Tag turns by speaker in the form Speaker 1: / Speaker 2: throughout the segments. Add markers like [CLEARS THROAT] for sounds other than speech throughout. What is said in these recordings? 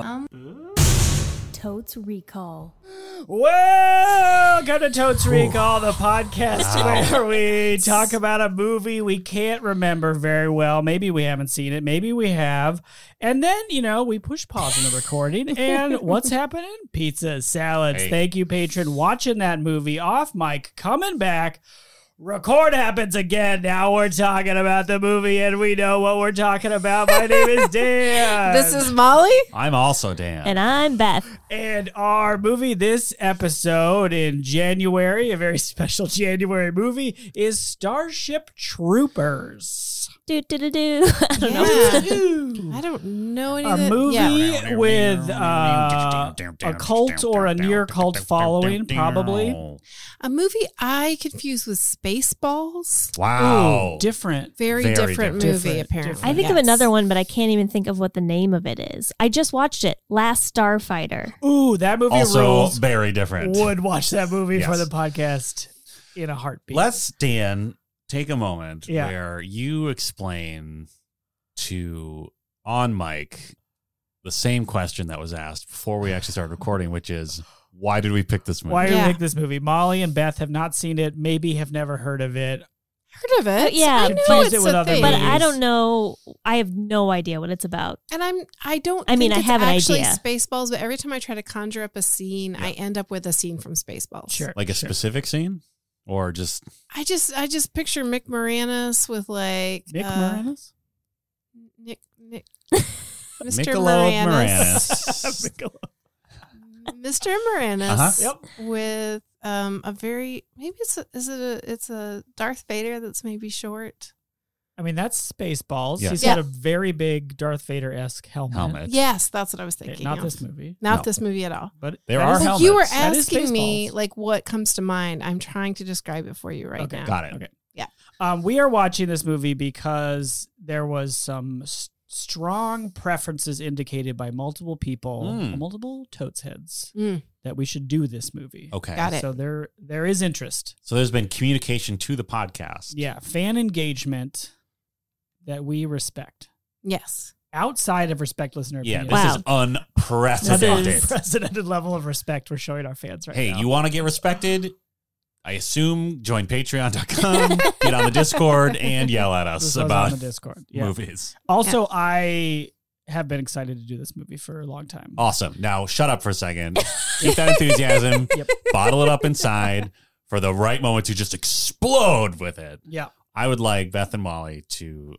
Speaker 1: Um, Totes Recall.
Speaker 2: Welcome to Totes Recall, the podcast where we talk about a movie we can't remember very well. Maybe we haven't seen it, maybe we have. And then, you know, we push pause on the recording.
Speaker 3: [LAUGHS]
Speaker 2: And what's happening? Pizza, salads.
Speaker 3: Hey.
Speaker 2: Thank you, patron. Watching that movie off mic, coming back. Record happens again. Now we're talking about the movie and we know what we're talking about. My name
Speaker 3: [LAUGHS]
Speaker 2: is Dan.
Speaker 4: This is Molly.
Speaker 3: I'm also Dan.
Speaker 1: And I'm Beth.
Speaker 2: And our movie this episode in January, a very [LAUGHS] special January movie, is Starship Troopers.
Speaker 1: Do do do do. I don't know.
Speaker 4: I don't know any
Speaker 2: A
Speaker 4: of that-
Speaker 2: movie
Speaker 4: Yeah.
Speaker 2: with uh, a cult or a near cult following, probably.
Speaker 4: A movie I confuse with Spaceballs.
Speaker 3: Wow.
Speaker 2: Ooh, different.
Speaker 4: Very,
Speaker 3: Very
Speaker 4: different,
Speaker 3: different.
Speaker 4: movie,
Speaker 2: Different,
Speaker 4: apparently.
Speaker 2: different.
Speaker 1: [LAUGHS] I think of another one, but I can't even think of what the name of it is. I just watched it. Last Starfighter.
Speaker 2: Ooh, that movie
Speaker 3: also
Speaker 2: rules.
Speaker 3: very different.
Speaker 2: Would watch that movie for
Speaker 3: Yes.
Speaker 2: the podcast in a heartbeat.
Speaker 3: Let's Dan take a moment
Speaker 2: Yeah.
Speaker 3: where you explain to on mic the same question that was asked before we actually started recording, which is why did we pick this movie?
Speaker 2: Why did
Speaker 4: Yeah.
Speaker 2: we pick this movie? Molly and Beth have not seen it, maybe have never heard of it.
Speaker 4: Heard of it?
Speaker 1: Yeah,
Speaker 4: I know
Speaker 1: but-
Speaker 4: it's
Speaker 2: Confuse it with
Speaker 4: a
Speaker 2: other
Speaker 4: thing.
Speaker 1: But
Speaker 2: It
Speaker 1: I
Speaker 2: is.
Speaker 1: don't know. I have no idea what it's about.
Speaker 4: and I'm I don't.
Speaker 1: I mean,
Speaker 4: think
Speaker 1: I
Speaker 4: it's
Speaker 1: have an
Speaker 4: actually
Speaker 1: idea.
Speaker 4: Spaceballs, but every time I try to conjure up a scene, I end up with a scene from Spaceballs.
Speaker 2: Sure.
Speaker 3: Like a
Speaker 2: sure.
Speaker 3: specific scene? Or just
Speaker 4: I just I just picture Mick Moranis with like
Speaker 2: Nick
Speaker 4: uh,
Speaker 3: [LAUGHS]
Speaker 2: Moranis?
Speaker 4: Nick Nick Mr.
Speaker 3: Michelob
Speaker 4: Moranis,
Speaker 3: Moranis.
Speaker 4: Mr. Moranis
Speaker 3: Uh-huh.
Speaker 4: with um a very maybe it's a, is it a it's a Darth Vader that's maybe short.
Speaker 2: I mean, that's Spaceballs.
Speaker 3: Yes.
Speaker 2: He's got a very big Darth Vader esque helmet.
Speaker 3: Helmet.
Speaker 4: Yes, that's what I was
Speaker 3: Eh,
Speaker 2: Okay,
Speaker 4: thinking.
Speaker 2: not
Speaker 4: of.
Speaker 2: this movie,
Speaker 4: Not
Speaker 3: No.
Speaker 4: this movie at all.
Speaker 2: but
Speaker 3: There
Speaker 2: that
Speaker 3: are
Speaker 2: is-
Speaker 4: Well,
Speaker 3: helmets.
Speaker 4: you were
Speaker 2: That is
Speaker 4: asking me
Speaker 2: Spaceballs.
Speaker 4: like what comes to mind. I'm trying to describe it for you [LAUGHS] right
Speaker 2: Okay,
Speaker 4: now.
Speaker 3: Got it.
Speaker 2: Okay.
Speaker 4: Yeah.
Speaker 2: Um, we are watching this movie because there was some s- strong preferences indicated by multiple people,
Speaker 3: Mm.
Speaker 2: multiple totes heads,
Speaker 4: Mm.
Speaker 2: that we should do this movie.
Speaker 3: Okay.
Speaker 4: Got it.
Speaker 2: So there, there is interest.
Speaker 3: So there's been communication to the podcast.
Speaker 2: Yeah, fan engagement that we respect
Speaker 4: Yes.
Speaker 2: outside of respect listener
Speaker 3: Yeah, this
Speaker 2: opinion.
Speaker 3: is
Speaker 2: That's an
Speaker 3: unprecedented.
Speaker 2: unprecedented level of respect we're showing our fans right
Speaker 3: hey,
Speaker 2: now.
Speaker 3: you want to get respected? I assume
Speaker 2: [LAUGHS]
Speaker 3: join patreon.com, get on the Discord, and yell at us
Speaker 2: This was
Speaker 3: about
Speaker 2: on the Discord. Yeah.
Speaker 3: movies.
Speaker 2: Also, I have been excited to do this movie for a long time.
Speaker 3: Awesome. Now, shut up for
Speaker 2: [LAUGHS]
Speaker 3: a second. Keep that enthusiasm,
Speaker 2: Yep.
Speaker 3: bottle it up inside for the right moment to just explode with it.
Speaker 2: Yeah.
Speaker 3: I would like Beth and Molly to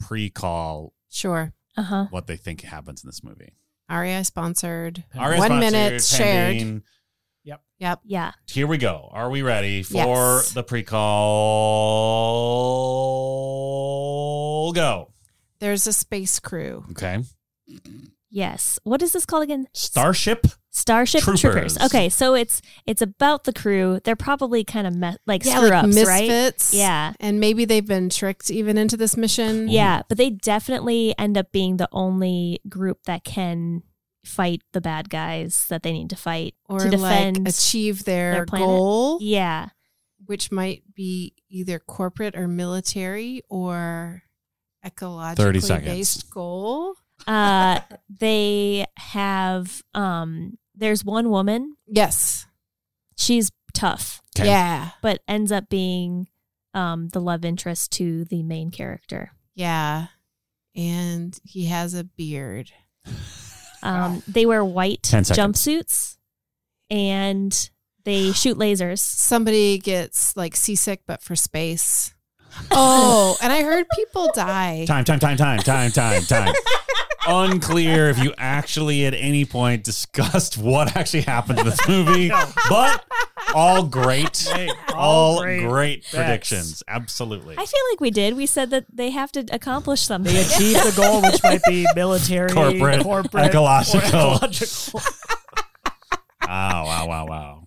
Speaker 3: pre call
Speaker 4: Sure.
Speaker 1: Uh huh.
Speaker 3: what they think happens in this movie.
Speaker 4: REI sponsored.
Speaker 3: Our
Speaker 4: One
Speaker 3: sponsored,
Speaker 4: minute shared.
Speaker 3: pending.
Speaker 4: Yep.
Speaker 1: Yeah.
Speaker 3: Here we go. Are we ready for
Speaker 4: Yes.
Speaker 3: the pre call? Go.
Speaker 4: There's a space crew.
Speaker 3: Okay.
Speaker 1: Yes. What is this called again?
Speaker 3: Starship.
Speaker 1: Starship Troopers.
Speaker 3: Troopers.
Speaker 1: Okay, so it's it's about the crew. They're probably kind of me- like screw
Speaker 4: like
Speaker 1: ups, right?
Speaker 4: misfits.
Speaker 1: Yeah.
Speaker 4: And maybe they've been tricked even into this mission.
Speaker 1: Yeah, but they definitely end up being the only group that can fight the bad guys that they need to fight
Speaker 4: Or
Speaker 1: to defend.
Speaker 4: like achieve their,
Speaker 1: their planet.
Speaker 4: goal,
Speaker 1: yeah,
Speaker 4: which might be either corporate or military or ecologically
Speaker 3: seconds.
Speaker 4: based goal.
Speaker 1: uh, they have. Um, there's one woman.
Speaker 4: Yes.
Speaker 1: She's tough,
Speaker 3: Okay.
Speaker 4: Yeah.
Speaker 1: but ends up being um, the love interest to the main character.
Speaker 4: Yeah. And he has a beard.
Speaker 1: Um, They wear white
Speaker 3: 10 seconds.
Speaker 1: jumpsuits, and they shoot lasers.
Speaker 4: Somebody gets like seasick, but
Speaker 1: [LAUGHS]
Speaker 4: for space. Oh, and I heard people die.
Speaker 3: Time, time, time, time, time, time, time. Unclear if you actually at any point discussed what actually happened in this movie, but all great,
Speaker 2: Hey, all
Speaker 3: all
Speaker 2: great
Speaker 3: great,
Speaker 2: bets.
Speaker 3: predictions. Absolutely.
Speaker 1: I feel like we did. We said that they have to accomplish something.
Speaker 2: They achieve the goal, which might [LAUGHS] be military, corporate,
Speaker 3: Corporate,
Speaker 2: corporate
Speaker 3: ecological.
Speaker 2: or ecological.
Speaker 3: [LAUGHS] Wow, wow, wow, wow.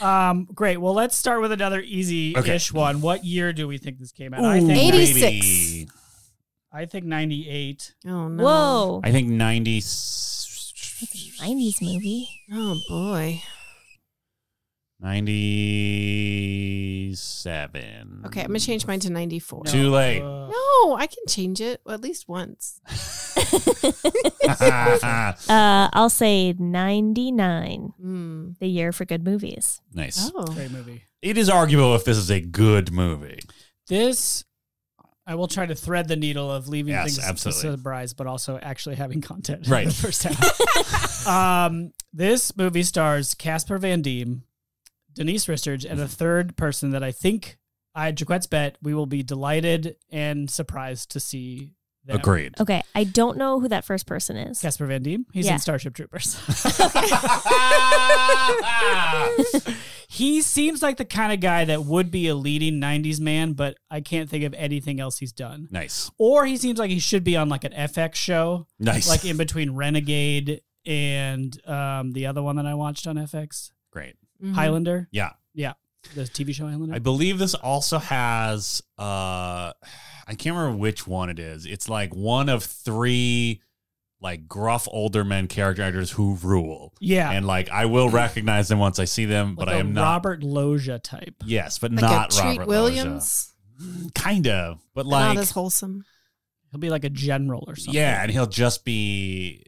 Speaker 2: yeah. Um, great. Well, let's start with another easy-ish one. What year do we think this came out? I
Speaker 3: Ooh,
Speaker 2: think
Speaker 4: 80. 86.
Speaker 3: maybe-
Speaker 2: I think 98.
Speaker 4: Oh no!
Speaker 1: Whoa,
Speaker 3: I think 90.
Speaker 1: nineties movie.
Speaker 4: Oh boy!
Speaker 3: 97. [LAUGHS]
Speaker 4: Okay, I'm gonna change mine to ninety four.
Speaker 3: Too late.
Speaker 2: Uh,
Speaker 4: No, I can change it at least once.
Speaker 1: Uh, I'll say 99,
Speaker 4: Hmm.
Speaker 1: the year for good movies.
Speaker 3: nice.
Speaker 4: Oh.
Speaker 2: Great movie.
Speaker 3: It is arguable if this is a good movie.
Speaker 2: This, I will try to thread the needle of leaving
Speaker 3: Yes,
Speaker 2: things
Speaker 3: absolutely.
Speaker 2: a surprise, but also actually having content. [LAUGHS]
Speaker 3: Right.
Speaker 2: In the first half.
Speaker 3: [LAUGHS]
Speaker 2: um, this movie stars Casper Van Diem, Denise Richards, and a third person that I think I Jaquette's bet we will be delighted and surprised to see. them.
Speaker 4: [LAUGHS]
Speaker 3: Agreed.
Speaker 1: Okay, I don't know who that first person is.
Speaker 2: Casper Van Diem. He's
Speaker 1: Yeah.
Speaker 2: in Starship Troopers. [LAUGHS] he seems like the kind of guy that would be a leading 90s man, but I can't think of anything else he's done.
Speaker 3: [LAUGHS] nice.
Speaker 2: Or he seems like he should be on like an FX show,
Speaker 3: Nice.
Speaker 2: like in between Renegade and um, the other one that I watched on FX,
Speaker 3: Great.
Speaker 4: Mhm.
Speaker 2: Highlander.
Speaker 3: Yeah.
Speaker 2: Yeah. The TV show Highlander.
Speaker 3: I believe this also has uh I can't remember which one it is. It's like one of three like gruff older men character actors who rule.
Speaker 2: yeah.
Speaker 3: And like I will recognize them once I see them, but
Speaker 2: Like
Speaker 3: I
Speaker 2: a
Speaker 3: am not
Speaker 2: Robert Loja type.
Speaker 3: Yes, but
Speaker 4: Like
Speaker 3: not
Speaker 4: a Treat
Speaker 3: Robert
Speaker 4: Williams.
Speaker 3: Loggia. Kind of, but
Speaker 4: Like,
Speaker 3: like
Speaker 4: not as wholesome.
Speaker 2: He'll be like a general or something.
Speaker 3: yeah, and he'll just be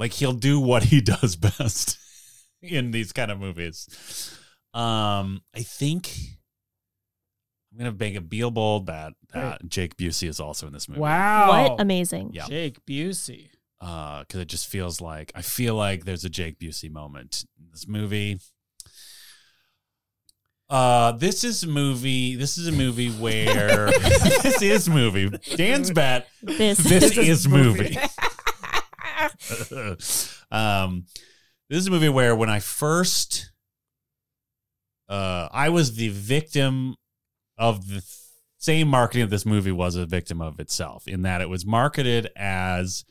Speaker 3: like he'll do what he [LAUGHS] does best in these kind of movies. Um, I think I'm gonna make a Beal bold bet that Jake Busey is also in this movie.
Speaker 2: Wow.
Speaker 1: What amazing.
Speaker 3: Yeah.
Speaker 2: Jake Busey.
Speaker 3: because Uh, it just feels like I feel like there's a Jake Busey moment in this movie. Uh, this is a movie. This is a movie where [LAUGHS] this is movie. Dan's bet.
Speaker 1: This,
Speaker 3: [LAUGHS] This is movie.
Speaker 4: I
Speaker 3: [LAUGHS] um, this is a movie where when I first, uh, I was the victim of the th- same marketing that this movie was a victim of itself, in that it was marketed as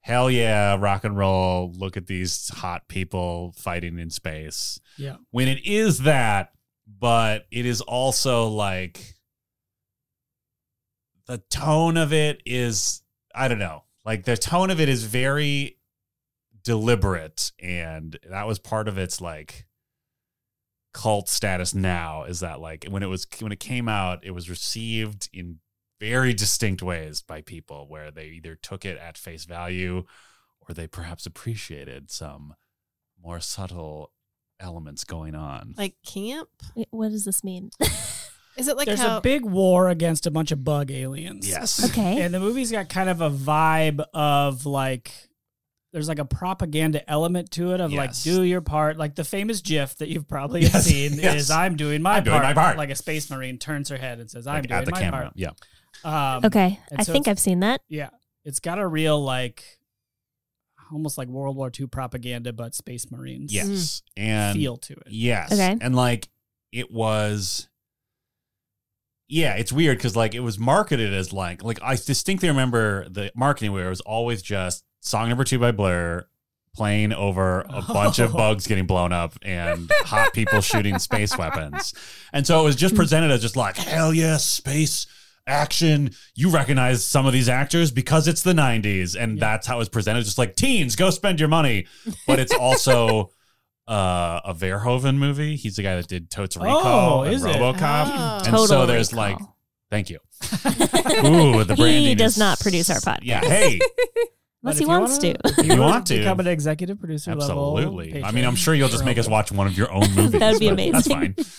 Speaker 3: hell yeah, rock and roll. Look at these hot people fighting in space.
Speaker 2: Yeah.
Speaker 3: When it is that, but it is also like the tone of it is I don't know. Like the tone of it is very deliberate and that was part of its like cult status now is that like when it was when it came out it was received in very distinct ways by people where they either took it at face value or they perhaps appreciated some more subtle elements going on.
Speaker 4: like camp.
Speaker 1: [LAUGHS] what does this mean?
Speaker 4: Is it like
Speaker 2: There's
Speaker 4: how?
Speaker 2: a big war against a bunch of bug aliens.
Speaker 3: yes.
Speaker 1: Okay.
Speaker 2: And the movie's got kind of a vibe of like there's like a propaganda element to it of
Speaker 3: Yes.
Speaker 2: like do your part. Like the famous GIF that you've probably
Speaker 3: Yes,
Speaker 2: [LAUGHS] seen
Speaker 3: yes.
Speaker 2: is I'm doing my
Speaker 3: I'm doing
Speaker 2: part.
Speaker 3: my part.
Speaker 2: Like a space marine turns her head and says, I'm
Speaker 3: Like,
Speaker 2: doing
Speaker 3: at the
Speaker 2: my
Speaker 3: camera. Yeah.
Speaker 2: part. Um,
Speaker 1: Okay.
Speaker 2: and
Speaker 1: I
Speaker 2: so
Speaker 1: think
Speaker 2: it's-
Speaker 1: I've seen that.
Speaker 2: Yeah. It's got a real like almost like World War II propaganda but space marines
Speaker 3: Yes. And
Speaker 2: feel to it.
Speaker 3: Yes.
Speaker 1: Okay.
Speaker 3: And like it was Yeah, it's weird because like it was marketed as like like I distinctly remember the marketing where it was always just song number two by Blur playing over
Speaker 2: [LAUGHS]
Speaker 3: a bunch of
Speaker 2: Oh.
Speaker 3: bugs getting blown up and hot
Speaker 2: [LAUGHS]
Speaker 3: people shooting space weapons. And so it was just presented as just like, hell yeah, space action. You recognize some of these actors because it's the 90s. And
Speaker 2: Yeah.
Speaker 3: that's how it was presented. Just like, teens, go spend your money. But it's also [LAUGHS] uh, a Verhoeven movie. He's the guy that did Totes Recall
Speaker 2: Oh,
Speaker 3: and
Speaker 2: is it? Ah.
Speaker 3: Robocop.
Speaker 4: Oh.
Speaker 3: And so
Speaker 1: Total
Speaker 3: there's
Speaker 1: Recall.
Speaker 3: like,
Speaker 1: [LAUGHS]
Speaker 3: thank you. [LAUGHS] Ooh, the branding.
Speaker 1: he does
Speaker 3: is-
Speaker 1: not produce our podcast.
Speaker 3: Yeah,
Speaker 1: [LAUGHS]
Speaker 3: hey,
Speaker 2: But
Speaker 1: Unless he
Speaker 2: if you
Speaker 1: wants
Speaker 2: wanna-
Speaker 1: to.
Speaker 2: [LAUGHS] if
Speaker 3: You
Speaker 2: wanna
Speaker 3: want to.
Speaker 2: become an executive producer level
Speaker 3: Absolutely. I mean,
Speaker 2: patron,
Speaker 3: I'm sure you'll just
Speaker 2: you're
Speaker 3: make us
Speaker 2: welcome.
Speaker 3: watch one of
Speaker 1: [LAUGHS]
Speaker 3: your own movies.
Speaker 1: That'd be
Speaker 3: but That's fine.
Speaker 1: amazing.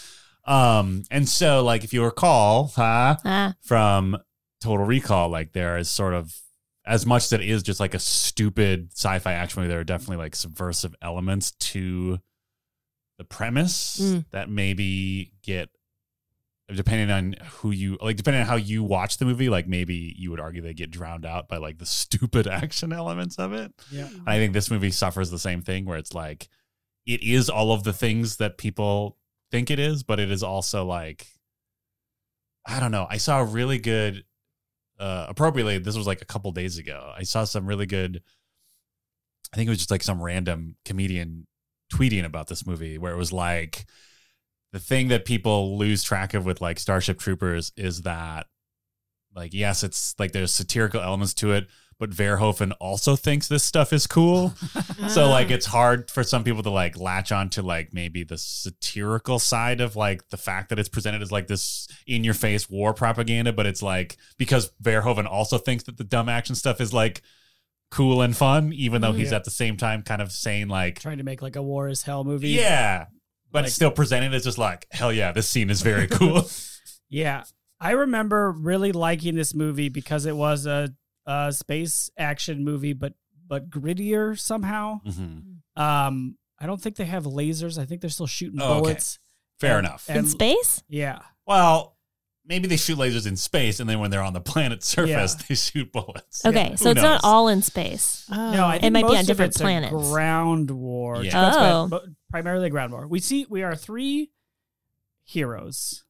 Speaker 3: Um, and so like if you recall, huh,
Speaker 1: Ah,
Speaker 3: from Total Recall, like there is sort of as much that it is just like a stupid sci-fi action movie, there are definitely like subversive elements to the premise
Speaker 4: Mm.
Speaker 3: that maybe get depending on who you like depending on how you watch the movie like maybe you would argue they get drowned out by like the [LAUGHS] stupid action elements of it
Speaker 2: Yeah.
Speaker 3: and I think this movie suffers the same thing where it's like it is all of the things that people think it is, but it is also like I don't know. I saw a really good uh appropriately, this was like a couple days ago. I saw some really good I think it was just like some random comedian tweeting about this movie where it was like the thing that people lose track of with like Starship Troopers is that like yes, it's like there's satirical elements to it, but Verhoeven also thinks this stuff is cool.
Speaker 4: uh,
Speaker 3: so like it's hard for some people to like latch on to like maybe the satirical side of like the fact that it's presented as like this in your face war propaganda, but it's like because Verhoeven also thinks that the dumb action stuff is like cool and fun, even though he's
Speaker 2: Yeah.
Speaker 3: at the same time kind of saying like,
Speaker 2: Trying to make like a war is hell movie.
Speaker 3: yeah, but
Speaker 2: Like-
Speaker 3: it's still presented as just like, hell yeah, this scene
Speaker 2: [LAUGHS]
Speaker 3: is very cool.
Speaker 2: Yeah. I remember really liking this movie because it was a, a space action movie, but but grittier somehow.
Speaker 3: Mhm.
Speaker 2: Um, I don't think they have lasers. I think they're still shooting
Speaker 3: Oh, okay.
Speaker 2: bullets.
Speaker 3: Fair
Speaker 2: And-
Speaker 3: enough.
Speaker 1: in
Speaker 2: And-
Speaker 1: space.
Speaker 2: Yeah.
Speaker 3: well, maybe they shoot lasers in space, and then when they're on the [LAUGHS] planet's surface, they shoot bullets.
Speaker 1: Okay,
Speaker 3: Who
Speaker 1: so it's not
Speaker 3: knows?
Speaker 1: all in space.
Speaker 4: Oh.
Speaker 2: No, I think
Speaker 1: might be
Speaker 2: most
Speaker 1: on
Speaker 2: of
Speaker 1: different
Speaker 2: it's a
Speaker 1: planets.
Speaker 2: ground war.
Speaker 3: Yeah.
Speaker 2: That's what-
Speaker 1: Oh.
Speaker 2: but primarily ground war. We see we are three heroes.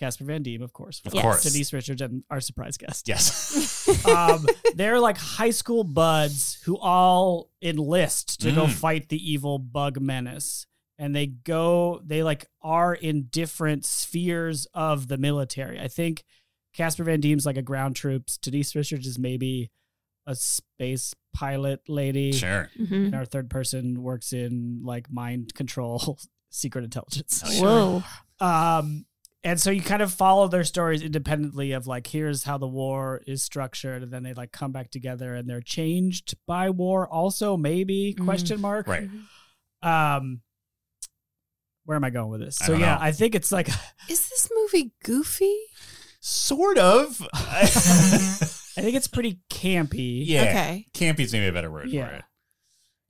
Speaker 2: Casper Van Diem, of course.
Speaker 3: Of
Speaker 1: Yes.
Speaker 3: course. [LAUGHS]
Speaker 2: Denise Richards and our surprise guest.
Speaker 3: Yes.
Speaker 2: um, [LAUGHS] they're like high school buds who all enlist to go
Speaker 3: Mm.
Speaker 2: fight the evil bug menace. And they go, they like are in different spheres of the military. I think Casper Van Diem's like a ground troops. Denise Richards is maybe a space pilot lady.
Speaker 3: [LAUGHS] sure.
Speaker 1: Mhm.
Speaker 2: And our third person works in like mind control, [LAUGHS] secret intelligence.
Speaker 3: Sure.
Speaker 1: Whoa.
Speaker 2: Um, and so you kind of follow their stories independently of like, here's how the war is structured, and then they like come back together and they're changed by war. Also, maybe
Speaker 1: Mm.
Speaker 2: question mark.
Speaker 3: Right.
Speaker 2: Um, where am I going with this?
Speaker 3: I
Speaker 2: So
Speaker 3: don't
Speaker 2: yeah,
Speaker 3: know.
Speaker 2: I think it's like [LAUGHS] I
Speaker 4: oh. Is this movie goofy?
Speaker 2: [LAUGHS]
Speaker 3: Sort of.
Speaker 2: think it's pretty campy.
Speaker 3: yeah.
Speaker 4: Okay.
Speaker 3: Campy's maybe a better word
Speaker 2: Yeah.
Speaker 3: for it.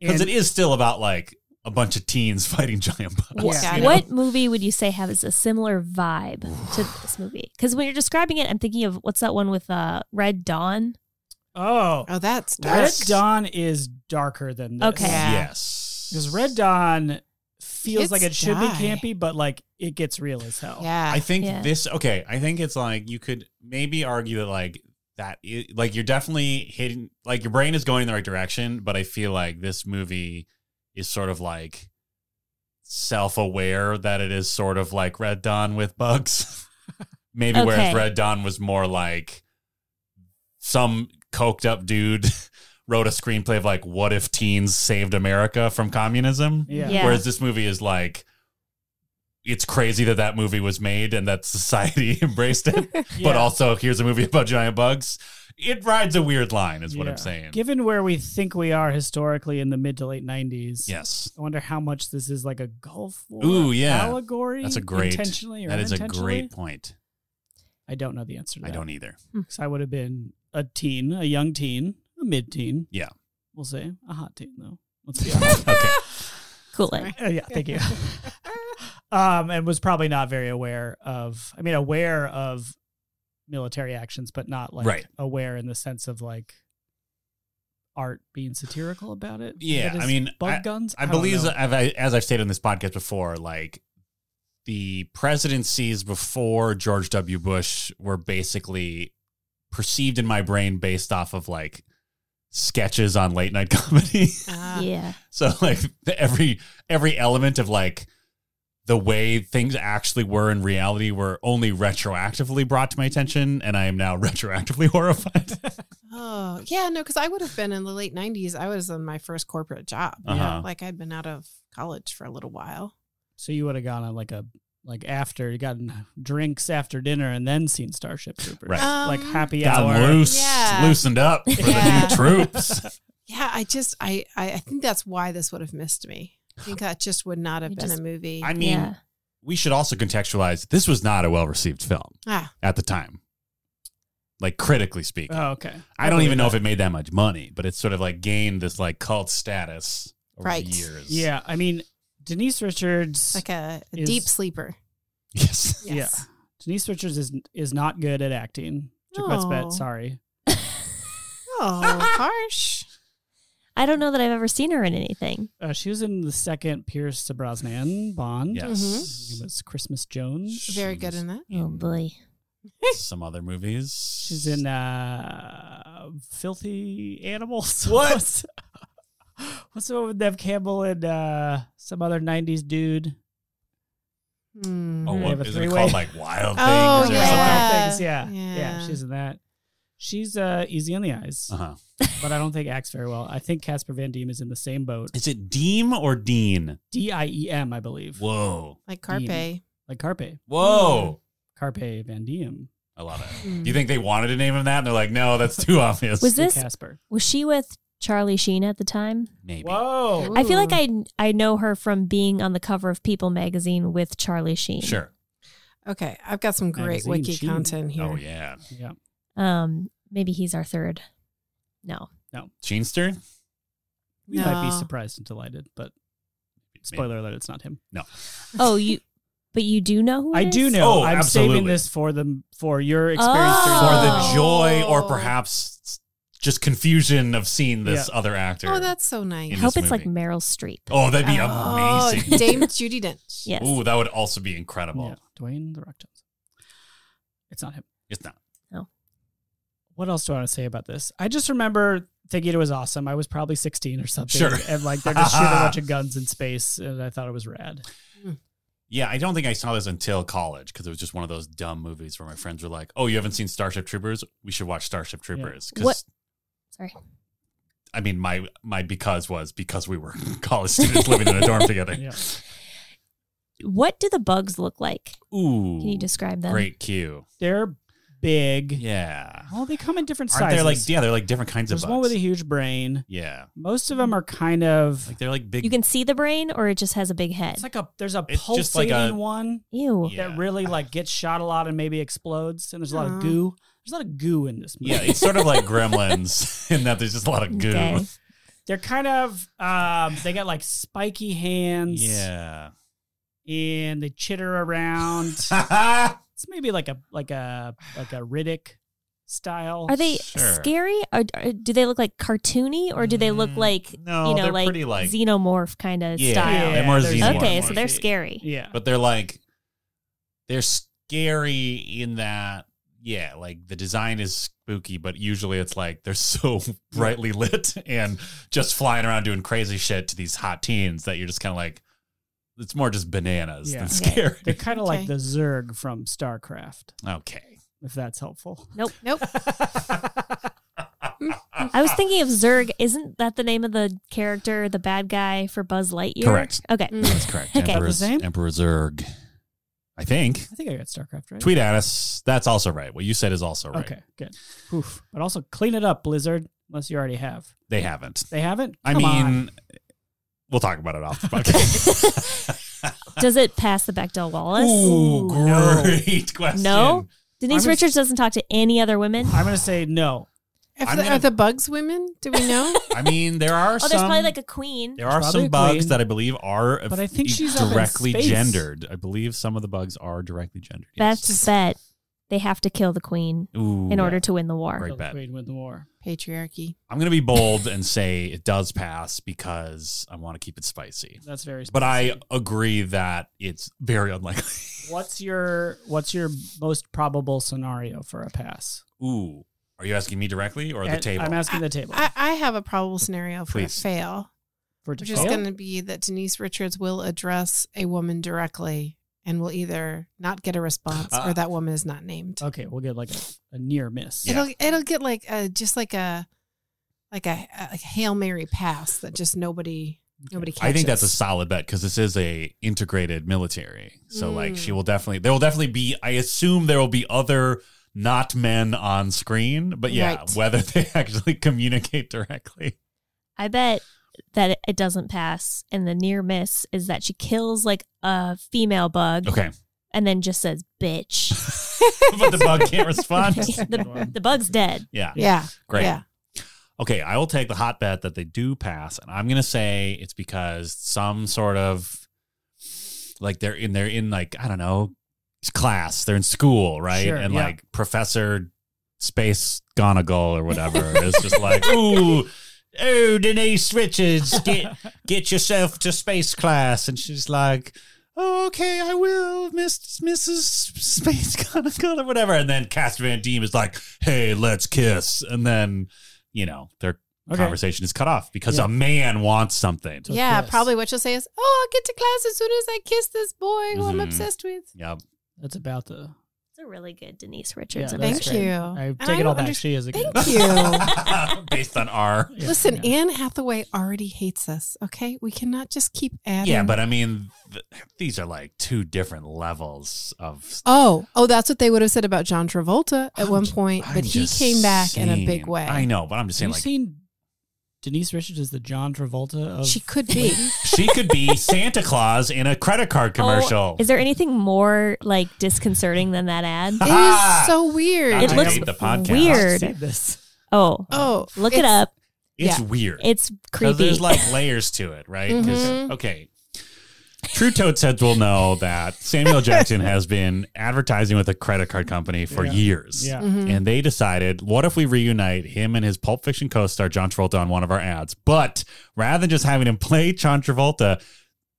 Speaker 3: Because
Speaker 2: And
Speaker 3: it is still about like a bunch of teens [LAUGHS] fighting giant bugs.
Speaker 2: Yeah.
Speaker 4: Got it.
Speaker 1: What movie would you say has a similar vibe to this movie? Because when you're describing it, I'm thinking of what's that one with uh, Red Dawn?
Speaker 2: oh,
Speaker 4: Oh, that's dark.
Speaker 2: Red Dawn is darker than this.
Speaker 1: Okay.
Speaker 4: Yeah.
Speaker 3: Yes.
Speaker 2: because Red Dawn feels
Speaker 4: Kids
Speaker 2: like it should
Speaker 4: die.
Speaker 2: be campy, but like it gets real as hell.
Speaker 4: Yeah.
Speaker 3: I think
Speaker 1: Yeah.
Speaker 3: this okay. I think it's like you could maybe argue that like that i- like you're definitely hitting like your brain is going in the right direction, but I feel like this movie is sort of like self-aware that it is sort of like Red Dawn with bugs. [LAUGHS] maybe
Speaker 1: Okay.
Speaker 3: whereas Red Dawn was more like some coked up dude [LAUGHS] wrote a screenplay of like what if teens saved America from communism?
Speaker 2: Yeah.
Speaker 1: Yeah.
Speaker 3: Whereas this movie is like, it's crazy that that movie was made and that society [LAUGHS]
Speaker 2: [LAUGHS]
Speaker 3: embraced it. But
Speaker 2: Yeah.
Speaker 3: also, here's a movie about giant bugs. It rides a weird line, is what
Speaker 2: Yeah.
Speaker 3: I'm saying.
Speaker 2: Given where we think we are historically in the mid to late 90s,
Speaker 3: yes.
Speaker 2: I wonder how much this is like a Gulf War
Speaker 3: Ooh, yeah.
Speaker 2: allegory.
Speaker 3: That's a great-
Speaker 2: Intentionally or
Speaker 3: That is a
Speaker 2: unintentionally?
Speaker 3: great point.
Speaker 2: I don't know the answer to that.
Speaker 3: I don't
Speaker 2: [LAUGHS]
Speaker 3: either.
Speaker 2: 'Cause I would have been a teen, a young teen, a mid teen.
Speaker 3: Yeah.
Speaker 2: We'll say a hot teen, though. Let's
Speaker 3: [LAUGHS]
Speaker 2: be honest.
Speaker 3: Okay.
Speaker 1: Cool it.
Speaker 2: Uh, yeah, thank you. um, and was probably not very aware of, I mean, aware of military actions, but not like
Speaker 3: Right.
Speaker 2: aware in the sense of like art being satirical about it.
Speaker 3: Yeah,
Speaker 2: That
Speaker 3: I
Speaker 2: is
Speaker 3: mean,
Speaker 2: bug
Speaker 3: I-
Speaker 2: guns.
Speaker 3: I
Speaker 2: don't
Speaker 3: believe,
Speaker 2: know.
Speaker 3: I've, I, as I've stated in this podcast before, like the presidencies before George W. Bush were basically perceived in my brain based off of like sketches on late night [LAUGHS] comedy.
Speaker 4: Ah.
Speaker 1: yeah.
Speaker 3: So [LAUGHS] like the- every every element of like the way things actually were in reality were only retroactively brought to my attention, and I am now [LAUGHS] retroactively horrified.
Speaker 4: Oh, yeah, no, because I would have been in the late 90s. I was in my first corporate job.
Speaker 3: Uh-huh.
Speaker 4: Yeah, Like I'd been out of college for a little while.
Speaker 2: So you would have gone on like a like after you gotten drinks after dinner and then seen Starship Troopers,
Speaker 3: Right.
Speaker 2: Like
Speaker 4: Um,
Speaker 2: happy
Speaker 3: Got
Speaker 2: hour.
Speaker 3: loose,
Speaker 4: Yeah.
Speaker 3: loosened up for
Speaker 4: Yeah.
Speaker 3: the new troops.
Speaker 4: Yeah, I just, I, I, I think that's why this would have missed me. I think that just would not have
Speaker 1: It
Speaker 4: been
Speaker 1: just-
Speaker 4: a movie.
Speaker 3: I mean,
Speaker 1: yeah.
Speaker 3: we should also contextualize this was not a well received film
Speaker 4: ah,
Speaker 3: at the time. Like critically speaking.
Speaker 2: Oh, okay.
Speaker 3: I don't even know if it made that much money, but it's sort of like gained this like cult status over
Speaker 4: Right.
Speaker 3: the years.
Speaker 2: [LAUGHS] Yeah, I mean Denise Richards.
Speaker 4: like a, a
Speaker 2: Is-
Speaker 4: deep sleeper.
Speaker 3: [LAUGHS] Yes.
Speaker 2: Yeah.
Speaker 4: Yes.
Speaker 2: Denise Richards is is not good at acting. Jaquette's
Speaker 4: Oh.
Speaker 2: bet. Sorry.
Speaker 4: Oh, [LAUGHS] harsh.
Speaker 1: I don't know that I've ever seen her in anything.
Speaker 2: Uh, she was in the second Pierce Brosnan Bond.
Speaker 3: Yes.
Speaker 2: It was Christmas Jones.
Speaker 4: Very
Speaker 3: She
Speaker 4: good
Speaker 3: was
Speaker 4: in that.
Speaker 1: Oh boy.
Speaker 3: some other movies.
Speaker 2: She's in uh, Filthy Animals. [LAUGHS]
Speaker 3: What?
Speaker 2: What's the one with Nev Campbell and uh, some other '90s dude?
Speaker 4: Hmm.
Speaker 3: Oh,
Speaker 1: They
Speaker 2: have a
Speaker 3: what is it
Speaker 2: three-way.
Speaker 3: called? Like Wild Things
Speaker 4: Oh,
Speaker 3: or
Speaker 4: yeah.
Speaker 2: Wild Things, yeah. yeah,
Speaker 4: Yeah.
Speaker 2: She's in that. She's uh, easy on the eyes,
Speaker 3: something? Uh-huh.
Speaker 2: but I don't think acts very well. I think Casper Van Diem is in the same boat.
Speaker 3: Is it Deem or Dean?
Speaker 2: D I E M, I believe,
Speaker 3: Whoa,
Speaker 4: Like Carpe.
Speaker 2: Dean. like Carpe,
Speaker 3: whoa!
Speaker 2: Carpe Van Diem.
Speaker 3: I love it.
Speaker 4: Mm.
Speaker 3: Do you think they wanted to name him that? And they're like, no, that's too obvious.
Speaker 1: Was
Speaker 2: Hey,
Speaker 1: this
Speaker 2: Casper?
Speaker 1: was she with Charlie Sheen at the time.
Speaker 3: Maybe.
Speaker 2: Whoa.
Speaker 1: I feel
Speaker 4: Ooh.
Speaker 1: like
Speaker 3: Hmm.
Speaker 1: I I know her from being on the cover of People magazine with Charlie Sheen.
Speaker 3: Sure.
Speaker 4: Okay, I've got some great
Speaker 2: Magazine
Speaker 4: wiki
Speaker 2: sheet.
Speaker 4: content here.
Speaker 3: Oh yeah.
Speaker 2: Yeah.
Speaker 1: Um, maybe he's our third. No.
Speaker 3: Sheenster?
Speaker 2: We might be
Speaker 4: No.
Speaker 2: surprised and delighted, but spoiler alert, it's not him.
Speaker 1: Oh, you. [LAUGHS] But you do know who it
Speaker 2: I do
Speaker 1: is?
Speaker 2: know.
Speaker 3: Oh,
Speaker 2: I'm saving
Speaker 3: absolutely.
Speaker 2: this for the for your experience. during
Speaker 1: Oh.
Speaker 3: For
Speaker 2: the-
Speaker 3: the joy or
Speaker 4: Oh.
Speaker 3: perhaps just confusion of seeing this other actor.
Speaker 4: Oh, that's so nice.
Speaker 1: I
Speaker 3: in
Speaker 1: hope
Speaker 3: this
Speaker 1: it's like
Speaker 3: movie.
Speaker 1: Meryl Streep.
Speaker 3: Oh, that'd be
Speaker 4: Oh,
Speaker 3: amazing.
Speaker 4: [LAUGHS] Dame Judy Dench.
Speaker 1: Yes.
Speaker 3: Ooh, that would also be incredible.
Speaker 2: Yeah, Dwayne the Rock Johnson. It's not him.
Speaker 3: It's not.
Speaker 2: What else do I want to say about this? I just remember thinking it was awesome. I was probably 16 or something,
Speaker 3: Sure.
Speaker 2: and like they're just shooting a bunch
Speaker 3: [LAUGHS]
Speaker 2: of guns in space, and I thought it was rad.
Speaker 3: Yeah, I don't think I saw this until college because it was just one of those dumb movies where my friends were like, "Oh, you haven't seen Starship Troopers? We should watch Starship Troopers."
Speaker 1: What-
Speaker 3: Because
Speaker 1: Sorry.
Speaker 3: I mean, my my because was because we were [LAUGHS] college students living in a dorm together.
Speaker 2: [LAUGHS] Yeah.
Speaker 1: What do the bugs look like?
Speaker 3: Ooh,
Speaker 1: Can you describe them?
Speaker 3: great cue.
Speaker 2: They're big.
Speaker 3: Yeah,
Speaker 2: Well, they come in different
Speaker 3: aren't
Speaker 2: sizes.
Speaker 3: they like yeah? They're like different kinds
Speaker 2: There's
Speaker 3: of
Speaker 2: one
Speaker 3: bugs.
Speaker 2: with a huge brain.
Speaker 3: yeah,
Speaker 2: Most of them are kind of.
Speaker 3: like they're like big.
Speaker 1: You can see the brain, or it just has a big head.
Speaker 2: It's like a there's a
Speaker 3: It's just like
Speaker 2: pulsating
Speaker 3: a-
Speaker 2: one
Speaker 1: Ew.
Speaker 3: Yeah.
Speaker 2: that really like gets shot a lot and maybe explodes. And there's a lot
Speaker 4: Aw.
Speaker 2: of goo. There's a lot of goo in this movie.
Speaker 3: yeah, it's sort of like Gremlins [LAUGHS] in that there's just a lot of goo.
Speaker 1: Okay.
Speaker 2: They're kind of um, they got like spiky hands.
Speaker 3: Yeah, [LAUGHS]
Speaker 2: and they chitter around. it's maybe like a like a like a Riddick style.
Speaker 1: Are they
Speaker 3: Sure.
Speaker 1: scary? Or, or do they look like cartoony, or do they look
Speaker 3: Mm,
Speaker 1: like
Speaker 3: no,
Speaker 1: you know,
Speaker 3: they're
Speaker 1: like,
Speaker 3: pretty like
Speaker 1: xenomorph kind of
Speaker 3: yeah,
Speaker 1: style?
Speaker 3: they're more
Speaker 2: Yeah,
Speaker 3: xenomorph.
Speaker 2: there's-
Speaker 1: Okay, so
Speaker 2: xenomorph.
Speaker 1: they're scary.
Speaker 2: Yeah.
Speaker 3: but they're like they're scary in that yeah like the design is spooky but usually it's like they're [LAUGHS] so brightly lit and just flying around doing crazy shit to these hot teens that you're just kind of like it's more just bananas
Speaker 2: Yeah.
Speaker 3: than
Speaker 1: Okay.
Speaker 3: scary [LAUGHS]
Speaker 2: They're kind of like
Speaker 4: Okay.
Speaker 2: the Zerg from StarCraft,
Speaker 3: okay
Speaker 2: if that's helpful.
Speaker 4: Nope.
Speaker 1: I
Speaker 3: Ah.
Speaker 1: was thinking of Zurg. Isn't that the name of the character, the bad guy for Buzz Lightyear?
Speaker 3: Correct.
Speaker 1: Okay.
Speaker 4: Mm.
Speaker 3: that's correct
Speaker 1: Okay.
Speaker 3: Emperor's-
Speaker 2: That the same?
Speaker 3: emperor zerg i think
Speaker 2: I think I got StarCraft right.
Speaker 3: tweet at us that's also right what you said is also right
Speaker 2: Okay, good. Oof. But also clean it up, Blizzard, unless you already have.
Speaker 3: they haven't
Speaker 2: They haven't?
Speaker 3: i
Speaker 2: Come on.
Speaker 3: mean we'll talk about it off the podcast
Speaker 1: Does it pass the Bechdel Wallace?
Speaker 3: Ooh,
Speaker 2: No.
Speaker 3: great [LAUGHS] question.
Speaker 1: No? Denise
Speaker 2: I'm a-
Speaker 1: Richards doesn't talk to any other women.
Speaker 2: I'm going to say no.
Speaker 4: If
Speaker 3: I'm
Speaker 4: the,
Speaker 3: gonna-
Speaker 4: Are the bugs women? Do we
Speaker 3: [LAUGHS]
Speaker 4: know?
Speaker 3: I mean, there
Speaker 1: [LAUGHS]
Speaker 3: are
Speaker 1: Oh,
Speaker 3: some.
Speaker 1: there's probably like a queen.
Speaker 3: there are
Speaker 2: Probably
Speaker 3: some
Speaker 2: a
Speaker 3: bugs
Speaker 2: queen.
Speaker 3: that I believe are,
Speaker 2: But I think she's up in
Speaker 3: directly
Speaker 2: space.
Speaker 3: gendered. I believe some of the bugs are directly gendered.
Speaker 1: Best
Speaker 3: yes.
Speaker 1: bet they have to kill the queen
Speaker 3: Ooh,
Speaker 1: in order to win the war.
Speaker 3: Great
Speaker 2: Kill the
Speaker 3: bet.
Speaker 2: Queen, win the war.
Speaker 4: Patriarchy.
Speaker 3: I'm gonna be bold and say it does pass because I want to keep it spicy.
Speaker 2: That's very
Speaker 3: But I
Speaker 2: spicy.
Speaker 3: agree that it's very unlikely. [LAUGHS]
Speaker 2: What's your what's your most probable scenario for a pass?
Speaker 3: Ooh, are you asking me directly or the
Speaker 2: And
Speaker 3: table?
Speaker 2: I'm asking the table.
Speaker 4: I, I have a probable scenario for
Speaker 3: Please. Oh.
Speaker 4: a fail,
Speaker 2: for
Speaker 4: which is
Speaker 2: Japan?
Speaker 4: going to be that Denise Richards will address a woman directly and will either not get a response
Speaker 3: Ah.
Speaker 4: or that woman is not named.
Speaker 2: Oh, Okay, we'll get like a, a near miss. [LAUGHS]
Speaker 3: Yeah.
Speaker 4: It'll it'll get like a just like a like a, a hail mary pass that just nobody nobody catches.
Speaker 3: I think that's a solid bet because this is a integrated military. So like
Speaker 4: Mm.
Speaker 3: she will definitely there will definitely be I assume there will be other not men on screen, but yeah,
Speaker 4: Right.
Speaker 3: whether [LAUGHS] they actually communicate directly.
Speaker 1: I bet that it- it doesn't pass. And the near miss is that she kills like a female bug
Speaker 3: Okay.
Speaker 1: and then just says, bitch.
Speaker 3: [LAUGHS]
Speaker 1: [LAUGHS]
Speaker 3: but the bug
Speaker 4: [LAUGHS]
Speaker 3: can't respond.
Speaker 1: the, the bug's dead.
Speaker 3: Yeah.
Speaker 4: yeah
Speaker 3: Great.
Speaker 4: yeah
Speaker 3: Okay, I will take the hot bet that they do pass, and I'm gonna say it's because some sort of like they're in they're in like I don't know class, they're in school, right?
Speaker 2: Sure,
Speaker 3: and
Speaker 2: yeah.
Speaker 3: like Professor Space Gonagal or whatever is just
Speaker 2: [LAUGHS]
Speaker 3: like, ooh, oh Denise Richards, get get yourself to space class, and she's like. Oh, okay, I will, Miss Mrs. Space [LAUGHS] Gonagal or whatever, and then Cast Van Diem is like, "Hey, let's kiss," and then you know their
Speaker 2: Okay.
Speaker 3: conversation is cut off because
Speaker 2: Yeah.
Speaker 3: a man wants something.
Speaker 2: So
Speaker 4: yeah.
Speaker 2: yes.
Speaker 4: Probably what she'll say is, "Oh, I'll get to class as soon as I kiss this boy who I'm
Speaker 3: Mhm.
Speaker 4: obsessed with."
Speaker 3: Yep.
Speaker 2: That's about the.
Speaker 1: It's a really good Denise Richards
Speaker 2: Yeah,
Speaker 1: impression.
Speaker 2: that's
Speaker 4: Thank
Speaker 2: great.
Speaker 4: you.
Speaker 2: I
Speaker 4: And
Speaker 2: take
Speaker 4: I
Speaker 2: it all
Speaker 4: don't
Speaker 2: back.
Speaker 4: under-
Speaker 2: she is a good.
Speaker 4: Thank you.
Speaker 3: [LAUGHS] Based on R.
Speaker 2: [LAUGHS] Yeah,
Speaker 4: Listen,
Speaker 2: yeah.
Speaker 4: Anne Hathaway already hates us. Okay, we cannot just keep adding.
Speaker 3: Yeah, but I mean, th- these are like two different levels of.
Speaker 4: oh, oh, that's what they would have said about John Travolta at
Speaker 3: I'm
Speaker 4: one
Speaker 3: ju-
Speaker 4: point,
Speaker 3: Oh, I'm
Speaker 4: but he
Speaker 3: just
Speaker 4: came back in a
Speaker 3: saying-
Speaker 4: big way.
Speaker 3: I know, but I'm just
Speaker 2: Have
Speaker 3: saying,
Speaker 2: you
Speaker 3: like,
Speaker 2: seen Denise Richards is the John Travolta of
Speaker 4: She could be.
Speaker 3: She could be Santa Claus in a credit
Speaker 4: Oh,
Speaker 3: card
Speaker 1: Oh,
Speaker 3: commercial.
Speaker 1: Is there anything more like disconcerting than that ad? [LAUGHS]
Speaker 4: it is so weird.
Speaker 1: It
Speaker 3: I
Speaker 1: looks
Speaker 3: hate the podcast.
Speaker 1: weird.
Speaker 2: Save this.
Speaker 1: Oh,
Speaker 4: oh,
Speaker 1: look it
Speaker 4: it's-
Speaker 1: up.
Speaker 3: it's
Speaker 4: yeah.
Speaker 3: weird.
Speaker 1: It's
Speaker 3: Because
Speaker 1: creepy. Mm-hmm.
Speaker 3: there's like layers to it, right? 'Cause-
Speaker 4: Mhm.
Speaker 3: okay. True Totes heads will know that Samuel Jackson has been advertising with a credit card company for
Speaker 2: Yeah.
Speaker 3: years.
Speaker 2: Yeah.
Speaker 1: Mm-hmm.
Speaker 4: Mhm.
Speaker 3: And they decided, what if we reunite him and his Pulp Fiction co star John Travolta on one of our ads? But rather than just having him play John Travolta,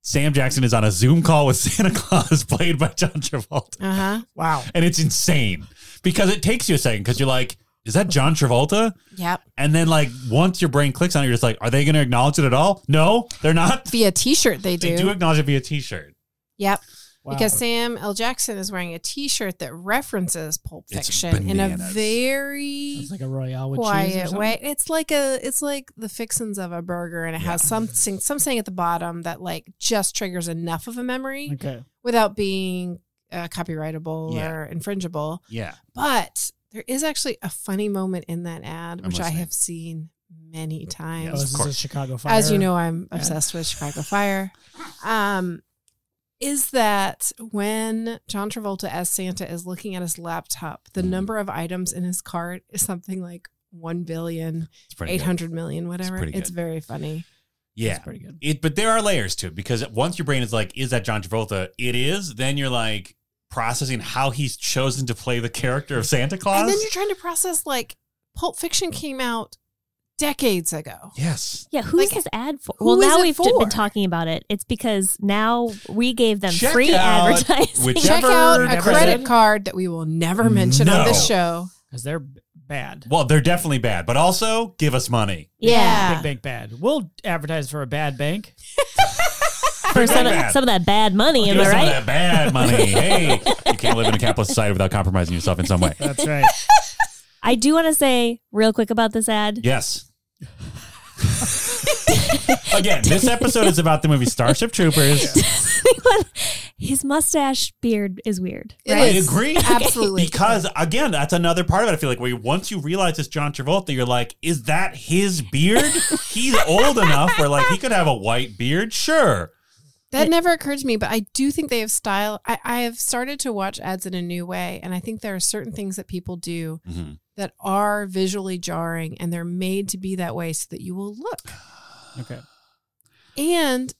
Speaker 3: Sam Jackson is on a Zoom call with [LAUGHS] Santa Claus played by John Travolta.
Speaker 4: Uh huh.
Speaker 2: Wow.
Speaker 3: And it's insane because it takes you a second because you're like, is that John Travolta?
Speaker 4: Yep.
Speaker 3: And then, like, once your brain clicks on it, you're just like, are they going to acknowledge it at all? No, they're not.
Speaker 4: Via T-shirt, they do.
Speaker 3: [LAUGHS] They do acknowledge it via t shirt.
Speaker 4: Yep.
Speaker 2: Wow.
Speaker 4: Because Sam L. Jackson is wearing a T-shirt that references Pulp
Speaker 3: It's
Speaker 4: Fiction in a
Speaker 3: bananas.
Speaker 4: very
Speaker 2: Sounds like a Royale with cheese. or
Speaker 4: quiet
Speaker 2: something.
Speaker 4: way. It's like a it's like the fixins of a burger, and it has something something at the bottom that like just triggers enough of a memory
Speaker 2: Okay.
Speaker 4: without being uh, copyrightable
Speaker 3: Yeah.
Speaker 4: or infringeable.
Speaker 3: Yeah.
Speaker 4: But there is actually a funny moment in that ad,
Speaker 3: I'm
Speaker 4: which I
Speaker 3: listening.
Speaker 4: have seen many times.
Speaker 2: Oh,
Speaker 3: Yes,
Speaker 2: this
Speaker 3: of
Speaker 2: is a
Speaker 3: course.
Speaker 2: Chicago Fire.
Speaker 4: As you know, I'm obsessed with Chicago Fire. Um, is that when John Travolta as Santa is looking at his laptop,
Speaker 3: Mm.
Speaker 4: the number of items in his cart is something like 1 billion,
Speaker 3: It's pretty good.
Speaker 4: 800 million, whatever.
Speaker 3: pretty
Speaker 4: It's,
Speaker 3: good.
Speaker 4: very funny.
Speaker 3: Yeah.
Speaker 2: That's pretty good.
Speaker 3: It, but there are layers to it because once your brain is like, is that John Travolta? It is. Then you're like processing how he's chosen to play the character of Santa Claus.
Speaker 4: And then you're trying to process like Pulp Fiction came out decades ago.
Speaker 3: yes.
Speaker 1: yeah, who's
Speaker 4: like,
Speaker 1: this ad for?
Speaker 4: who
Speaker 1: Well,
Speaker 4: is
Speaker 1: now
Speaker 4: it
Speaker 1: we've d-
Speaker 4: for?
Speaker 1: been talking about it. It's because now we gave them
Speaker 3: Check
Speaker 1: free [LAUGHS]
Speaker 3: out
Speaker 1: advertising.
Speaker 3: whichever-
Speaker 4: Check out a
Speaker 3: never
Speaker 4: credit
Speaker 2: said-
Speaker 4: card that we will never mention
Speaker 3: No.
Speaker 4: on this show.
Speaker 2: Because they're b- bad.
Speaker 3: Well, they're definitely bad, but also give us money.
Speaker 1: yeah.
Speaker 2: Big bank bad. We'll advertise for a bad bank.
Speaker 1: For some,
Speaker 3: bad.
Speaker 1: of, some of that bad money, am
Speaker 3: Give us
Speaker 1: I
Speaker 3: some of
Speaker 1: right?
Speaker 3: that
Speaker 1: [LAUGHS]
Speaker 3: bad money. hey, you can't live in a capitalist society without compromising yourself in some way.
Speaker 2: That's [LAUGHS] right.
Speaker 1: I do want to say real quick about this ad.
Speaker 3: Yes. Again, this episode is about the movie Starship Troopers.
Speaker 1: [LAUGHS] His mustache beard is weird.
Speaker 4: It
Speaker 3: I
Speaker 4: is.
Speaker 3: agree.
Speaker 4: Absolutely.
Speaker 3: Because again, that's another part of it. I feel like where you- once you realize it's John Travolta, you're like, is that his beard? He's old enough where like he could have a white beard, sure.
Speaker 4: That never occurred to me, but I do think they have style. I, I have started to watch ads in a new way, and I think there are certain things that people do
Speaker 3: Mm-hmm.
Speaker 4: that are visually jarring, and they're made to be that way so that you will look.
Speaker 2: Okay.
Speaker 4: And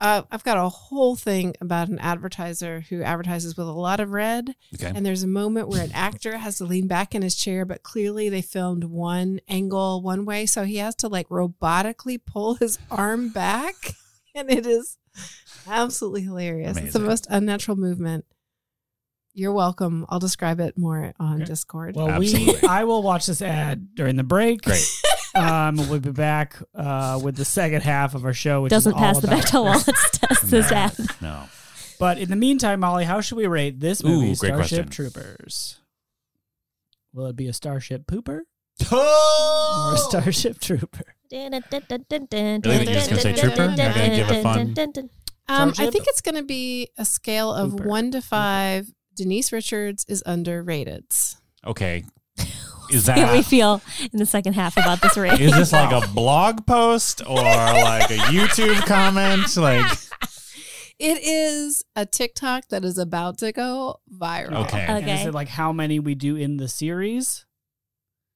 Speaker 4: uh, I've got a whole thing about an advertiser who advertises with a lot of red,
Speaker 3: Okay.
Speaker 4: and there's a moment where an actor has to lean back in his chair, but clearly they filmed one angle one way, so he has to like robotically pull his arm back, [LAUGHS] and it is absolutely hilarious. It's the
Speaker 3: Amazing.
Speaker 4: most unnatural movement. You're welcome. I'll describe it more on
Speaker 2: Okay.
Speaker 4: Discord.
Speaker 2: Well, we
Speaker 3: Absolutely.
Speaker 2: I will watch this ad during the break.
Speaker 3: Great.
Speaker 2: Um, we'll be back uh, with the second half of our show, which
Speaker 1: Doesn't
Speaker 2: is all
Speaker 1: pass the
Speaker 2: about-
Speaker 1: Bechdel Wallace [LAUGHS] test. This
Speaker 3: No.
Speaker 1: ad.
Speaker 3: No.
Speaker 2: [LAUGHS] But in the meantime, Molly, how should we rate this
Speaker 3: Ooh,
Speaker 2: movie,
Speaker 3: great
Speaker 2: Starship
Speaker 3: question.
Speaker 2: Troopers? Will it be a Starship Pooper or a
Speaker 3: Oh!
Speaker 2: Starship Trooper?
Speaker 3: think
Speaker 4: you're just gonna say trooper? You're not gonna
Speaker 3: give a fun-
Speaker 4: Um, I
Speaker 2: Starship?
Speaker 4: think it's going to be a scale of
Speaker 2: Hooper.
Speaker 4: one to five. Denise Richards is underrated.
Speaker 3: Okay. Is
Speaker 1: How we
Speaker 3: that
Speaker 1: feel in the second half about
Speaker 3: [LAUGHS]
Speaker 1: this rating.
Speaker 3: is this like a blog post or like a YouTube comment? Like
Speaker 4: It is a TikTok that is about to go viral.
Speaker 3: Okay.
Speaker 2: And is
Speaker 1: Okay.
Speaker 2: it like how many we do in the series?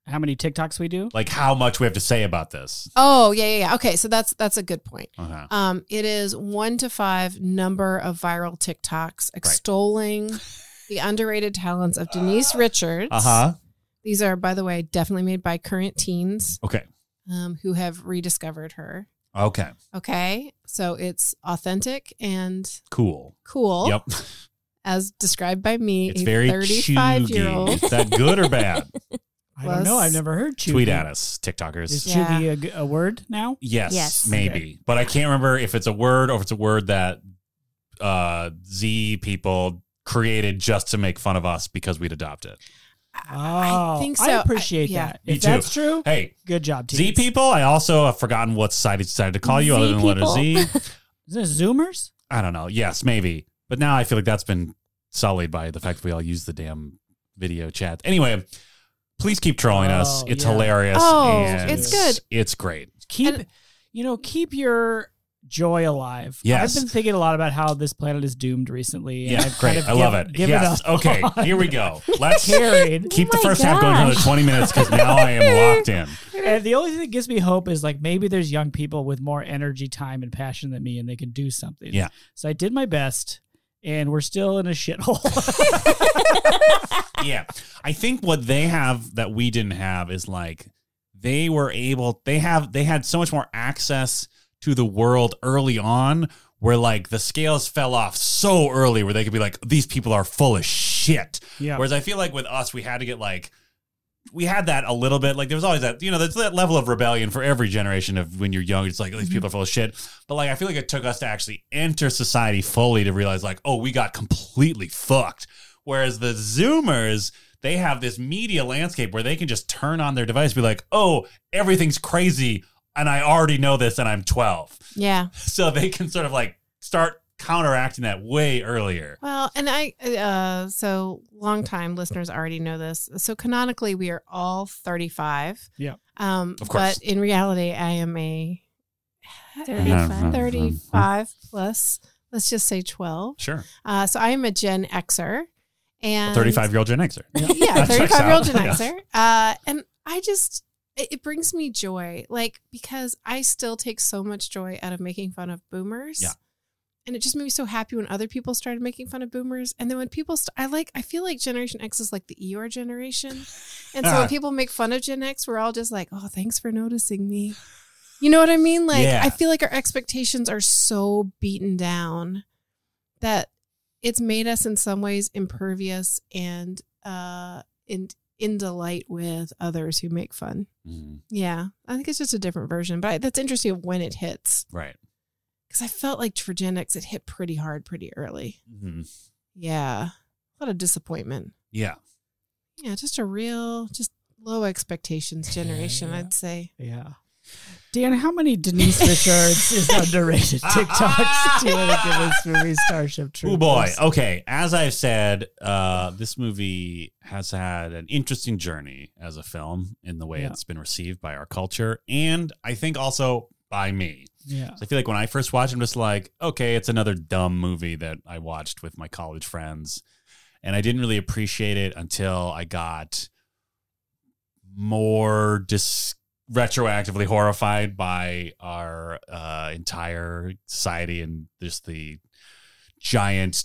Speaker 2: How many TikToks we do?
Speaker 3: like how much we have to say about this.
Speaker 4: Oh yeah, yeah, yeah. Okay, so that's that's a good point.
Speaker 3: Uh-huh.
Speaker 4: Um, it is one to five number of viral TikToks extolling the underrated talents of Denise Richards.
Speaker 3: Uh-huh.
Speaker 4: These are, by the way, definitely made by current teens
Speaker 3: Okay.
Speaker 4: um, who have rediscovered her.
Speaker 3: Okay.
Speaker 4: Okay, so it's authentic and
Speaker 3: Cool.
Speaker 4: cool.
Speaker 3: Yep.
Speaker 4: as described by me,
Speaker 3: It's
Speaker 4: a
Speaker 3: very
Speaker 4: 35 year
Speaker 3: chuggy.
Speaker 4: old.
Speaker 3: Is that good or bad?
Speaker 2: I don't know. I've never heard Chewy.
Speaker 3: Tweet at us, TikTokers.
Speaker 2: Is
Speaker 4: Yeah.
Speaker 2: Chewy a g- a, word now?
Speaker 3: Yes,
Speaker 1: Yes.
Speaker 3: maybe. But I can't remember if it's a word or if it's a word that uh, Z people created just to make fun of us because we'd adopt it.
Speaker 4: I
Speaker 2: Oh,
Speaker 4: think
Speaker 2: I
Speaker 4: so.
Speaker 2: appreciate
Speaker 4: I- yeah.
Speaker 2: that.
Speaker 3: Me
Speaker 2: if
Speaker 3: too.
Speaker 2: that's true,
Speaker 3: Hey,
Speaker 2: good job, team.
Speaker 3: Z people, I also have forgotten what society decided to call you
Speaker 1: Z
Speaker 3: other than the letter Z.
Speaker 2: Is this Zoomers?
Speaker 3: I don't know. Yes, maybe. But now I feel like that's been sullied by the fact that we all use the damn video chat. Anyway, please keep trolling us.
Speaker 2: Oh,
Speaker 3: It's
Speaker 2: yeah.
Speaker 3: hilarious.
Speaker 4: Oh,
Speaker 3: and
Speaker 4: it's good.
Speaker 3: It's great.
Speaker 2: keep
Speaker 4: And-
Speaker 2: you know keep your joy alive.
Speaker 3: Yes.
Speaker 2: I've been thinking a lot about how this planet is doomed recently. and
Speaker 3: Yeah,
Speaker 2: I've
Speaker 3: great.
Speaker 2: kind of
Speaker 3: I love
Speaker 2: given-
Speaker 3: it.
Speaker 2: given
Speaker 3: yes.
Speaker 2: up
Speaker 3: Okay,
Speaker 2: on
Speaker 3: here we go. Let's
Speaker 2: Carried.
Speaker 3: keep the
Speaker 1: Oh my
Speaker 3: first half going for another
Speaker 1: gosh.
Speaker 3: 20 minutes because now I am locked in.
Speaker 2: And the only thing that gives me hope is like maybe there's young people with more energy, time, and passion than me, and they can do something.
Speaker 3: Yeah.
Speaker 2: So I did my best, and we're still in a
Speaker 3: [LAUGHS]
Speaker 2: shithole.
Speaker 3: yeah. I think what they have that we didn't have is like they were able they have they had so much more access to the world early on where like the scales fell off so early where they could be like these people are full of shit.
Speaker 2: yeah.
Speaker 3: Whereas I feel like with us we had to get like we had that a little bit. Like there was always that, you know, there's that level of rebellion for every generation of when you're young. It's like these people are full of shit. But like I feel like it took us to actually enter society fully to realize like, oh, we got completely fucked. Whereas the Zoomers, they have this media landscape where they can just turn on their device, be like, oh, everything's crazy, and I already know this, and I'm 12.
Speaker 4: Yeah.
Speaker 3: [LAUGHS] So they can sort of like start counteracting that way earlier.
Speaker 4: Well, and I, uh, so long time listeners already know this. So canonically, we are all 35.
Speaker 2: Yeah.
Speaker 4: Um,
Speaker 3: Of course.
Speaker 4: But in reality, I am a
Speaker 1: 35.
Speaker 4: 35 plus, let's just say 12.
Speaker 3: Sure.
Speaker 4: Uh, so I am a Gen Xer. And
Speaker 3: 35 year old Gen Xer.
Speaker 4: yeah,
Speaker 3: That checks
Speaker 4: 35 year old
Speaker 3: out.
Speaker 4: Gen Xer. Uh, and I just, it, it brings me joy, like, because I still take so much joy out of making fun of boomers.
Speaker 3: Yeah.
Speaker 4: And it just made me so happy when other people started making fun of boomers. And then when people, st- I like, I feel like Generation X is like the Eeyore generation. And so
Speaker 3: [LAUGHS]
Speaker 4: when people make fun of Gen X, we're all just like, oh, thanks for noticing me. You know what I mean? Like,
Speaker 3: Yeah.
Speaker 4: I feel like our expectations are so beaten down that it's made us in some ways impervious and uh in in delight with others who make fun.
Speaker 3: Mhm.
Speaker 4: Yeah, I think it's just a different version, but I, that's interesting of when it hits
Speaker 3: Right.
Speaker 4: because I felt like for Gen X, it hit pretty hard, pretty early.
Speaker 3: Mhm.
Speaker 4: Yeah, a lot of disappointment.
Speaker 3: Yeah.
Speaker 4: Yeah, just a real, just low expectations generation,
Speaker 2: Yeah.
Speaker 4: I'd say.
Speaker 2: yeah. Dan, how many Denise Richards
Speaker 3: [LAUGHS]
Speaker 2: is underrated TikToks [LAUGHS] do you want to give this movie Starship Troopers?
Speaker 3: Oh Ah, boy. Okay. As I've said, uh, this movie has had an interesting journey as a film in the way
Speaker 2: Yeah.
Speaker 3: it's been received by our culture, and I think also by me.
Speaker 2: Yeah.
Speaker 3: So I feel like when I first watched, it, I'm just like, okay, it's another dumb movie that I watched with my college friends, and I didn't really appreciate it until I got more dis- retroactively horrified by our uh, entire society and just the giant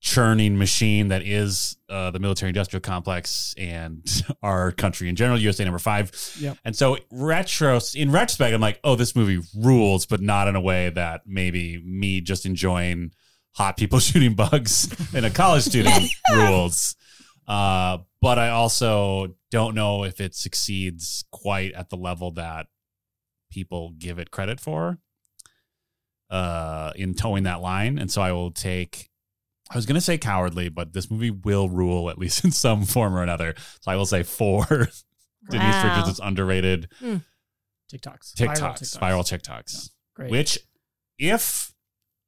Speaker 3: churning machine that is uh, the military industrial complex and [LAUGHS] our country in general, USA number five.
Speaker 2: Yep.
Speaker 3: And so retro in retrospect, I'm like, oh, this movie rules, but not in a way that maybe me just enjoying hot people [LAUGHS] shooting bugs in a college student rules. Uh, but I also don't know if it succeeds quite at the level that people give it credit for uh, in towing that line. And so I will take, I was going to say cowardly, but this movie will rule at least [LAUGHS] in some form or another. So I will say four Denise
Speaker 1: Wow.
Speaker 3: Richards' underrated
Speaker 2: TikToks.
Speaker 3: TikToks,
Speaker 2: Viral
Speaker 3: viral TikToks,
Speaker 2: Great.
Speaker 3: which if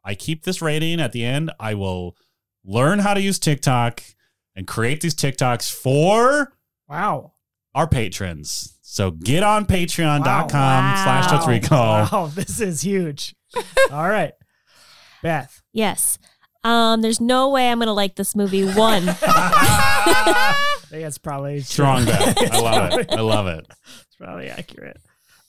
Speaker 3: I keep this rating at the end, I will learn how to use TikTok and create these TikToks for
Speaker 2: wow.
Speaker 3: our patrons. So get on patreon.com
Speaker 1: Wow.
Speaker 3: slash touch recall.
Speaker 2: Wow, [LAUGHS] this is
Speaker 3: [LAUGHS]
Speaker 2: huge. All right. Beth.
Speaker 1: Yes. Um, there's no way I'm gonna like this movie. One.
Speaker 3: [LAUGHS]
Speaker 2: I think that's probably true.
Speaker 3: Strong bet. I love it. I love it.
Speaker 2: [LAUGHS] It's probably accurate.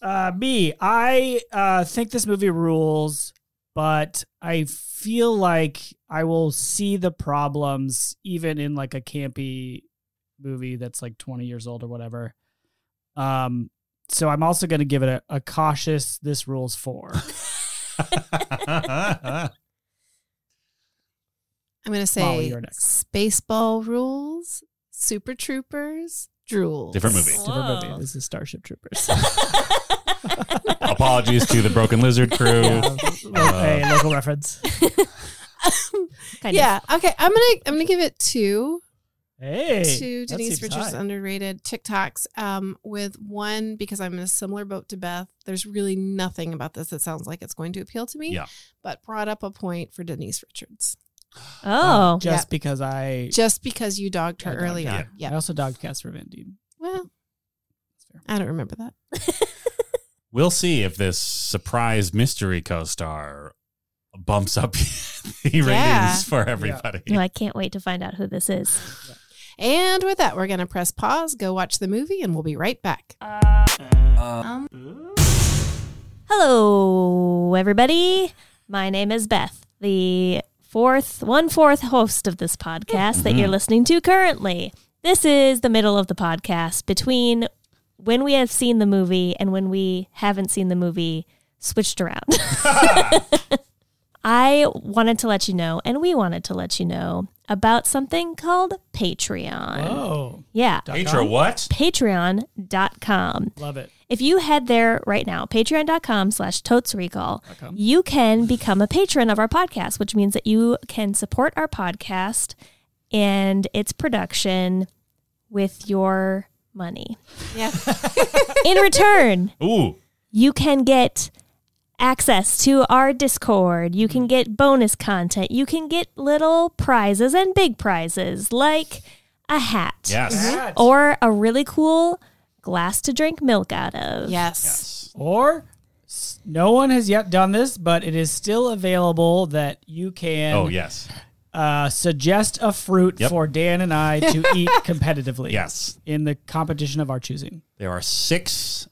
Speaker 2: Uh, me, I uh, think this movie rules, but I feel like I will see the problems even in like a campy movie that's like 20 years old or whatever. Um, so I'm also going to give it a, a cautious. This rules four.
Speaker 4: I'm going to
Speaker 2: Molly,
Speaker 4: say
Speaker 2: you're next.
Speaker 4: Spaceball Rules, Super Troopers, Drool.
Speaker 3: Different movie.
Speaker 2: Different
Speaker 1: Whoa.
Speaker 2: movie. This is Starship
Speaker 3: [LAUGHS]
Speaker 2: Troopers.
Speaker 3: [LAUGHS]
Speaker 2: [LAUGHS]
Speaker 3: Apologies to the Broken Lizard crew.
Speaker 2: Yeah.
Speaker 3: Uh,
Speaker 2: hey, local reference.
Speaker 1: Kind
Speaker 4: yeah. Okay. I'm gonna I'm gonna give it two.
Speaker 2: Hey,
Speaker 4: two
Speaker 2: that
Speaker 4: Denise
Speaker 2: seems
Speaker 4: Richards
Speaker 2: high. Um,
Speaker 4: underrated TikToks. Um, with one because I'm in a similar boat to Beth. There's really nothing about this that sounds like it's going to appeal to me.
Speaker 3: Yeah.
Speaker 4: But brought up a point for Denise Richards
Speaker 1: Of. Oh.
Speaker 2: just because I
Speaker 4: just because you dogged her
Speaker 2: I dogged
Speaker 4: early
Speaker 3: her.
Speaker 4: on. Yeah.
Speaker 2: I also dogged Casper Van Dien.
Speaker 4: Well,
Speaker 2: That's fair.
Speaker 4: I don't remember that.
Speaker 3: We'll see if this surprise mystery co-star bumps up [LAUGHS] the
Speaker 4: Yeah.
Speaker 3: ratings for everybody.
Speaker 1: No, I can't wait to find out who this is.
Speaker 4: And with that, we're going to press pause, go watch the movie, and we'll be right back.
Speaker 1: Hello, everybody. My name is Beth, the fourth, one fourth host of this podcast that you're listening to currently. This is the middle of the podcast between when we have seen the movie and when we haven't seen the movie switched around. [LAUGHS] I wanted to let you know, and we wanted to let you know about something called Patreon.
Speaker 2: Oh,
Speaker 1: Yeah.
Speaker 3: Petra, what?
Speaker 1: Patreon.com
Speaker 2: love it.
Speaker 1: if you head there right now patreon.com slash totes recall you can become a patron of our podcast which means that you can support our podcast and its production with your money
Speaker 4: Yeah.
Speaker 1: [LAUGHS] in return
Speaker 3: Ooh,
Speaker 1: you can get access to our Discord. You can get bonus content. You can get little prizes and big prizes like a hat
Speaker 3: yes.
Speaker 1: or a really cool glass to drink milk out of.
Speaker 4: Yes.
Speaker 3: Yes.
Speaker 2: Or s- no one has yet done this, but it is still available that you can
Speaker 3: Oh, yes.
Speaker 2: uh, suggest a fruit
Speaker 3: Yep.
Speaker 2: for Dan and I
Speaker 4: [LAUGHS]
Speaker 2: to eat competitively.
Speaker 3: Yes.
Speaker 2: In the competition of our choosing.
Speaker 3: There are six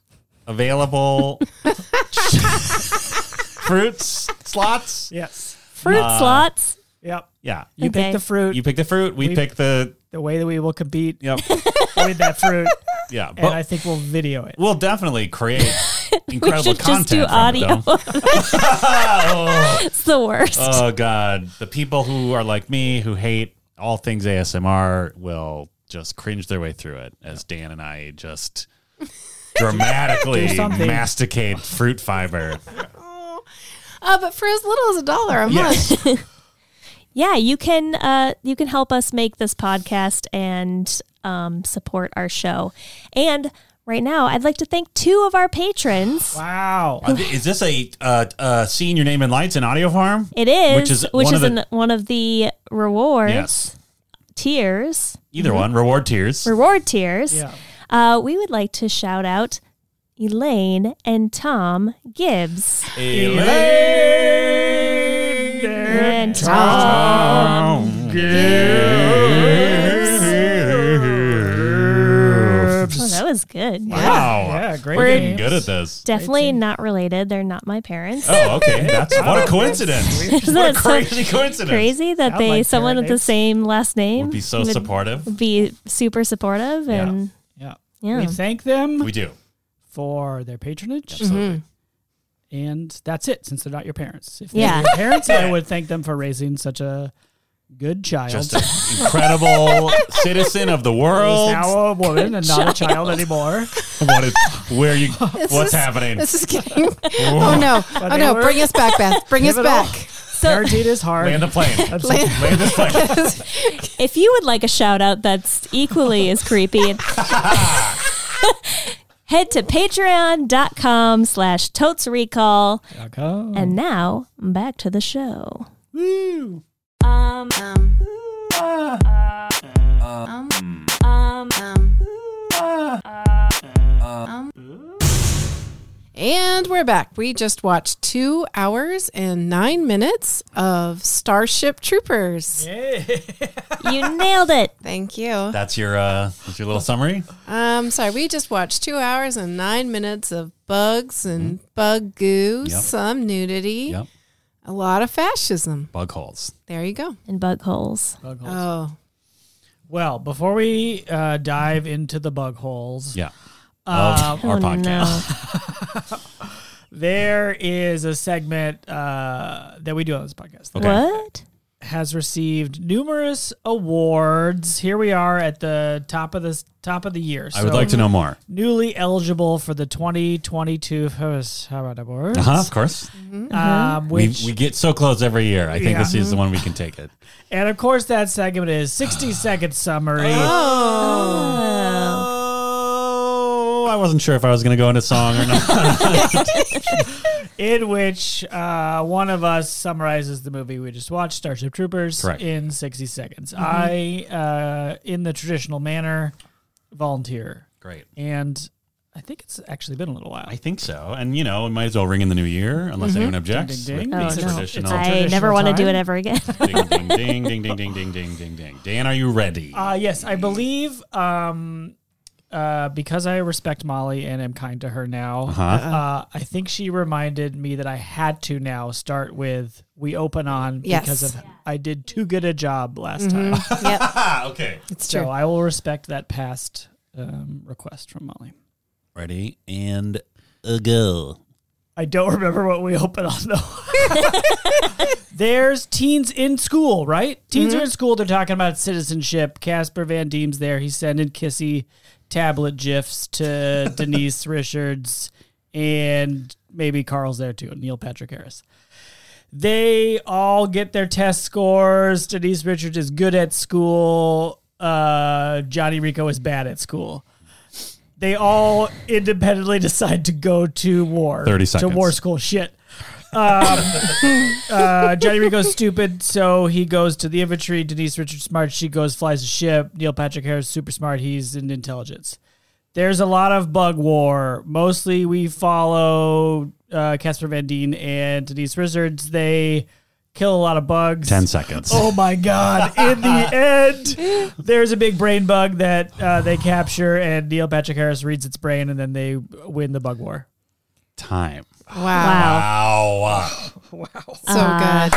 Speaker 3: available fruits slots.
Speaker 2: Yes.
Speaker 1: Fruit
Speaker 3: Uh,
Speaker 1: slots.
Speaker 2: Yep.
Speaker 3: Yeah.
Speaker 2: You
Speaker 1: Okay.
Speaker 2: pick the fruit
Speaker 3: You pick the fruit. We,
Speaker 2: We-
Speaker 3: pick the.
Speaker 2: the way that we will compete
Speaker 3: Yep.
Speaker 2: with that
Speaker 3: [LAUGHS]
Speaker 2: fruit,
Speaker 3: Yeah.
Speaker 2: and
Speaker 3: But
Speaker 2: I think we'll video it.
Speaker 3: we'll definitely create incredible
Speaker 1: we should
Speaker 3: content.
Speaker 1: just do
Speaker 3: from it,
Speaker 1: audio.
Speaker 3: though. [LAUGHS] oh,
Speaker 1: [LAUGHS] It's the worst.
Speaker 3: oh, God. The people who are like me, who hate all things ASMR, will just cringe their way through it as Dan and I just dramatically
Speaker 2: Do something.
Speaker 3: masticate fruit fiber.
Speaker 4: Uh, but for as little as a dollar a
Speaker 3: [LAUGHS]
Speaker 4: month.
Speaker 1: [LAUGHS]
Speaker 3: Yes.
Speaker 1: yeah, you can uh, you can help us make this podcast and um, support our show. And right now, I'd like to thank two of our patrons.
Speaker 2: Wow.
Speaker 3: Uh, Is this a uh, uh, seeing your name in lights in audio form?
Speaker 1: It is,
Speaker 3: Which is one of the-
Speaker 1: an, one of the rewards
Speaker 3: Yes.
Speaker 1: tiers,
Speaker 3: Either one. Reward tiers.
Speaker 1: Mm-hmm. reward tiers.
Speaker 2: Yeah.
Speaker 1: Uh, we would like to shout out Elaine and Tom Gibbs. And
Speaker 3: Tom Gibbs.
Speaker 1: Oh, that was good.
Speaker 3: Wow.
Speaker 2: Yeah, great
Speaker 3: We're
Speaker 2: names.
Speaker 3: getting good at this.
Speaker 1: Definitely not related. They're not my parents. [LAUGHS]
Speaker 3: Oh, okay. That's what a coincidence.
Speaker 1: Isn't
Speaker 3: What
Speaker 1: that
Speaker 3: a
Speaker 1: so
Speaker 3: crazy coincidence.
Speaker 1: crazy that
Speaker 2: Sound
Speaker 1: they
Speaker 2: like
Speaker 1: someone with the
Speaker 2: parents.
Speaker 1: same last name
Speaker 3: Would be so
Speaker 1: would
Speaker 3: supportive.
Speaker 1: be super supportive
Speaker 3: Yeah.
Speaker 1: and
Speaker 2: Yeah.
Speaker 1: yeah.
Speaker 2: We thank them
Speaker 3: We do.
Speaker 2: for their patronage.
Speaker 3: Absolutely.
Speaker 2: And that's it, since they're not your parents. If they
Speaker 1: Mm-hmm. Yeah.
Speaker 2: were your parents,
Speaker 1: [LAUGHS]
Speaker 2: I would thank them for raising such a good child.
Speaker 3: Just
Speaker 1: [LAUGHS]
Speaker 3: an incredible citizen of the
Speaker 2: Who's
Speaker 3: world.
Speaker 2: now a woman and not a child anymore.
Speaker 3: What is, where
Speaker 2: [LAUGHS]
Speaker 3: you,
Speaker 4: This
Speaker 3: what's
Speaker 4: is-
Speaker 3: happening?
Speaker 4: This is getting.
Speaker 3: [LAUGHS]
Speaker 4: [LAUGHS] Oh no!
Speaker 2: they
Speaker 4: Oh no!
Speaker 2: were-
Speaker 4: Bring us back, Beth. Bring us
Speaker 2: Give it all.
Speaker 4: back.
Speaker 1: [LAUGHS] so
Speaker 2: Parenting is hard.
Speaker 3: Land the plane.
Speaker 2: [LAUGHS] That's-
Speaker 4: Land-
Speaker 3: Land the plane.
Speaker 1: [LAUGHS] if you would like a shout out that's equally
Speaker 3: [LAUGHS]
Speaker 1: as creepy head to patreon.com slash totes recall
Speaker 3: Hmm.
Speaker 2: Okay.
Speaker 1: and now back to the show
Speaker 2: Woo.
Speaker 1: um
Speaker 4: Um,
Speaker 1: um
Speaker 4: and we're back. We just watched two hours and nine minutes of Starship Troopers.
Speaker 1: you nailed it
Speaker 4: Thank you.
Speaker 3: That's your uh, that's your little summary.
Speaker 4: Um, sorry, we just watched two hours and nine minutes of bugs and bug goo,
Speaker 3: Mm-hmm. Yep.
Speaker 4: some nudity,
Speaker 3: Yep.
Speaker 4: a lot of fascism.
Speaker 3: Bug holes.
Speaker 4: There you go.
Speaker 1: and bug holes
Speaker 2: Bug holes. [LAUGHS]
Speaker 4: Oh,
Speaker 2: well, before we uh, dive into the bug holes,
Speaker 3: Yeah.
Speaker 2: Uh,
Speaker 3: of our
Speaker 1: oh
Speaker 3: podcast. [LAUGHS]
Speaker 1: no
Speaker 2: there is a segment uh, that we do on this podcast.
Speaker 3: Okay.
Speaker 1: what
Speaker 2: has received numerous awards. Here we are at the top of this top of the year.
Speaker 3: I would like to know more.
Speaker 2: newly eligible for the 2022 Harris Howard Awards,
Speaker 3: Uh huh. Of course.
Speaker 2: um,
Speaker 3: We,
Speaker 2: which
Speaker 3: we get so close every year. I think
Speaker 2: Yeah.
Speaker 3: this is the one we can take it.
Speaker 2: and of course that segment is
Speaker 3: [SIGHS]
Speaker 2: 60 second summary.
Speaker 3: Ah.
Speaker 1: oh.
Speaker 3: Oh, I wasn't sure if I was going to go into song or [LAUGHS] not.
Speaker 2: in which uh, one of us summarizes the movie we just watched, Starship Troopers,
Speaker 3: Correct.
Speaker 2: in 60 seconds. I, uh, in the traditional manner, volunteer.
Speaker 3: Great.
Speaker 2: And I think it's actually been a little while.
Speaker 3: I think so. And, you know, it might as well ring in the new year unless
Speaker 4: Mhm.
Speaker 3: anyone objects.
Speaker 2: Mm-hmm. Ding, ding,
Speaker 3: with
Speaker 2: ding.
Speaker 1: Oh,
Speaker 3: the
Speaker 1: no.
Speaker 3: traditional-
Speaker 2: It's
Speaker 1: I never
Speaker 2: traditional
Speaker 1: want to do
Speaker 2: time.
Speaker 1: it ever again.
Speaker 3: ding, ding, ding, ding, ding, ding, ding, ding, ding, ding. Dan, are you ready?
Speaker 2: Uh, yes, I believe um, uh, because I respect Molly and am kind to her now.
Speaker 3: [LAUGHS] huh.
Speaker 2: Uh, I think she reminded me that I had to now start with we open on
Speaker 4: Yes.
Speaker 2: because of I did too good a job last time.
Speaker 4: yep,
Speaker 3: Ah, okay.
Speaker 4: it's
Speaker 2: So
Speaker 4: true.
Speaker 2: I will respect that past um, request from Molly.
Speaker 3: Ready and a go.
Speaker 2: I don't [LAUGHS] remember what we open on though. [LAUGHS] There's teens in school, right? Teens are in school. They're talking about citizenship. Casper Van Diem's there. He's sending kissy tablet gifs to Denise Richards, and maybe Carl's there too. Neil Patrick Harris. They all get their test scores. Denise Richards is good at school. Uh, Johnny Rico is bad at school. They all independently [LAUGHS] decide to go to war.
Speaker 3: 30
Speaker 2: To
Speaker 3: seconds.
Speaker 2: war school. Shit. Um, [LAUGHS] uh, Johnny Rico's stupid, so he goes to the infantry. Denise Richards smart. She goes flies a ship. Neil Patrick Harris super smart. He's in intelligence. There's a lot of bug war. Mostly we follow uh, Casper Van Dien and Denise Richards. They kill a lot of bugs.
Speaker 3: Ten seconds.
Speaker 2: Oh my God. In the end, there's a big brain bug that uh, they capture, and Neil Patrick Harris reads its brain, and then they win the bug war.
Speaker 3: Time.
Speaker 4: wow.
Speaker 1: Wow.
Speaker 3: Wow.
Speaker 4: So
Speaker 1: Uh,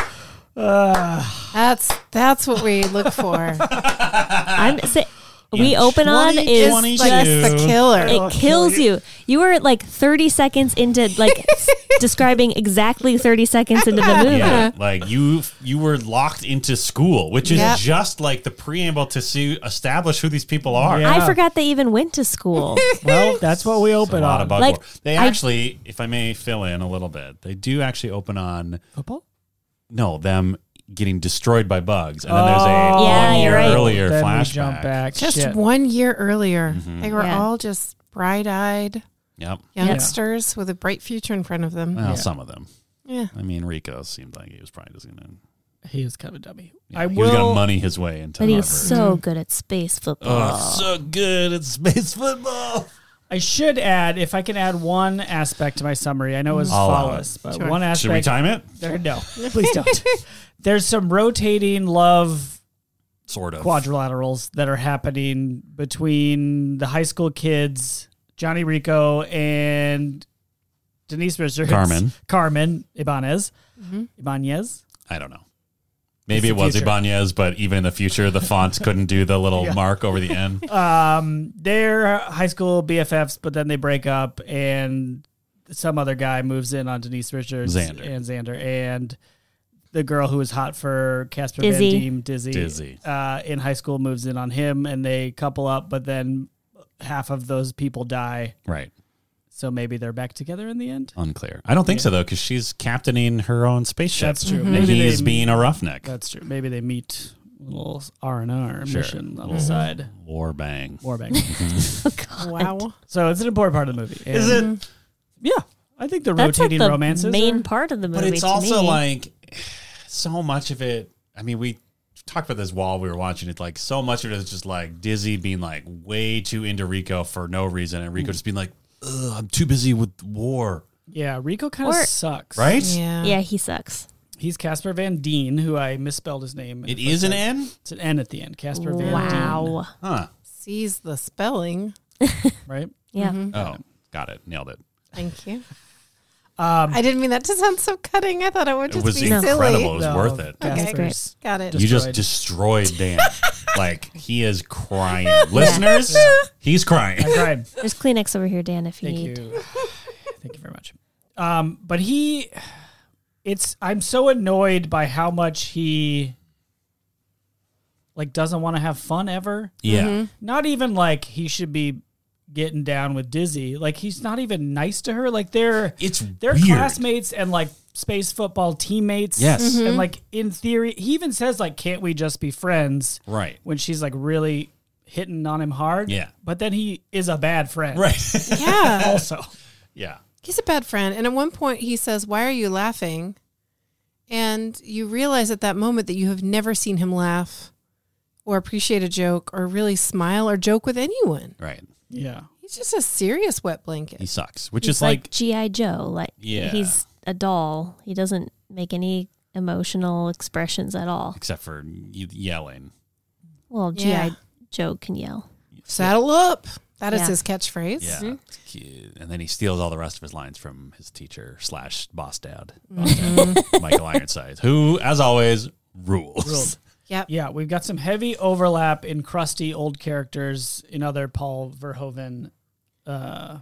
Speaker 4: good. that's that's what we look [LAUGHS] for.
Speaker 1: I'm say, we open on is
Speaker 4: Just like the killer.
Speaker 1: it kills you. You were like 30 seconds into like
Speaker 3: [LAUGHS]
Speaker 1: describing exactly 30 seconds into the movie. [LAUGHS]
Speaker 3: Yeah, like you you were locked into school, which is
Speaker 4: Yep.
Speaker 3: just like the preamble to see establish who these people are.
Speaker 2: Yeah.
Speaker 1: I forgot they even went to
Speaker 3: [LAUGHS]
Speaker 1: school.
Speaker 2: Well, that's what we
Speaker 3: A
Speaker 2: open
Speaker 3: lot
Speaker 2: on.
Speaker 3: of bug
Speaker 1: Like,
Speaker 3: war. They
Speaker 1: I-
Speaker 3: actually, if I may fill in a little bit, they do actually open on
Speaker 2: Football?
Speaker 3: no them getting destroyed by bugs, and then there's a
Speaker 2: Oh,
Speaker 1: Yeah,
Speaker 3: one year
Speaker 1: you're right.
Speaker 3: earlier
Speaker 2: Then we
Speaker 3: flashback.
Speaker 2: jump back.
Speaker 4: Just
Speaker 2: Shit.
Speaker 4: one year earlier,
Speaker 3: Mm-hmm.
Speaker 4: they were
Speaker 1: Yeah.
Speaker 4: all just bright-eyed
Speaker 3: Yep.
Speaker 4: youngsters with a bright future in front of them.
Speaker 3: Well,
Speaker 2: Yeah.
Speaker 3: some of them.
Speaker 4: yeah.
Speaker 3: I mean, Rico seemed like he was probably just gonna.
Speaker 2: He is kind of a dummy.
Speaker 3: you know,
Speaker 2: I
Speaker 3: he was gonna
Speaker 2: will.
Speaker 3: money his way into
Speaker 1: But
Speaker 3: Harvard.
Speaker 1: he's so good at space football.
Speaker 3: oh, it's Mm-hmm. so good at space football.
Speaker 2: I should add, if I can add one aspect to my summary. I know it's
Speaker 3: I'll allow
Speaker 2: flawless, but
Speaker 4: Sure.
Speaker 2: one
Speaker 3: Should we
Speaker 2: aspect.
Speaker 3: time it?
Speaker 2: There, no, please don't. There's some rotating love
Speaker 3: Sort of.
Speaker 2: quadrilaterals that are happening between the high school kids, Johnny Rico and Denise Richards,
Speaker 3: Carmen.
Speaker 2: Carmen Ibanez, Ibanez.
Speaker 3: I don't know. Maybe it
Speaker 2: It's the
Speaker 3: was
Speaker 2: future.
Speaker 3: Ibanez, but even in the future, the fonts couldn't do
Speaker 2: [LAUGHS]
Speaker 3: the little mark over the end.
Speaker 2: Um, they're high school BFFs, but then they break up, and some other guy moves in on Denise Richards
Speaker 3: Xander.
Speaker 2: and Xander and. The girl who was hot for Casper
Speaker 1: Dizzy.
Speaker 2: Van Diem, Dizzy,
Speaker 3: Dizzy.
Speaker 2: Uh, in high school, moves in on him, and they couple up. But then half of those people die,
Speaker 3: right.
Speaker 2: So maybe they're back together in the end.
Speaker 3: Unclear. I don't think so, though, because she's captaining her own spaceship.
Speaker 2: That's true.
Speaker 3: And
Speaker 2: Maybe
Speaker 3: he's
Speaker 2: they-
Speaker 3: being a roughneck.
Speaker 2: That's true. Maybe they meet a little R and R
Speaker 3: Sure. Mm-hmm.
Speaker 2: mission on the side.
Speaker 3: War bang.
Speaker 2: Warbang.
Speaker 4: Wow.
Speaker 2: [LAUGHS] so it's an important part of the movie. And
Speaker 3: it?
Speaker 2: Yeah, I think the
Speaker 1: That's like
Speaker 2: rotating
Speaker 1: the
Speaker 2: romances.
Speaker 1: main
Speaker 2: are-
Speaker 1: part of the movie.
Speaker 3: But it's
Speaker 1: to
Speaker 3: also
Speaker 1: me.
Speaker 3: like so much of it. I mean, we talked about this while we were watching it. Like, so much of it is just like Dizzy being like way too into Rico for no reason, and Rico just being like, Ugh, I'm too busy with war.
Speaker 2: yeah, Rico kind of
Speaker 1: Or-
Speaker 2: sucks.
Speaker 3: Right?
Speaker 4: Yeah.
Speaker 1: yeah, he sucks.
Speaker 2: He's Casper Van Dien, who I misspelled his name.
Speaker 3: It is an N?
Speaker 2: It's an N at the end. Casper Van Dien.
Speaker 1: Wow.
Speaker 3: Huh.
Speaker 4: Sees the spelling.
Speaker 2: Right.
Speaker 1: Yeah.
Speaker 3: Oh, got it. Nailed it.
Speaker 4: Thank you. I didn't mean that to sound so cutting. I thought it would
Speaker 3: It
Speaker 4: just
Speaker 3: was
Speaker 4: be
Speaker 3: incredible. It
Speaker 4: silly.
Speaker 3: was
Speaker 2: No,
Speaker 3: worth it.
Speaker 4: Okay.
Speaker 2: Casper's-
Speaker 4: Got it.
Speaker 2: Just-
Speaker 3: You just destroyed Dan. like he is crying. Listeners, he's crying.
Speaker 2: I
Speaker 1: [LAUGHS]
Speaker 2: cried.
Speaker 1: There's Kleenex over here, Dan, if you
Speaker 2: Thank
Speaker 1: need.
Speaker 2: you. Thank you very much. Um, but he, it's I'm so annoyed by how much he, like, doesn't want to have fun ever.
Speaker 3: [LAUGHS] Yeah.
Speaker 2: Not even like he should be getting down with Dizzy. Like he's not even nice to her. Like they're
Speaker 3: It's
Speaker 2: they're
Speaker 3: weird.
Speaker 2: classmates and like space football teammates.
Speaker 3: Yes.
Speaker 4: Mm-hmm.
Speaker 2: and like in theory, he even says like, "Can't we just be friends?"
Speaker 3: Right.
Speaker 2: When she's like really hitting on him hard.
Speaker 3: Yeah.
Speaker 2: but then he is a bad friend. [LAUGHS]
Speaker 3: Right.
Speaker 4: yeah.
Speaker 2: Also.
Speaker 3: yeah.
Speaker 4: He's a bad friend. And at one point he says, Why are you laughing? And you realize at that moment that you have never seen him laugh or appreciate a joke or really smile or joke with anyone.
Speaker 3: Right.
Speaker 2: Yeah.
Speaker 4: He's just a serious wet blanket.
Speaker 3: He sucks, which
Speaker 1: He's
Speaker 3: is like,
Speaker 1: GI Joe. Like
Speaker 3: Yeah.
Speaker 1: he's a doll. He doesn't make any emotional expressions at all.
Speaker 3: except for y- yelling.
Speaker 1: Well,
Speaker 4: Yeah.
Speaker 1: GI Joe can yell.
Speaker 4: Saddle up. That is
Speaker 1: Yeah.
Speaker 4: his catchphrase.
Speaker 3: Yeah,
Speaker 1: Mhm.
Speaker 3: it's cute. and then he steals all the rest of his lines from his teacher slash boss dad,
Speaker 4: Mhm.
Speaker 3: Michael Ironside, who, as always, rules.
Speaker 2: Ruled.
Speaker 4: Yep.
Speaker 2: Yeah, we've got some heavy overlap in crusty old characters in other Paul Verhoeven uh,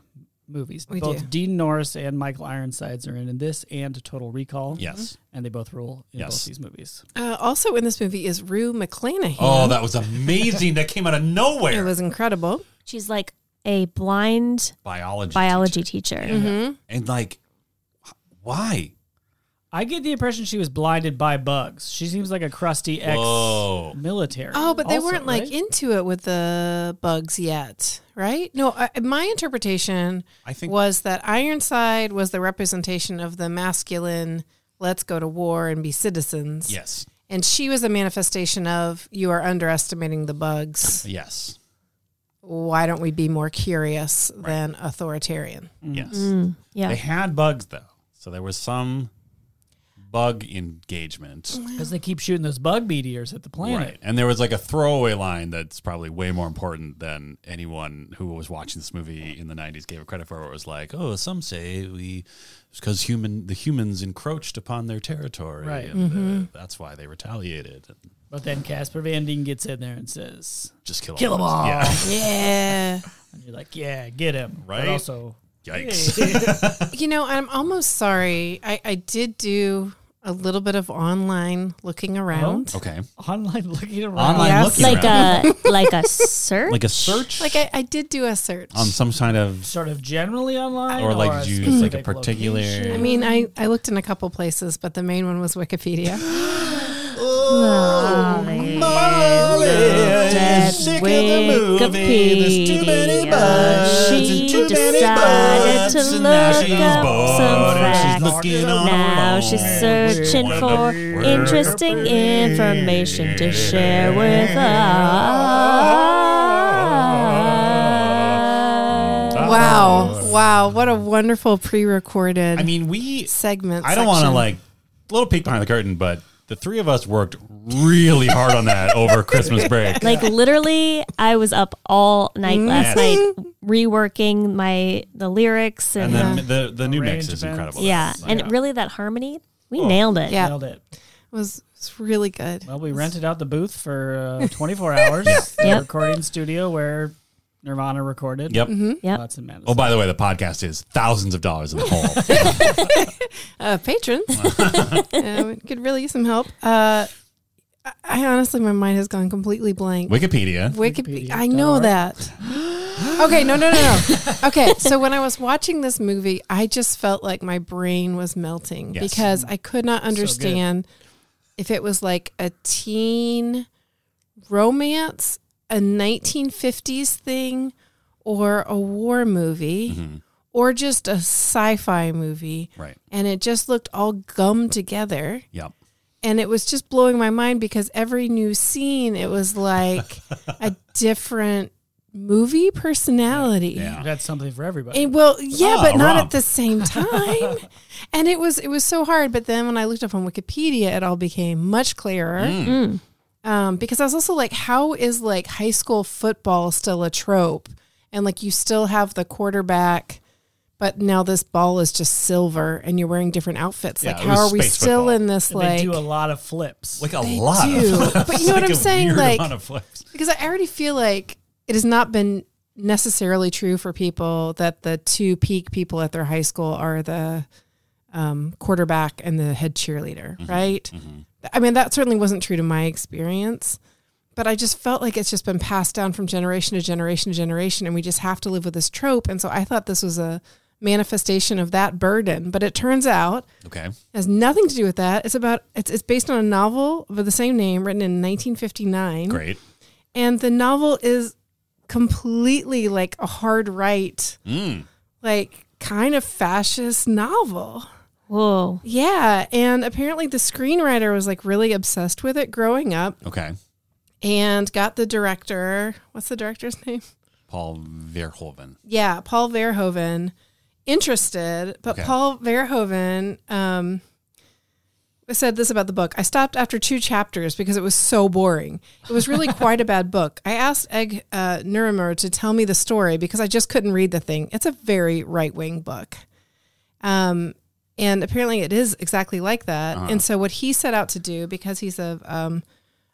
Speaker 2: movies.
Speaker 4: We
Speaker 2: both
Speaker 4: do.
Speaker 2: Dean Norris and Michael Ironsides are in, in this and Total Recall.
Speaker 3: Yes.
Speaker 2: And they both rule in
Speaker 3: Yes.
Speaker 2: both these movies.
Speaker 4: Uh, also in this movie is Rue McClanahan.
Speaker 3: Oh, that was amazing! that came out of
Speaker 4: it
Speaker 3: nowhere.
Speaker 4: was incredible.
Speaker 1: She's like a blind
Speaker 3: biology.
Speaker 1: biology
Speaker 3: teacher.
Speaker 1: teacher.
Speaker 4: Mhm.
Speaker 3: And like, wh- why?
Speaker 2: I get the impression she was blinded by bugs. She seems like a crusty ex
Speaker 3: Whoa.
Speaker 2: military.
Speaker 4: Oh, but they weren't like into it with the bugs yet, right? No, I, my interpretation
Speaker 3: I think
Speaker 4: was that Ironside was the representation of the masculine, let's go to war and be citizens.
Speaker 3: yes,
Speaker 4: And she was a manifestation of you are underestimating the bugs.
Speaker 3: yes,
Speaker 4: Why don't we be more curious than authoritarian?
Speaker 3: yes.
Speaker 1: Mm,
Speaker 3: They
Speaker 1: yeah.
Speaker 3: had bugs though, so there was some bug engagement.
Speaker 2: Because they keep shooting those bug meteors at the planet.
Speaker 3: Right. And there was like a throwaway line that's probably way more important than anyone who was watching this movie in the 90s gave it credit for. Where it was like, oh, some say we, because human the humans encroached upon their territory.
Speaker 2: Right.
Speaker 3: And uh, that's why they retaliated. And
Speaker 2: But then Casper Van Dien gets in there and says,
Speaker 3: just kill,
Speaker 2: Kill 'em all.
Speaker 3: Yeah.
Speaker 4: Yeah. [LAUGHS]
Speaker 2: and you're like, yeah, get him.
Speaker 3: Right?
Speaker 2: But also,
Speaker 3: Yikes.
Speaker 4: You know, I'm almost sorry. I, I did do a little bit of online looking
Speaker 3: Oh.
Speaker 4: around.
Speaker 3: [LAUGHS] Okay.
Speaker 2: online [LAUGHS] looking around.
Speaker 3: Online
Speaker 4: Yes.
Speaker 3: looking
Speaker 1: Like uh,
Speaker 3: around.
Speaker 1: a
Speaker 3: [LAUGHS]
Speaker 1: like a search.
Speaker 3: like a search?
Speaker 4: Like I, I did do a search.
Speaker 3: on some kind of.
Speaker 2: sort of generally online,
Speaker 3: Or like
Speaker 2: a
Speaker 3: did you
Speaker 2: [LAUGHS]
Speaker 3: use, like, a
Speaker 2: specific
Speaker 3: particular-
Speaker 2: location?
Speaker 4: I mean, I, I looked in a couple places, but the main one was Wikipedia.
Speaker 1: Oh,
Speaker 3: Molly is sick of the movie. There's too many bugs
Speaker 1: She
Speaker 3: and too many
Speaker 1: decided
Speaker 3: bugs.
Speaker 1: to
Speaker 3: And now
Speaker 1: look
Speaker 3: she's
Speaker 1: up
Speaker 3: bored
Speaker 1: some
Speaker 3: and
Speaker 1: facts.
Speaker 3: she's looking on
Speaker 1: Now
Speaker 3: her
Speaker 1: she's
Speaker 3: phone.
Speaker 1: searching
Speaker 3: Wonder
Speaker 1: for
Speaker 3: where
Speaker 1: interesting
Speaker 3: the
Speaker 1: information to share with
Speaker 3: us.
Speaker 1: us.
Speaker 3: Oh.
Speaker 4: Wow. Wow. What a wonderful pre recorded
Speaker 3: I mean, we.
Speaker 4: segment.
Speaker 3: I don't want to
Speaker 4: section.
Speaker 3: like a little peek behind the curtain, but the three of us worked really hard on that
Speaker 1: [LAUGHS]
Speaker 3: over Christmas break.
Speaker 1: Like literally, I was up all night last
Speaker 3: Yes.
Speaker 1: night reworking my the lyrics
Speaker 3: and
Speaker 1: and,
Speaker 3: then the the new mix
Speaker 2: Arrangements.
Speaker 3: is incredible.
Speaker 1: yeah,
Speaker 3: Like,
Speaker 1: and really that harmony, we
Speaker 3: Oh.
Speaker 1: nailed it.
Speaker 4: Yeah.
Speaker 2: Nailed it.
Speaker 4: It was, it was really good.
Speaker 2: Well, we rented out the booth for
Speaker 4: [LAUGHS]
Speaker 2: uh, 24 hours. The
Speaker 1: Yep.
Speaker 2: recording studio where Nirvana recorded.
Speaker 3: Yep.
Speaker 1: Yep.
Speaker 2: Lots of madness.
Speaker 3: Oh, by the way, the podcast is thousands of dollars in the hole.
Speaker 1: [LAUGHS]
Speaker 4: Uh,
Speaker 3: [LAUGHS]
Speaker 4: patrons uh, we could really use some help. Uh, I, I honestly, my mind has gone completely blank.
Speaker 3: Wikipedia.
Speaker 4: Wikipedia. I
Speaker 2: Wikipedia.org.
Speaker 4: know that. [GASPS] okay, no, no, no, no. Okay, so when I was watching this movie, I just felt like my brain was melting
Speaker 3: Yes.
Speaker 4: because I could not understand if it was like a teen romance, a 1950s thing, or a war movie, or just a sci fi movie.
Speaker 3: Right.
Speaker 4: And it just looked all gummed together
Speaker 3: Yep.
Speaker 4: and it was just blowing my mind because every new scene it was like
Speaker 3: [LAUGHS]
Speaker 4: a different movie personality
Speaker 3: Yeah.
Speaker 2: You had something for everybody.
Speaker 4: and well yeah
Speaker 3: Ah,
Speaker 4: but not
Speaker 3: rum.
Speaker 4: at the
Speaker 3: [LAUGHS]
Speaker 4: same time and it was it was so hard but then when i looked up on wikipedia it all became much clearer
Speaker 3: Mm.
Speaker 2: Mm.
Speaker 4: um, because i was also like how is like high school football still a trope and like you still have the quarterback but now this ball is just silver and you're wearing different outfits
Speaker 3: Yeah,
Speaker 4: like
Speaker 3: it
Speaker 4: how are
Speaker 3: was
Speaker 4: we
Speaker 3: space
Speaker 4: still
Speaker 3: football.
Speaker 4: in this
Speaker 2: And
Speaker 4: like
Speaker 2: they do a lot of flips.
Speaker 3: Like a lot
Speaker 4: do.
Speaker 3: of [LAUGHS]
Speaker 4: But you know what
Speaker 3: like
Speaker 4: I'm
Speaker 3: a
Speaker 4: saying?
Speaker 3: weird
Speaker 4: Like-
Speaker 3: amount of flips.
Speaker 4: Because I already feel like it has not been necessarily true for people that the two peak people at their high school are the um, quarterback and the head cheerleader, right? I mean, that certainly wasn't true to my experience, but I just felt like it's just been passed down from generation to generation to generation, and we just have to live with this trope. And so I thought this was a manifestation of that burden, but it turns out
Speaker 3: Okay.
Speaker 4: has nothing to do with that. It's about it's, it's based on a novel of the same name written in 1959
Speaker 3: Great.
Speaker 4: and the novel is completely like a hard right
Speaker 3: Mm.
Speaker 4: like kind of fascist novel
Speaker 1: Whoa.
Speaker 4: yeah and apparently the screenwriter was like really obsessed with it growing up
Speaker 3: Okay.
Speaker 4: and got the director what's the director's [LAUGHS] name
Speaker 3: Paul Verhoeven.
Speaker 4: Yeah, Paul Verhoeven interested, but
Speaker 3: Okay.
Speaker 4: Paul Verhoeven um said this about the book. I stopped after two chapters because it was so boring. It was really quite a bad book. I asked Egg uh, Nurimer to tell me the story because I just couldn't read the thing. It's a very right wing book. Um, and apparently it is exactly like that. And so what he set out to do, because he's of, um,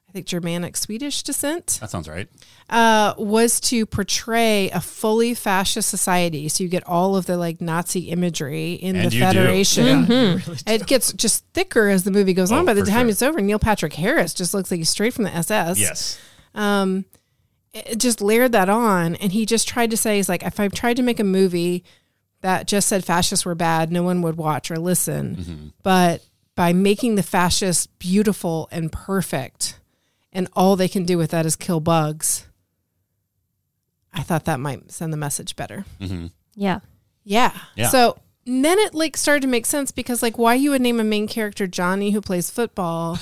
Speaker 4: I think, Germanic Swedish descent,
Speaker 3: That sounds right.
Speaker 4: uh, was to portray a fully fascist society. So you get all of the like Nazi imagery in
Speaker 3: And
Speaker 4: the
Speaker 3: you do.
Speaker 4: Federation.
Speaker 2: Really
Speaker 4: [LAUGHS] It gets just thicker as the movie goes
Speaker 3: Oh,
Speaker 4: on. By the
Speaker 3: for
Speaker 4: time
Speaker 3: sure.
Speaker 4: it's over, Neil Patrick Harris just looks like he's straight from the SS. [LAUGHS]
Speaker 3: Yes.
Speaker 4: Um, it it just layered that on. And he just tried to say, he's like, if I tried to make a movie that just said fascists were bad, no one would watch or listen. But by making the fascists beautiful and perfect, and all they can do with that is kill bugs, I thought that might send the message better.
Speaker 1: Yeah.
Speaker 4: Yeah.
Speaker 3: Yeah.
Speaker 4: So and then it like started to make sense because like why you would name a main character Johnny who plays
Speaker 3: [LAUGHS]
Speaker 4: football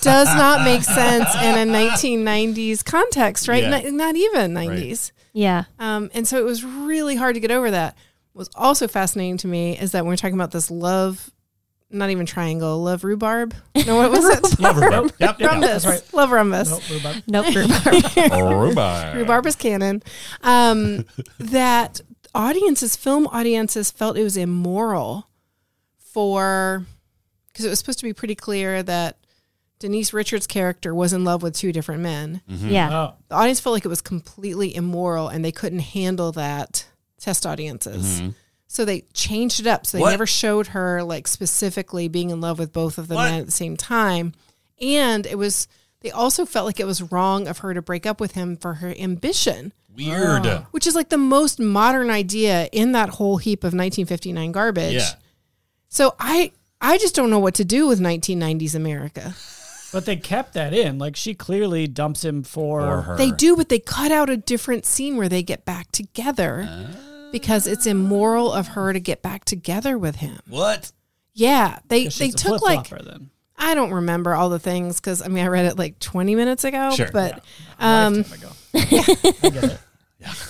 Speaker 4: does not make sense in a 1990s context, right?
Speaker 3: Yeah.
Speaker 4: Not, not even 90s.
Speaker 1: Yeah.
Speaker 4: Um, and so it was really hard to get over that. What's also fascinating to me is that when we're talking about this love, not even triangle, love rhubarb. No, what was it?
Speaker 3: Love [LAUGHS] rhubarb. Yep. yep.
Speaker 4: Rhombus. Love rhombus.
Speaker 2: Nope, we're about-
Speaker 3: [LAUGHS]
Speaker 1: Nope. [LAUGHS] rhubarb.
Speaker 3: Rhubarb.
Speaker 4: Rhubarb is canon. Um, that audiences, film audiences, felt it was immoral for because it was supposed to be pretty clear that Denise Richards' character was in love with two different men.
Speaker 1: yeah.
Speaker 2: Oh,
Speaker 4: The audience felt like it was completely immoral, and they couldn't handle that. Test audiences. So they changed it up. So they
Speaker 3: Mm-hmm. What?
Speaker 4: never showed her like specifically being in love with both of the
Speaker 3: What?
Speaker 4: men at the same time. And it was they also felt like it was wrong of her to break up with him for her ambition,
Speaker 3: Weird.
Speaker 4: which is like the most modern idea in that whole heap of 1959 garbage.
Speaker 3: Yeah.
Speaker 4: So I I just don't know what to do with 1990s America.
Speaker 2: but they kept that in. Like she clearly dumps him for,
Speaker 3: Or her.
Speaker 4: They do, but they cut out a different scene where they get back together because it's immoral of her to get back together with him.
Speaker 3: What?
Speaker 4: Yeah, they they
Speaker 2: she's a
Speaker 4: took like
Speaker 2: flip-flopper Then.
Speaker 4: I don't remember all the things because I mean I read it like 20 minutes ago,
Speaker 3: Sure.
Speaker 4: but um, [LAUGHS]
Speaker 2: Lifetime ago.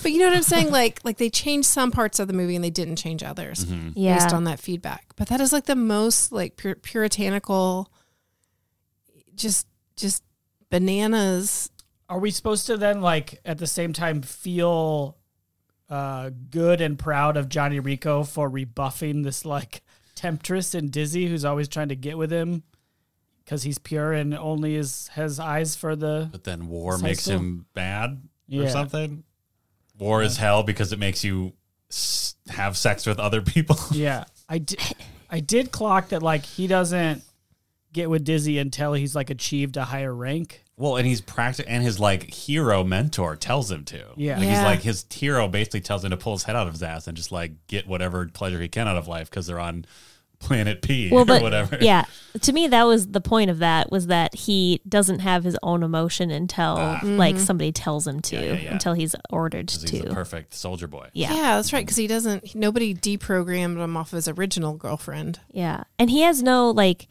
Speaker 4: but you know what I'm saying? Like like they changed some parts of the movie and they didn't change others
Speaker 2: Mm-hmm.
Speaker 4: based
Speaker 1: Yeah.
Speaker 4: on that feedback. But that is like the most like pur- puritanical, just just bananas.
Speaker 2: Are we supposed to then like at the same time feel uh, good and proud of Johnny Rico for rebuffing this like temptress in Dizzy who's always trying to get with him because he's pure and only is has eyes for the
Speaker 3: But then war
Speaker 2: Sounds
Speaker 3: makes
Speaker 2: cool.
Speaker 3: him bad
Speaker 2: Yeah.
Speaker 3: or something. War is hell because it makes you s- have sex with other people.
Speaker 2: yeah. I did I did clock that like he doesn't get with Dizzy until he's like achieved a higher rank.
Speaker 3: well, and he's practic and his like hero mentor tells him to.
Speaker 2: Yeah.
Speaker 3: Like,
Speaker 4: Yeah.
Speaker 3: He's like his hero basically tells him to pull his head out of his ass and just like get whatever pleasure he can out of life because they're on planet P
Speaker 1: Well,
Speaker 3: or
Speaker 1: but
Speaker 3: whatever.
Speaker 1: yeah, to me that was the point of that was that he doesn't have his own emotion until like somebody tells him to,
Speaker 3: Ah. yeah, yeah.
Speaker 1: until he's ordered
Speaker 3: [LAUGHS] 'Cause He's the
Speaker 1: to.
Speaker 3: perfect soldier boy.
Speaker 1: Yeah.
Speaker 4: Yeah,
Speaker 1: yeah,
Speaker 4: that's right. Because he doesn't. Nobody deprogrammed him off of his original girlfriend.
Speaker 1: and he has no like.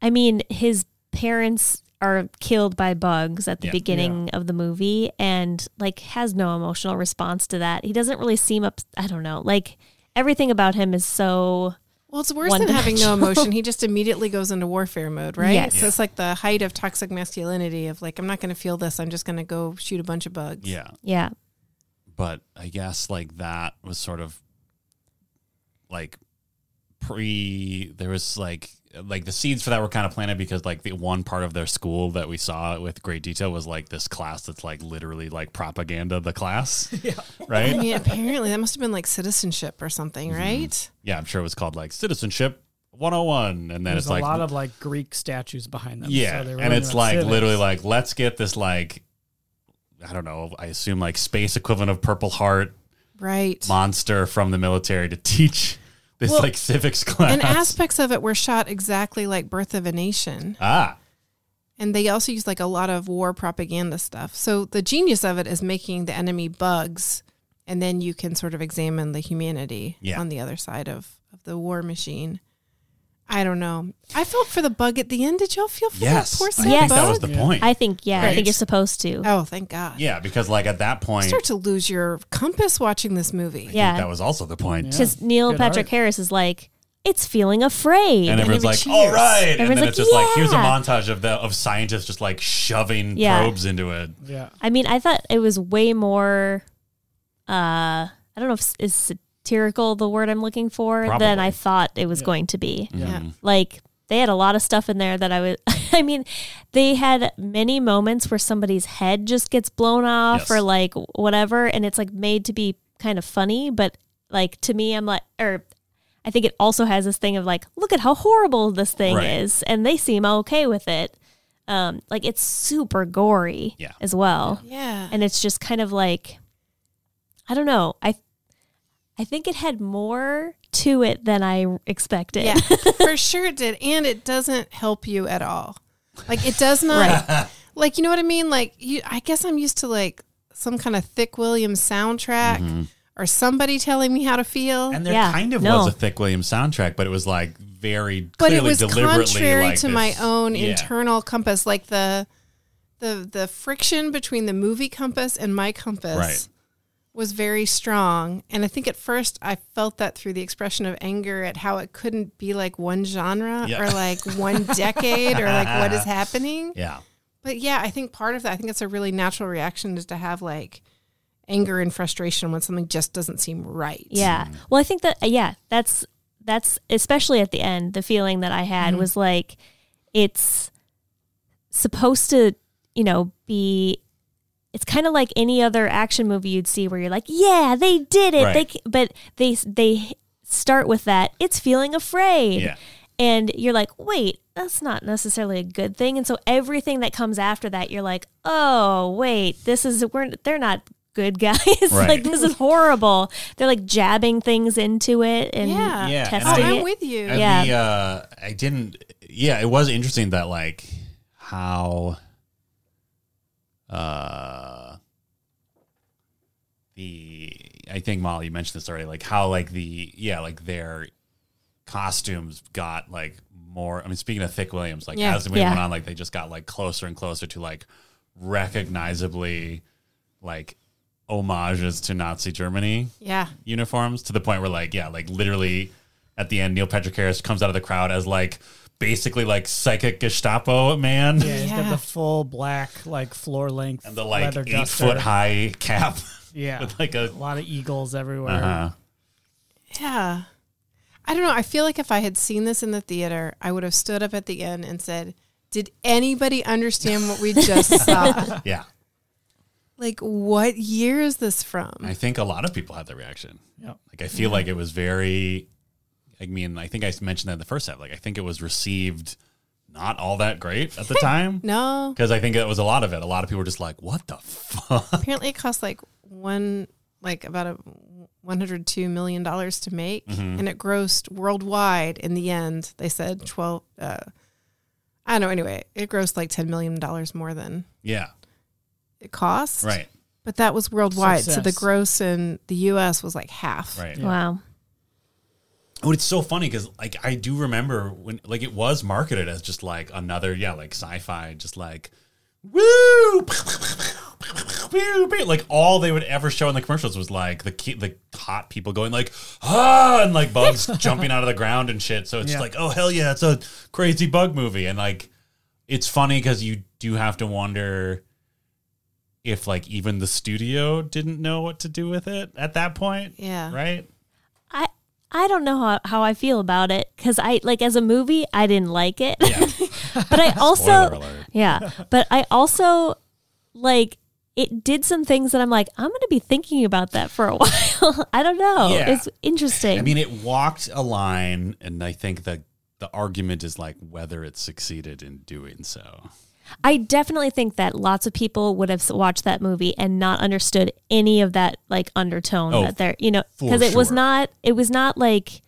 Speaker 1: I mean, his parents are killed by bugs at the
Speaker 3: Yeah.
Speaker 1: beginning of the movie, and like has no emotional response to that. He doesn't really seem up. I don't know, like. Everything about him is so
Speaker 4: Well, it's worse
Speaker 1: One
Speaker 4: than having
Speaker 1: [LAUGHS]
Speaker 4: no
Speaker 1: dimensional.
Speaker 4: emotion. He just immediately goes into warfare mode, right?
Speaker 1: Yes.
Speaker 4: So it's like the height of toxic masculinity of like, I'm not going to feel this. I'm just going to go shoot a bunch of bugs.
Speaker 3: Yeah.
Speaker 1: yeah,
Speaker 3: but I guess like that was sort of like pre there was like like the seeds for that were kind of planted because like the one part of their school that we saw with great detail was like this class that's like literally like propaganda the class
Speaker 4: I
Speaker 3: right
Speaker 4: mean, apparently that must have been like citizenship or something, right?
Speaker 3: yeah i'm sure it was called like citizenship 101 and then
Speaker 2: There's
Speaker 3: it's like
Speaker 2: a lot of like Greek statues behind them.
Speaker 3: yeah
Speaker 2: so they were
Speaker 3: and it's
Speaker 2: really
Speaker 3: like
Speaker 2: civics.
Speaker 3: literally like let's get this like i don't know i assume like space equivalent of purple heart
Speaker 4: Right.
Speaker 3: monster from the military to teach this
Speaker 4: Well,
Speaker 3: like civics class
Speaker 4: And aspects of it were shot exactly like Birth of a Nation.
Speaker 1: Oh,
Speaker 3: Ah,
Speaker 4: And they also used like a lot of war propaganda stuff. So the genius of it is making the enemy bugs. And then you can sort of examine the humanity
Speaker 3: Yeah.
Speaker 4: on the other side of, of the war machine. I don't know. I felt for the bug at the end. Did y'all feel for
Speaker 3: Yes,
Speaker 4: that poor
Speaker 3: I
Speaker 4: sad
Speaker 3: think
Speaker 1: Yes.
Speaker 3: that was
Speaker 4: bug?
Speaker 3: the
Speaker 2: Yeah.
Speaker 3: point.
Speaker 1: I think, yeah, I
Speaker 4: Right.
Speaker 1: think you're supposed to.
Speaker 4: oh, thank God.
Speaker 3: yeah, because like at that
Speaker 4: You
Speaker 3: point,
Speaker 4: start to lose your compass watching this movie.
Speaker 1: Yeah.
Speaker 3: that was also the point.
Speaker 1: Because Neil
Speaker 2: Good
Speaker 1: Patrick
Speaker 2: art.
Speaker 1: Harris is like, it's feeling afraid.
Speaker 3: And everyone's like,
Speaker 4: everyone
Speaker 3: "All
Speaker 4: cheers.
Speaker 3: right," and
Speaker 1: Everyone's
Speaker 3: then
Speaker 1: like,
Speaker 3: it's just like, "Here's a
Speaker 1: "Yeah."
Speaker 3: montage of the of scientists just like shoving
Speaker 1: Yeah.
Speaker 3: probes into it."
Speaker 2: Yeah.
Speaker 1: I mean, I thought it was way more. Uh, I don't know if s- is satirical the word I'm looking for than
Speaker 3: Probably.
Speaker 1: I thought it was
Speaker 2: Yeah.
Speaker 1: going to be.
Speaker 3: Mm.
Speaker 4: Yeah.
Speaker 1: Like they had a lot of stuff in there that I was. [LAUGHS] I mean, they had many moments where somebody's head just gets blown off
Speaker 3: Yes.
Speaker 1: or like whatever, and it's like made to be kind of funny, but like to me, I'm like, or I think it also has this thing of like, look at how horrible this thing
Speaker 3: Right.
Speaker 1: is, and they seem okay with it. Um, like it's super gory
Speaker 3: Yeah.
Speaker 1: as well
Speaker 4: Yeah.
Speaker 1: and it's just kind of like I don't know. I I think it had more to it than I expected.
Speaker 4: Yeah, for sure it did. And it doesn't help you at all. Like it does not [LAUGHS] like you know what I mean? Like you I guess I'm used to like some kind of thick Williams soundtrack or somebody telling me how to feel.
Speaker 3: And there
Speaker 1: Yeah,
Speaker 3: kind of
Speaker 1: no.
Speaker 3: was a Thick Williams soundtrack, but it was like very
Speaker 4: but
Speaker 3: clearly
Speaker 4: it was
Speaker 3: deliberately
Speaker 4: contrary
Speaker 3: like
Speaker 4: to
Speaker 3: this-
Speaker 4: my own
Speaker 3: yeah.
Speaker 4: internal compass. Like the the the friction between the movie compass and my compass
Speaker 3: Right.
Speaker 4: was very strong. And I think at first I felt that through the expression of anger at how it couldn't be like one genre
Speaker 3: Yeah.
Speaker 4: or like
Speaker 3: [LAUGHS]
Speaker 4: one decade or like what is happening.
Speaker 3: Yeah.
Speaker 4: But yeah, I think part of that, I think it's a really natural reaction is to have like anger and frustration when something just doesn't seem right.
Speaker 1: [LAUGHS] Yeah. Well, I think that yeah, that's that's especially at the end the feeling that I had
Speaker 3: Mm-hmm.
Speaker 1: was like it's supposed to, you know, be it's kind of like any other action movie you'd see where you're like, yeah, they did it.
Speaker 3: Right.
Speaker 1: They c- but they they start with that it's feeling afraid.
Speaker 3: Yeah.
Speaker 1: And you're like, wait, that's not necessarily a good thing. And so everything that comes after that, you're like, oh, wait, this is we're they're not good [LAUGHS] guys.
Speaker 3: Right.
Speaker 1: like this is horrible. They're like jabbing things into it and
Speaker 4: Yeah.
Speaker 3: Yeah, and
Speaker 1: testing
Speaker 3: I-
Speaker 1: it.
Speaker 4: Oh, I'm with you.
Speaker 3: And
Speaker 1: Yeah.
Speaker 3: the uh I didn't yeah, it was interesting that like how uh the I think Molly you mentioned this already, like how like the yeah, like their costumes got like more I mean speaking of Thick Williams, like
Speaker 4: Yeah.
Speaker 3: as the movie
Speaker 1: Yeah.
Speaker 3: went on, like they just got like closer and closer to like recognizably like homages to Nazi Germany
Speaker 4: Yeah.
Speaker 3: uniforms to the point where like yeah like literally at the end neil patrick harris comes out of the crowd as like basically like psychic gestapo man [LAUGHS]
Speaker 2: Yeah, he's got
Speaker 4: Oh, Yeah.
Speaker 2: the full black, like floor length,
Speaker 3: and the like
Speaker 2: leather
Speaker 3: eight
Speaker 2: duster.
Speaker 3: foot high cap [LAUGHS]
Speaker 2: Yeah,
Speaker 3: with like a
Speaker 2: a lot of eagles everywhere.
Speaker 3: uh-huh.
Speaker 4: Yeah. I don't know. I feel like if I had seen this in the theater, I would have stood up at the end and said, Did anybody understand what we
Speaker 3: [LAUGHS]
Speaker 4: just saw?
Speaker 3: yeah
Speaker 4: Like, what year is this from?
Speaker 3: i think a lot of people had that reaction
Speaker 2: Yep.
Speaker 3: like i feel like it was very i mean i think i mentioned that in the first half like i think it was received not all that great
Speaker 2: [LAUGHS]
Speaker 3: at the time
Speaker 4: No.
Speaker 3: because i think it was a lot of it a lot of people were just like what the fuck [LAUGHS]
Speaker 4: Apparently, it cost like one, like about a $102 million to make.
Speaker 3: Mm-hmm.
Speaker 4: And it grossed worldwide in the end. They said 12, uh, I don't know. Anyway, it grossed like $10 million more than
Speaker 3: yeah
Speaker 4: it cost.
Speaker 3: right
Speaker 4: But that was worldwide. So the
Speaker 2: Success.
Speaker 4: gross in the US was like half.
Speaker 3: right
Speaker 1: Wow.
Speaker 3: Oh, it's so funny because like I do remember when like it was marketed as just like another yeah like sci-fi just like woo like all they would ever show in the commercials was like the ki- the hot people going like ah and like bugs jumping out of the ground and shit so it's just
Speaker 2: Yeah.
Speaker 3: like oh hell yeah it's a crazy bug movie and like it's funny because you do have to wonder if like even the studio didn't know what to do with it at that point
Speaker 4: Yeah.
Speaker 3: right
Speaker 1: I I don't know how, how I feel about it because I like as a movie I didn't like it,
Speaker 3: yeah
Speaker 1: [LAUGHS] but I
Speaker 3: [LAUGHS] Spoiler
Speaker 1: also
Speaker 3: alert.
Speaker 1: yeah, but I also like it did some things that I'm like I'm going to be thinking about that for a [LAUGHS] while. I don't know.
Speaker 3: Yeah.
Speaker 1: It's interesting.
Speaker 3: I mean, it walked a line, and I think the the argument is like whether it succeeded in doing so.
Speaker 1: I definitely think that lots of people would have s- watched that movie and not understood any of that like undertone
Speaker 3: Oh,
Speaker 1: that there, you know,
Speaker 3: for
Speaker 1: because it was
Speaker 3: sure.
Speaker 1: not it was not like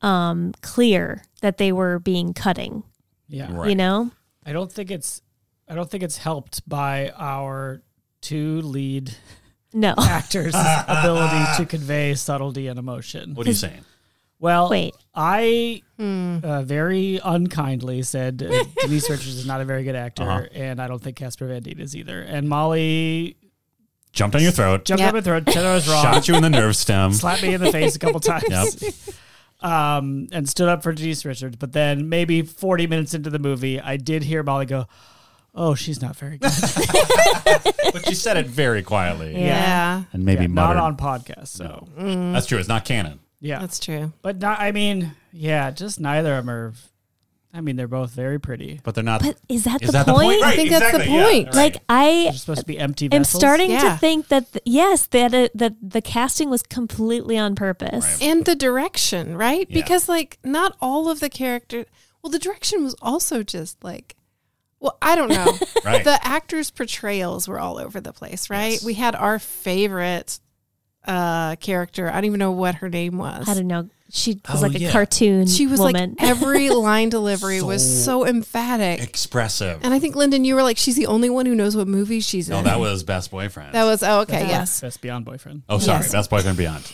Speaker 1: um clear that they were being cutting,
Speaker 2: Yeah,
Speaker 3: Right.
Speaker 1: you know.
Speaker 2: I don't think it's, I don't think it's helped by our two lead [LAUGHS]
Speaker 1: No.
Speaker 3: [LAUGHS]
Speaker 2: actors' ability to convey subtlety and emotion.
Speaker 3: What are you saying?
Speaker 2: Well,
Speaker 1: Wait.
Speaker 2: I
Speaker 4: Hmm.
Speaker 2: uh, very unkindly said uh, Denise Richards is not a very good actor,
Speaker 3: Uh-huh.
Speaker 2: and I don't think Casper Van Dien is either. And Molly
Speaker 3: Jumped on your throat,
Speaker 2: jumped
Speaker 4: Yep.
Speaker 2: up and throat, said I was wrong,
Speaker 3: shot you in the nerve
Speaker 2: [LAUGHS]
Speaker 3: stem.
Speaker 2: slapped me in the face a couple times. Um, and stood up for Denise Richards, but then maybe 40 minutes into the movie, I did hear Molly go, "Oh, she's not very good."
Speaker 3: but she said it very quietly.
Speaker 1: Yeah.
Speaker 4: yeah.
Speaker 3: And maybe
Speaker 2: Yeah,
Speaker 3: muttered.
Speaker 2: not on podcast, so
Speaker 3: That's true. It's not canon.
Speaker 2: yeah.
Speaker 4: That's true.
Speaker 2: but not, I mean, yeah, just neither of them are. I mean, they're both very pretty.
Speaker 3: But they're not.
Speaker 1: But [LAUGHS] is that
Speaker 3: is
Speaker 1: the
Speaker 3: that
Speaker 1: point?
Speaker 3: the point? Right,
Speaker 4: I think that's the
Speaker 3: exactly, yeah,
Speaker 4: point.
Speaker 3: right.
Speaker 1: Like I
Speaker 2: They're supposed to be empty.
Speaker 1: am
Speaker 2: vessels.
Speaker 1: starting
Speaker 4: Yeah.
Speaker 1: to think that th- yes, that uh, that the casting was completely on purpose.
Speaker 3: Right.
Speaker 4: And the direction, right?
Speaker 3: Yeah.
Speaker 4: Because like not all of the characters. Well, the direction was also just like. Well, I don't know.
Speaker 3: [LAUGHS] Right.
Speaker 4: The actors' portrayals were all over the place, right?
Speaker 3: Yes.
Speaker 4: We had our favorite uh character. I don't even know what her name was.
Speaker 1: I don't know. She was
Speaker 3: Oh,
Speaker 1: like a
Speaker 3: yeah.
Speaker 1: cartoon.
Speaker 4: she was [LAUGHS]
Speaker 1: woman. [LAUGHS]
Speaker 4: like every line delivery was so emphatic.
Speaker 3: Expressive.
Speaker 4: and I think Lyndon, you were like, she's the only one who knows what movie she's
Speaker 3: No,
Speaker 4: in.
Speaker 3: that was best boyfriend.
Speaker 4: That was oh okay, yes.
Speaker 2: That's beyond boyfriend.
Speaker 3: oh, sorry.
Speaker 4: Yes.
Speaker 3: Best boyfriend beyond.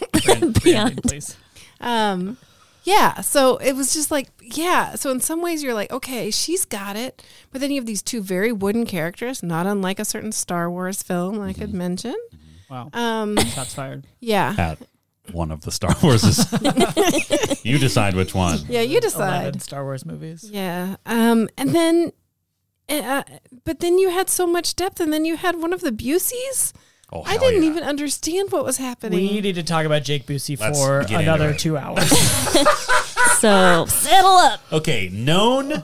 Speaker 1: beyond.
Speaker 2: please.
Speaker 4: Um, yeah. So it was just like, yeah. So in some ways, you're like, okay, she's got it. But then you have these two very wooden characters, not unlike a certain Star Wars film I
Speaker 3: Mm-hmm.
Speaker 4: could mention.
Speaker 2: Wow.
Speaker 4: Um,
Speaker 2: Shots fired.
Speaker 4: yeah.
Speaker 3: At one of the Star Warses. you decide which one.
Speaker 4: Yeah. You
Speaker 2: 11
Speaker 4: decide.
Speaker 2: Star Wars movies.
Speaker 4: Yeah. Um, and then, uh, but then you had so much depth, and then you had one of the Buseys.
Speaker 3: Oh,
Speaker 4: I
Speaker 3: hell
Speaker 4: didn't
Speaker 3: yeah.
Speaker 4: even understand what was happening.
Speaker 2: We need to talk about Jake Busey
Speaker 3: Let's
Speaker 2: for
Speaker 3: get into
Speaker 2: another
Speaker 3: it.
Speaker 2: two hours.
Speaker 3: [LAUGHS]
Speaker 1: so settle up.
Speaker 3: Okay, known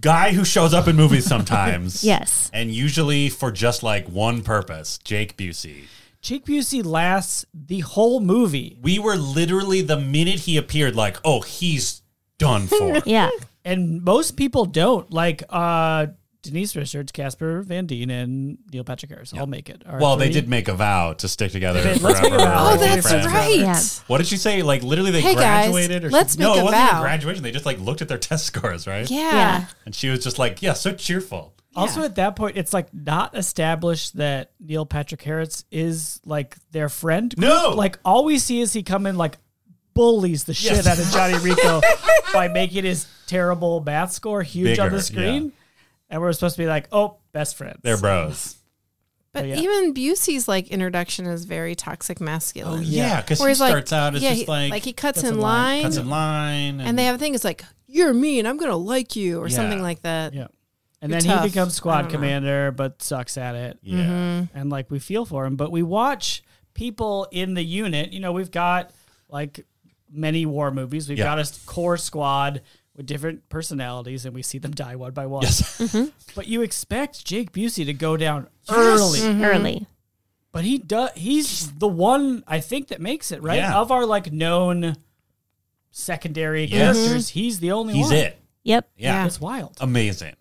Speaker 3: guy who shows up
Speaker 4: [LAUGHS]
Speaker 3: in movies sometimes.
Speaker 1: Yes.
Speaker 3: And usually for just like one purpose, Jake Busey.
Speaker 2: Jake Busey lasts the whole movie,
Speaker 3: We were literally the minute he appeared, like, oh, he's
Speaker 4: [LAUGHS]
Speaker 3: done for.
Speaker 1: Yeah.
Speaker 2: and most people don't. Like uh, Denise Richards, Casper Van Dien, and Neil Patrick Harris. I'll make it. Our
Speaker 3: well, they
Speaker 2: three-
Speaker 3: did make a vow to stick together
Speaker 2: They did.
Speaker 3: forever.
Speaker 2: Let's make a vow.
Speaker 4: oh,
Speaker 2: Oh,
Speaker 4: that's
Speaker 3: friends.
Speaker 4: right.
Speaker 1: Yeah.
Speaker 3: What did you say? Like literally, they
Speaker 4: Hey, guys,
Speaker 3: graduated. or
Speaker 4: let's
Speaker 3: something? no,
Speaker 4: make
Speaker 3: it
Speaker 4: a
Speaker 3: wasn't even
Speaker 4: vow.
Speaker 3: graduation. They just like looked at their [LAUGHS] test scores, right?
Speaker 4: Yeah.
Speaker 1: Yeah.
Speaker 3: And she was just like, "Yeah, so cheerful."
Speaker 2: Also, at that point, it's like not established that Neil Patrick Harris is like their friend. group.
Speaker 3: No.
Speaker 2: like all we see is he come in like bullies the shit
Speaker 3: Yes.
Speaker 2: out of Johnny
Speaker 3: [LAUGHS]
Speaker 2: Rico by making his terrible math score huge on
Speaker 3: Bigger,
Speaker 2: the screen, and we're supposed to be like, oh, best friends.
Speaker 3: They're bros.
Speaker 4: But
Speaker 2: yeah.
Speaker 4: even Busey's like introduction is very toxic masculine.
Speaker 3: Yeah, because
Speaker 4: Where
Speaker 3: he
Speaker 4: he's like-
Speaker 3: starts out as
Speaker 4: yeah,
Speaker 3: just
Speaker 4: he-
Speaker 3: like,
Speaker 4: he cuts,
Speaker 2: cuts
Speaker 4: in
Speaker 2: in line.
Speaker 4: line,
Speaker 3: cuts in line,
Speaker 4: and they have a thing. It's like you're mean. I'm gonna like you or
Speaker 3: Yeah.
Speaker 4: something like that.
Speaker 2: yeah. And
Speaker 4: You're
Speaker 2: then
Speaker 4: tough.
Speaker 2: he becomes
Speaker 4: I
Speaker 2: squad
Speaker 4: don't know.
Speaker 2: commander, but sucks at it.
Speaker 3: yeah,
Speaker 4: Mm-hmm.
Speaker 2: and like we feel for him, but we watch people in the unit. You know, we've got like many war movies. We've
Speaker 3: Yeah.
Speaker 2: got a s- core squad with different personalities, and we see them die one by one.
Speaker 3: yes,
Speaker 1: Mhm.
Speaker 2: But you expect Jake Busey to go down early,
Speaker 3: Yes.
Speaker 4: Mm-hmm.
Speaker 1: Early.
Speaker 2: but he does. He's the one I think that makes it right
Speaker 3: Yeah.
Speaker 2: of our like known secondary
Speaker 3: Yes.
Speaker 2: characters. He's the only
Speaker 3: he's
Speaker 2: one.
Speaker 3: it.
Speaker 1: Yep.
Speaker 3: Yeah.
Speaker 4: Yeah.
Speaker 2: It's wild.
Speaker 3: amazing.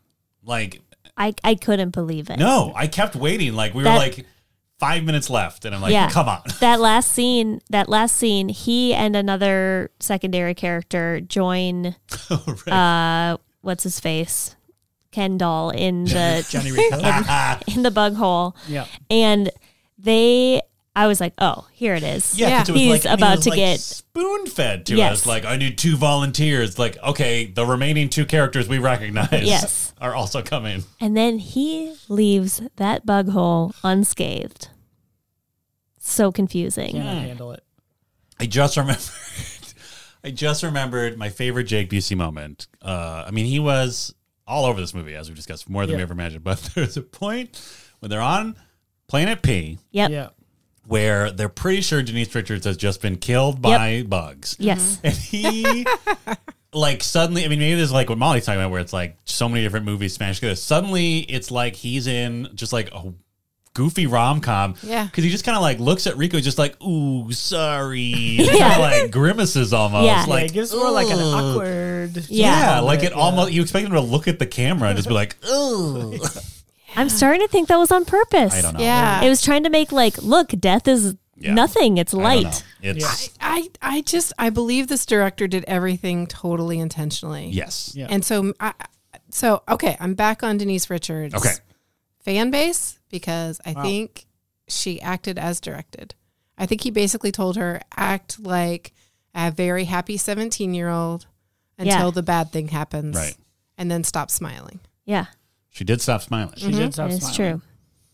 Speaker 3: Like,
Speaker 1: I I couldn't believe it.
Speaker 3: no, I kept waiting. Like we
Speaker 1: That-
Speaker 3: were like five minutes left, and I'm like,
Speaker 1: Yeah.
Speaker 3: "Come on."
Speaker 1: [LAUGHS] That last scene, that last scene, he and another secondary character
Speaker 3: [LAUGHS]
Speaker 1: join
Speaker 3: Oh, Right.
Speaker 1: uh what's his face? Kendall in
Speaker 3: [LAUGHS]
Speaker 1: the
Speaker 2: Johnny
Speaker 1: [LAUGHS]
Speaker 2: Rico.
Speaker 1: in the bug hole.
Speaker 2: yeah.
Speaker 1: And they I was like, "Oh, here it is."
Speaker 4: yeah,
Speaker 3: 'cause it was
Speaker 1: he's
Speaker 3: like- and he
Speaker 1: about
Speaker 3: was,
Speaker 1: to
Speaker 3: like,
Speaker 1: get-
Speaker 3: spoon fed to
Speaker 1: Yes.
Speaker 3: us. Like, I need two volunteers. Like, okay, the remaining two characters we recognize
Speaker 1: Yes.
Speaker 3: [LAUGHS] are also coming.
Speaker 1: And then he leaves that bug hole unscathed. So confusing.
Speaker 2: Cannot
Speaker 3: Hmm.
Speaker 2: handle it.
Speaker 3: I just remembered. [LAUGHS] I just remembered my favorite Jake Busey moment. Uh, I mean, he was all over this movie, as we discussed, more than we
Speaker 2: Yeah.
Speaker 3: ever imagined. [LAUGHS] But there's a point when they're on Planet P
Speaker 1: Yep.
Speaker 2: Yeah.
Speaker 3: where they're pretty sure Denise Richards has just been killed by bugs. [LAUGHS]
Speaker 1: Yes.
Speaker 3: And he, like, suddenly, I mean, maybe this is like what Molly's talking about, where it's like so many different movies smashed together. Suddenly, it's like he's in just like a goofy rom com.
Speaker 4: Yeah.
Speaker 3: Because he just kind of like looks at Rico, just like,
Speaker 1: [LAUGHS]
Speaker 3: ooh, sorry. And
Speaker 1: Yeah.
Speaker 3: kinda, like grimaces almost.
Speaker 1: Yeah.
Speaker 2: Like,
Speaker 3: Like,
Speaker 2: it gives more like an
Speaker 3: "Ugh."
Speaker 2: awkward.
Speaker 1: Yeah.
Speaker 3: Yeah, like it almost, you expect him to look at the camera and just be like, ooh.
Speaker 1: I'm starting to think that was on purpose.
Speaker 3: I don't know.
Speaker 4: Yeah.
Speaker 1: It was trying to make like, look, death is
Speaker 3: Yeah.
Speaker 1: nothing. It's
Speaker 3: I don't know.
Speaker 1: light.
Speaker 3: It's,
Speaker 4: I I just I believe this director did everything totally intentionally.
Speaker 3: yes.
Speaker 2: Yeah.
Speaker 4: And so I so okay, I'm back on Denise Richards.
Speaker 3: Okay.
Speaker 4: Fan base because I think she acted as directed. I think he basically told her act like a very happy 17 year old until
Speaker 1: Yeah.
Speaker 4: the bad thing happens
Speaker 3: Right.
Speaker 4: and then stop smiling.
Speaker 1: Yeah,
Speaker 3: She did stop smiling.
Speaker 2: She did stop
Speaker 1: it's
Speaker 2: smiling.
Speaker 1: true.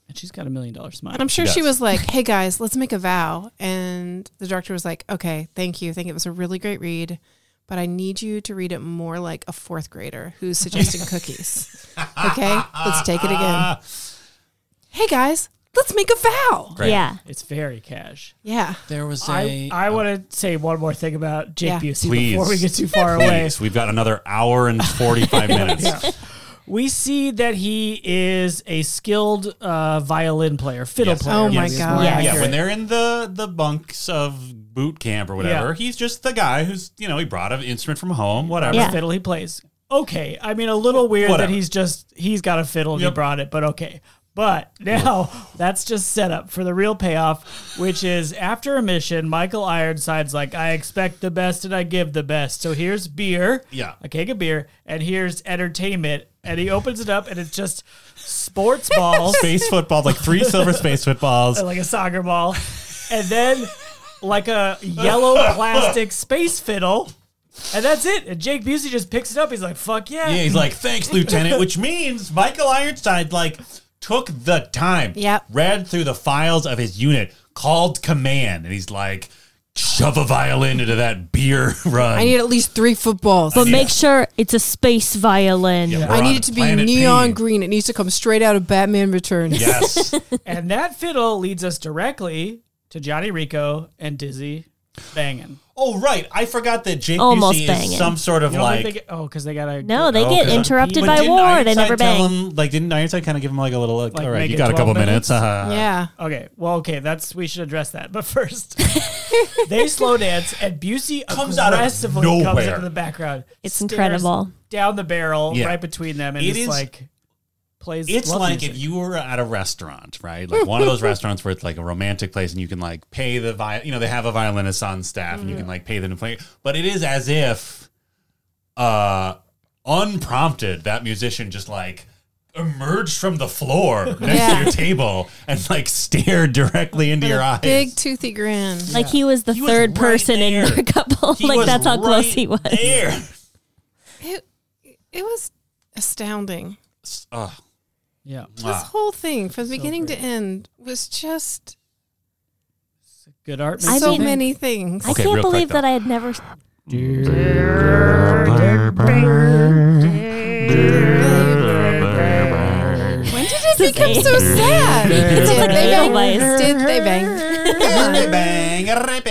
Speaker 2: And she's got a million dollar smile.
Speaker 4: And I'm sure
Speaker 3: She
Speaker 4: she
Speaker 3: does.
Speaker 4: was like, hey guys, let's make a vow. And the director was like, okay, thank you. I think it was a really great read, but I need you to read it more like a fourth grader who's suggesting [LAUGHS] cookies. Okay, let's take it [LAUGHS]
Speaker 3: Ah,
Speaker 4: again. Hey guys, let's make a vow.
Speaker 3: Great.
Speaker 1: Yeah,
Speaker 2: It's very cash.
Speaker 4: Yeah.
Speaker 3: There was
Speaker 2: I,
Speaker 3: a.
Speaker 2: I want to say one more thing about Jake
Speaker 4: Yeah.
Speaker 2: Busey
Speaker 3: uh, Please.
Speaker 2: before we get too far away. [LAUGHS]
Speaker 3: Please, we've got another hour and 45 minutes.
Speaker 2: We see that he is a skilled uh, violin player, fiddle
Speaker 3: Yes.
Speaker 2: player.
Speaker 4: Oh my
Speaker 2: is
Speaker 4: God.
Speaker 2: more
Speaker 1: Yeah.
Speaker 3: Yeah,
Speaker 2: accurate.
Speaker 3: when they're in the the bunks of boot camp or whatever,
Speaker 2: Yeah.
Speaker 3: he's just the guy who's you know he brought an instrument from home, whatever.
Speaker 1: Yeah.
Speaker 2: fiddle he plays. Okay, I mean a little weird
Speaker 3: Whatever.
Speaker 2: that he's just he's got a fiddle and
Speaker 3: Yep.
Speaker 2: he brought it, but okay. But now [LAUGHS] that's just set up for the real payoff, which is after a mission, Michael Ironside's like, I expect the best and I give the best. So here's beer,
Speaker 3: Yeah.
Speaker 2: a keg of beer, and here's entertainment. And he opens it up and it's just sports balls
Speaker 3: [LAUGHS] Space football,
Speaker 2: [LAUGHS]
Speaker 3: like three silver space
Speaker 4: [LAUGHS]
Speaker 3: footballs.
Speaker 2: like a soccer ball, and then like a yellow plastic space fiddle, and that's it. And Jake Busey just picks it up. He's like, "Fuck yeah!"
Speaker 3: Yeah, he's like, thanks, Lieutenant, which means Michael Ironside, like, took the time,
Speaker 4: Yep.
Speaker 3: read through the files of his unit, called command, and he's like, shove a violin into that beer run.
Speaker 4: I need at least three footballs.
Speaker 1: but make sure it's a space violin.
Speaker 3: Yeah, we're
Speaker 4: I
Speaker 3: on
Speaker 4: need it to be
Speaker 3: planet
Speaker 4: neon
Speaker 3: P.
Speaker 4: green. It needs to come straight out of Batman Returns. [LAUGHS]
Speaker 3: Yes.
Speaker 2: And that fiddle leads us directly to Johnny Rico and Dizzy banging.
Speaker 3: oh, right. I forgot that Jake
Speaker 1: Almost
Speaker 3: Busey
Speaker 1: banging.
Speaker 3: is some sort of
Speaker 2: You don't
Speaker 3: like.
Speaker 2: think they get, oh, because they gotta
Speaker 1: No, they
Speaker 3: Oh,
Speaker 1: get
Speaker 3: okay.
Speaker 1: interrupted
Speaker 2: But
Speaker 3: But
Speaker 1: by
Speaker 3: didn't
Speaker 1: war. They
Speaker 3: Ironside
Speaker 1: never bang.
Speaker 3: tell Him, like, didn't Ironside kind of give him like a little, like,
Speaker 2: Like,
Speaker 3: all right,
Speaker 2: make
Speaker 3: you
Speaker 2: it
Speaker 3: got a
Speaker 2: 12
Speaker 3: couple minutes.
Speaker 2: minutes?
Speaker 3: uh-huh.
Speaker 4: Yeah.
Speaker 2: Oh. okay. Well, okay, that's we should address that. But first, [LAUGHS] they slow dance and Busey
Speaker 3: Comes out of
Speaker 2: aggressively comes
Speaker 3: nowhere.
Speaker 2: into the background.
Speaker 1: It's
Speaker 2: stares
Speaker 1: incredible.
Speaker 2: Down the barrel,
Speaker 3: Yeah.
Speaker 2: right between them, and
Speaker 3: It
Speaker 2: just
Speaker 3: is-
Speaker 2: like plays.
Speaker 3: It's
Speaker 2: love
Speaker 3: like
Speaker 2: music.
Speaker 3: if you were at a restaurant, right? Like one
Speaker 1: [LAUGHS]
Speaker 3: of those restaurants where it's like a romantic place and you can like pay the viol you know, they have a violinist on staff and
Speaker 2: Mm-hmm.
Speaker 3: you can like pay them to play. But it is as if uh unprompted that musician just like emerged from the floor next to
Speaker 4: Yeah.
Speaker 3: your table and like stared directly into your eyes.
Speaker 4: Big toothy grin.
Speaker 1: Like he was the
Speaker 3: He was
Speaker 1: third
Speaker 3: right
Speaker 1: person in
Speaker 3: there.
Speaker 1: their couple.
Speaker 3: He
Speaker 1: like
Speaker 3: was
Speaker 1: that's how close
Speaker 3: right
Speaker 1: he was.
Speaker 3: There.
Speaker 4: It, it was astounding.
Speaker 3: [LAUGHS] Oh,
Speaker 2: yeah.
Speaker 4: This
Speaker 3: wow.
Speaker 4: whole thing from beginning to end was just
Speaker 2: Good art.
Speaker 1: I
Speaker 4: so
Speaker 1: mean-
Speaker 4: many things.
Speaker 1: I
Speaker 3: Okay,
Speaker 1: can't
Speaker 3: real quick,
Speaker 1: believe
Speaker 3: though.
Speaker 1: that I had never.
Speaker 4: when did it become
Speaker 1: is
Speaker 4: so sad?
Speaker 1: It's like Edelweiss.
Speaker 4: Did they bang?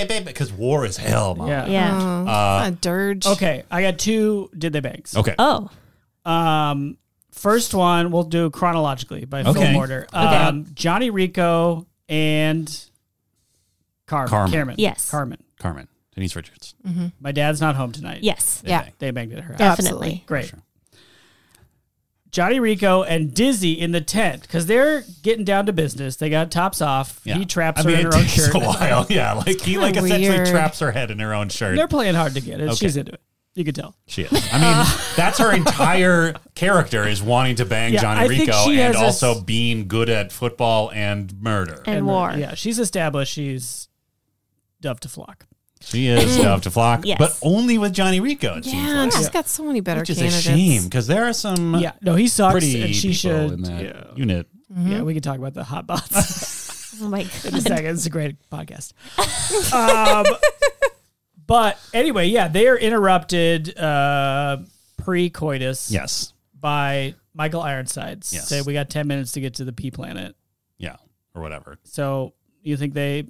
Speaker 3: Bang, because war is hell. Mom.
Speaker 2: Yeah.
Speaker 1: [LAUGHS] Yeah.
Speaker 4: Oh,
Speaker 3: Uh,
Speaker 4: a dirge.
Speaker 2: Okay, I got two. Did they bangs?
Speaker 3: Okay.
Speaker 1: Oh,
Speaker 2: Um, first one we'll do chronologically by
Speaker 3: Okay.
Speaker 2: film order. Um, Johnny Rico and Car-
Speaker 3: Carmen.
Speaker 2: Carmen.
Speaker 1: Yes.
Speaker 2: Carmen.
Speaker 3: Carmen. Denise Richards.
Speaker 2: My dad's not home tonight.
Speaker 1: yes,
Speaker 4: Yeah.
Speaker 3: Bang.
Speaker 2: They banged at her. house.
Speaker 1: definitely.
Speaker 4: Absolutely.
Speaker 2: Great. Johnny Rico and Dizzy in the tent because they're getting down to business. They got tops off.
Speaker 3: Yeah.
Speaker 2: He traps
Speaker 3: I mean,
Speaker 2: her in
Speaker 3: it
Speaker 2: her own
Speaker 3: takes
Speaker 2: shirt.
Speaker 3: a while. Yeah, like he like
Speaker 4: kinda
Speaker 3: essentially
Speaker 4: weird.
Speaker 3: traps her head in her own shirt.
Speaker 2: They're playing hard to get it.
Speaker 3: Okay.
Speaker 2: She's into it. You can tell.
Speaker 3: She is. I
Speaker 2: [LAUGHS]
Speaker 3: mean, that's her entire character is wanting to bang
Speaker 2: Yeah,
Speaker 3: Johnny
Speaker 2: I think
Speaker 3: Rico
Speaker 2: she
Speaker 3: and
Speaker 2: has a s-
Speaker 3: also being good at football and murder.
Speaker 1: And, war.
Speaker 2: Yeah, she's established. She's dove to flock. [CLEARS THROAT]
Speaker 3: she is dove to flock,
Speaker 1: Yes.
Speaker 3: but only with Johnny Rico. It seems
Speaker 4: Yeah,
Speaker 3: like.
Speaker 4: she's got so many better
Speaker 3: which is
Speaker 4: candidates.
Speaker 3: a shame because there are some
Speaker 2: Yeah, no, he sucks,
Speaker 3: Uh, pretty
Speaker 2: and she
Speaker 3: people
Speaker 2: should.
Speaker 3: in that
Speaker 2: yeah.
Speaker 3: unit.
Speaker 2: Yeah, we can talk about the hot bots [LAUGHS]
Speaker 1: Oh my
Speaker 2: in a
Speaker 1: god.
Speaker 2: second. It's a great podcast. Um, but anyway, yeah, they are interrupted uh, pre-coitus
Speaker 3: Yes.
Speaker 2: by Michael Ironsides.
Speaker 3: Yes.
Speaker 2: Say we got ten minutes to get to the P planet.
Speaker 3: Yeah. Or whatever.
Speaker 2: So you think they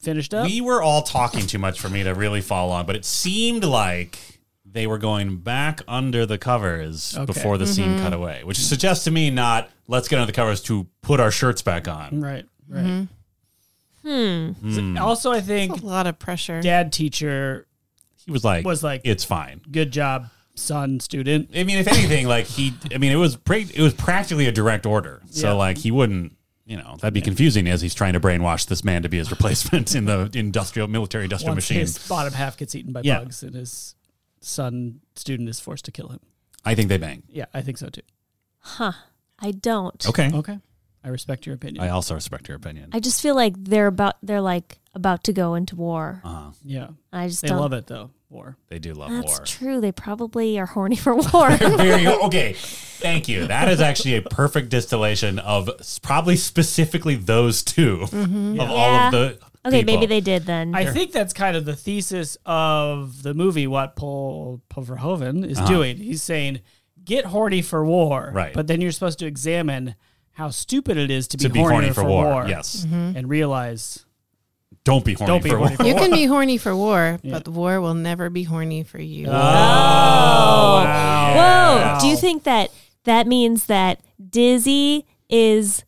Speaker 2: finished up?
Speaker 3: We were all talking too much for me to really fall on, but it seemed like they were going back under the covers
Speaker 2: Okay.
Speaker 3: before the scene cut away, which suggests to me not let's get under the covers to put our shirts back on.
Speaker 2: right, right. Hmm. Also, I think
Speaker 4: That's a lot of pressure.
Speaker 2: dad teacher.
Speaker 3: He was like,
Speaker 2: Was like-
Speaker 3: it's fine.
Speaker 2: Good job, son, student.
Speaker 3: I mean, if anything, like he, I mean, it was pra- it was practically a direct order. So
Speaker 2: Yeah.
Speaker 3: like he wouldn't, you know, that'd be confusing as he's trying to brainwash this man to be his replacement in the industrial military industrial
Speaker 2: Once
Speaker 3: machine.
Speaker 2: his bottom half gets eaten by
Speaker 3: Yeah.
Speaker 2: bugs, and his son student is forced to kill him.
Speaker 3: I think they bang.
Speaker 2: Yeah, I think so too.
Speaker 1: Huh. I don't.
Speaker 3: Okay.
Speaker 2: Okay. I respect your opinion.
Speaker 3: I also respect your opinion.
Speaker 1: I just feel like they're about. They're like, about to go into war.
Speaker 3: Uh-huh.
Speaker 2: Yeah.
Speaker 1: I just
Speaker 2: They
Speaker 1: don't.
Speaker 2: love it though. War.
Speaker 3: They do love
Speaker 1: That's
Speaker 3: war.
Speaker 1: true. They probably are horny for [LAUGHS] war.
Speaker 3: Very okay. Thank you. That is actually a perfect distillation of s- probably specifically those 2
Speaker 2: Mm-hmm.
Speaker 3: of all
Speaker 1: Yeah.
Speaker 3: of the.
Speaker 1: Okay,
Speaker 3: people.
Speaker 1: maybe they did then.
Speaker 2: I think that's kind of the thesis of the movie. What Paul Paul Verhoeven is doing, he's saying, "Get horny for war,"
Speaker 3: Uh-huh. Right.
Speaker 2: But then you're supposed to examine how stupid it is to be,
Speaker 3: to be horny for war.
Speaker 2: war.
Speaker 3: Yes,
Speaker 2: and realize
Speaker 3: don't be horny
Speaker 2: Don't be
Speaker 3: for
Speaker 2: horny
Speaker 3: war.
Speaker 2: for
Speaker 4: You can
Speaker 1: [LAUGHS]
Speaker 4: be horny for war,
Speaker 2: Yeah.
Speaker 4: but the war will never be horny for you.
Speaker 1: Uh, Oh.
Speaker 2: wow.
Speaker 1: Whoa. Do you think that that means that Dizzy is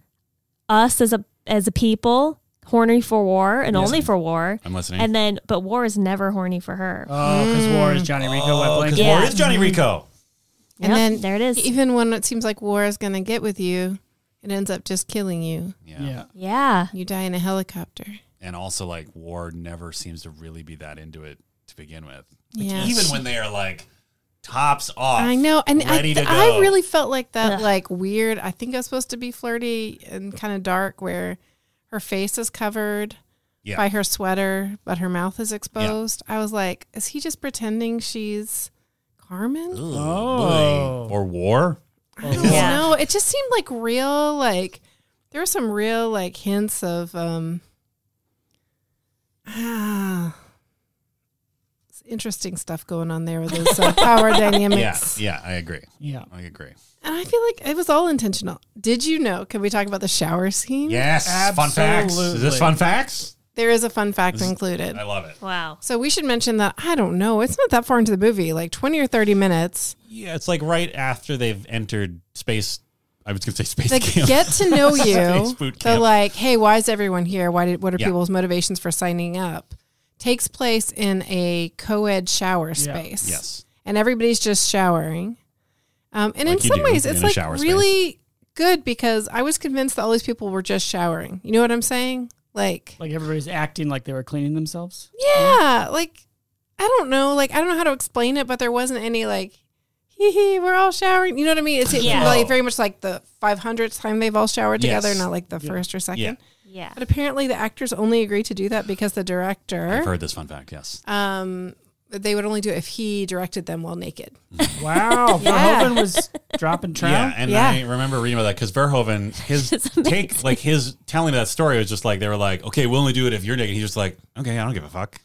Speaker 1: us as a as a people horny for war and only for war?
Speaker 3: I'm listening.
Speaker 1: And then but war is never horny for her.
Speaker 2: Oh, because war is Johnny Rico.
Speaker 3: Oh,
Speaker 2: wet
Speaker 3: 'cause
Speaker 2: blanket.
Speaker 1: Yeah. Mm-hmm.
Speaker 3: war is Johnny Rico.
Speaker 4: And
Speaker 1: Yep,
Speaker 4: then
Speaker 1: there it is.
Speaker 4: Even when it seems like war is going to get with you, it ends up just killing you.
Speaker 3: Yeah.
Speaker 2: Yeah.
Speaker 1: yeah.
Speaker 4: You die in a helicopter.
Speaker 3: and also like war never seems to really be that into it to begin with. Like,
Speaker 4: Yeah.
Speaker 3: even when they are like tops off.
Speaker 4: I know, and I,
Speaker 3: ready to
Speaker 4: I
Speaker 3: go.
Speaker 4: really felt like that,
Speaker 1: Ugh.
Speaker 4: like weird. I think I was supposed to be flirty and kind of dark, where her face is covered
Speaker 3: Yeah.
Speaker 4: by her sweater, but her mouth is exposed. I was like, is he just pretending she's Carmen?
Speaker 3: Ooh,
Speaker 2: Oh.
Speaker 3: boy. or war.
Speaker 4: I don't
Speaker 1: Yeah.
Speaker 4: know. It just seemed like real, like there were some real like hints of um [SIGHS] ah it's interesting stuff going on there with those uh, power
Speaker 3: [LAUGHS] Yeah,
Speaker 4: dynamics.
Speaker 3: yeah, I agree.
Speaker 2: Yeah.
Speaker 3: I agree.
Speaker 1: Mm-hmm.
Speaker 4: And I feel like it was all intentional. Did you know? Can we talk about the shower scene?
Speaker 3: Yes, fun facts. Is
Speaker 2: Absolutely.
Speaker 3: this fun facts?
Speaker 4: There is a fun fact included.
Speaker 3: I love it.
Speaker 1: Wow.
Speaker 4: So we should mention that I don't know. It's not that far into the movie, like twenty or thirty minutes.
Speaker 3: Yeah, it's like right after they've entered space. I was gonna say space
Speaker 4: Like
Speaker 3: camp.
Speaker 4: get to know you.
Speaker 3: Space boot
Speaker 4: They're
Speaker 3: camp.
Speaker 4: like, hey, why is everyone here? Why did what are
Speaker 3: Yeah.
Speaker 4: people's motivations for signing up? Takes place in a co ed shower space.
Speaker 3: [LAUGHS] yes.
Speaker 4: And everybody's just showering. Um, and in
Speaker 3: Like you
Speaker 4: some
Speaker 3: do
Speaker 4: ways
Speaker 3: in
Speaker 4: it's
Speaker 3: a
Speaker 4: like
Speaker 3: shower space.
Speaker 4: really good because I was convinced that all these people were just showering. You know what I'm saying? Like
Speaker 2: Like everybody's acting like they were cleaning
Speaker 1: [LAUGHS]
Speaker 2: themselves.
Speaker 1: Mm-hmm.
Speaker 4: Yeah. Like I don't know, like I don't know how to explain it, but there wasn't any like Hee hee, we're all showering. You know what I mean? It's
Speaker 1: Yeah.
Speaker 4: like very much like the 500th time they've all showered together,
Speaker 3: Yes.
Speaker 4: not like the first or second.
Speaker 3: Yeah.
Speaker 1: Yeah.
Speaker 4: But apparently, the actors only agree to do that because the
Speaker 3: I've
Speaker 4: director,
Speaker 3: heard this fun fact. Yes.
Speaker 4: um, they would only do it if he directed them while naked.
Speaker 2: Wow.
Speaker 4: Yeah.
Speaker 2: Verhoeven was dropping
Speaker 3: Yeah,
Speaker 2: trout.
Speaker 3: and
Speaker 4: Yeah.
Speaker 3: I remember reading about that
Speaker 4: [LAUGHS]
Speaker 3: because Verhoeven, his take, like his telling of that story was just like they were like, "Okay, we'll only do it if you're naked." He's just like, "Okay, I don't give
Speaker 4: [LAUGHS]
Speaker 3: a fuck,"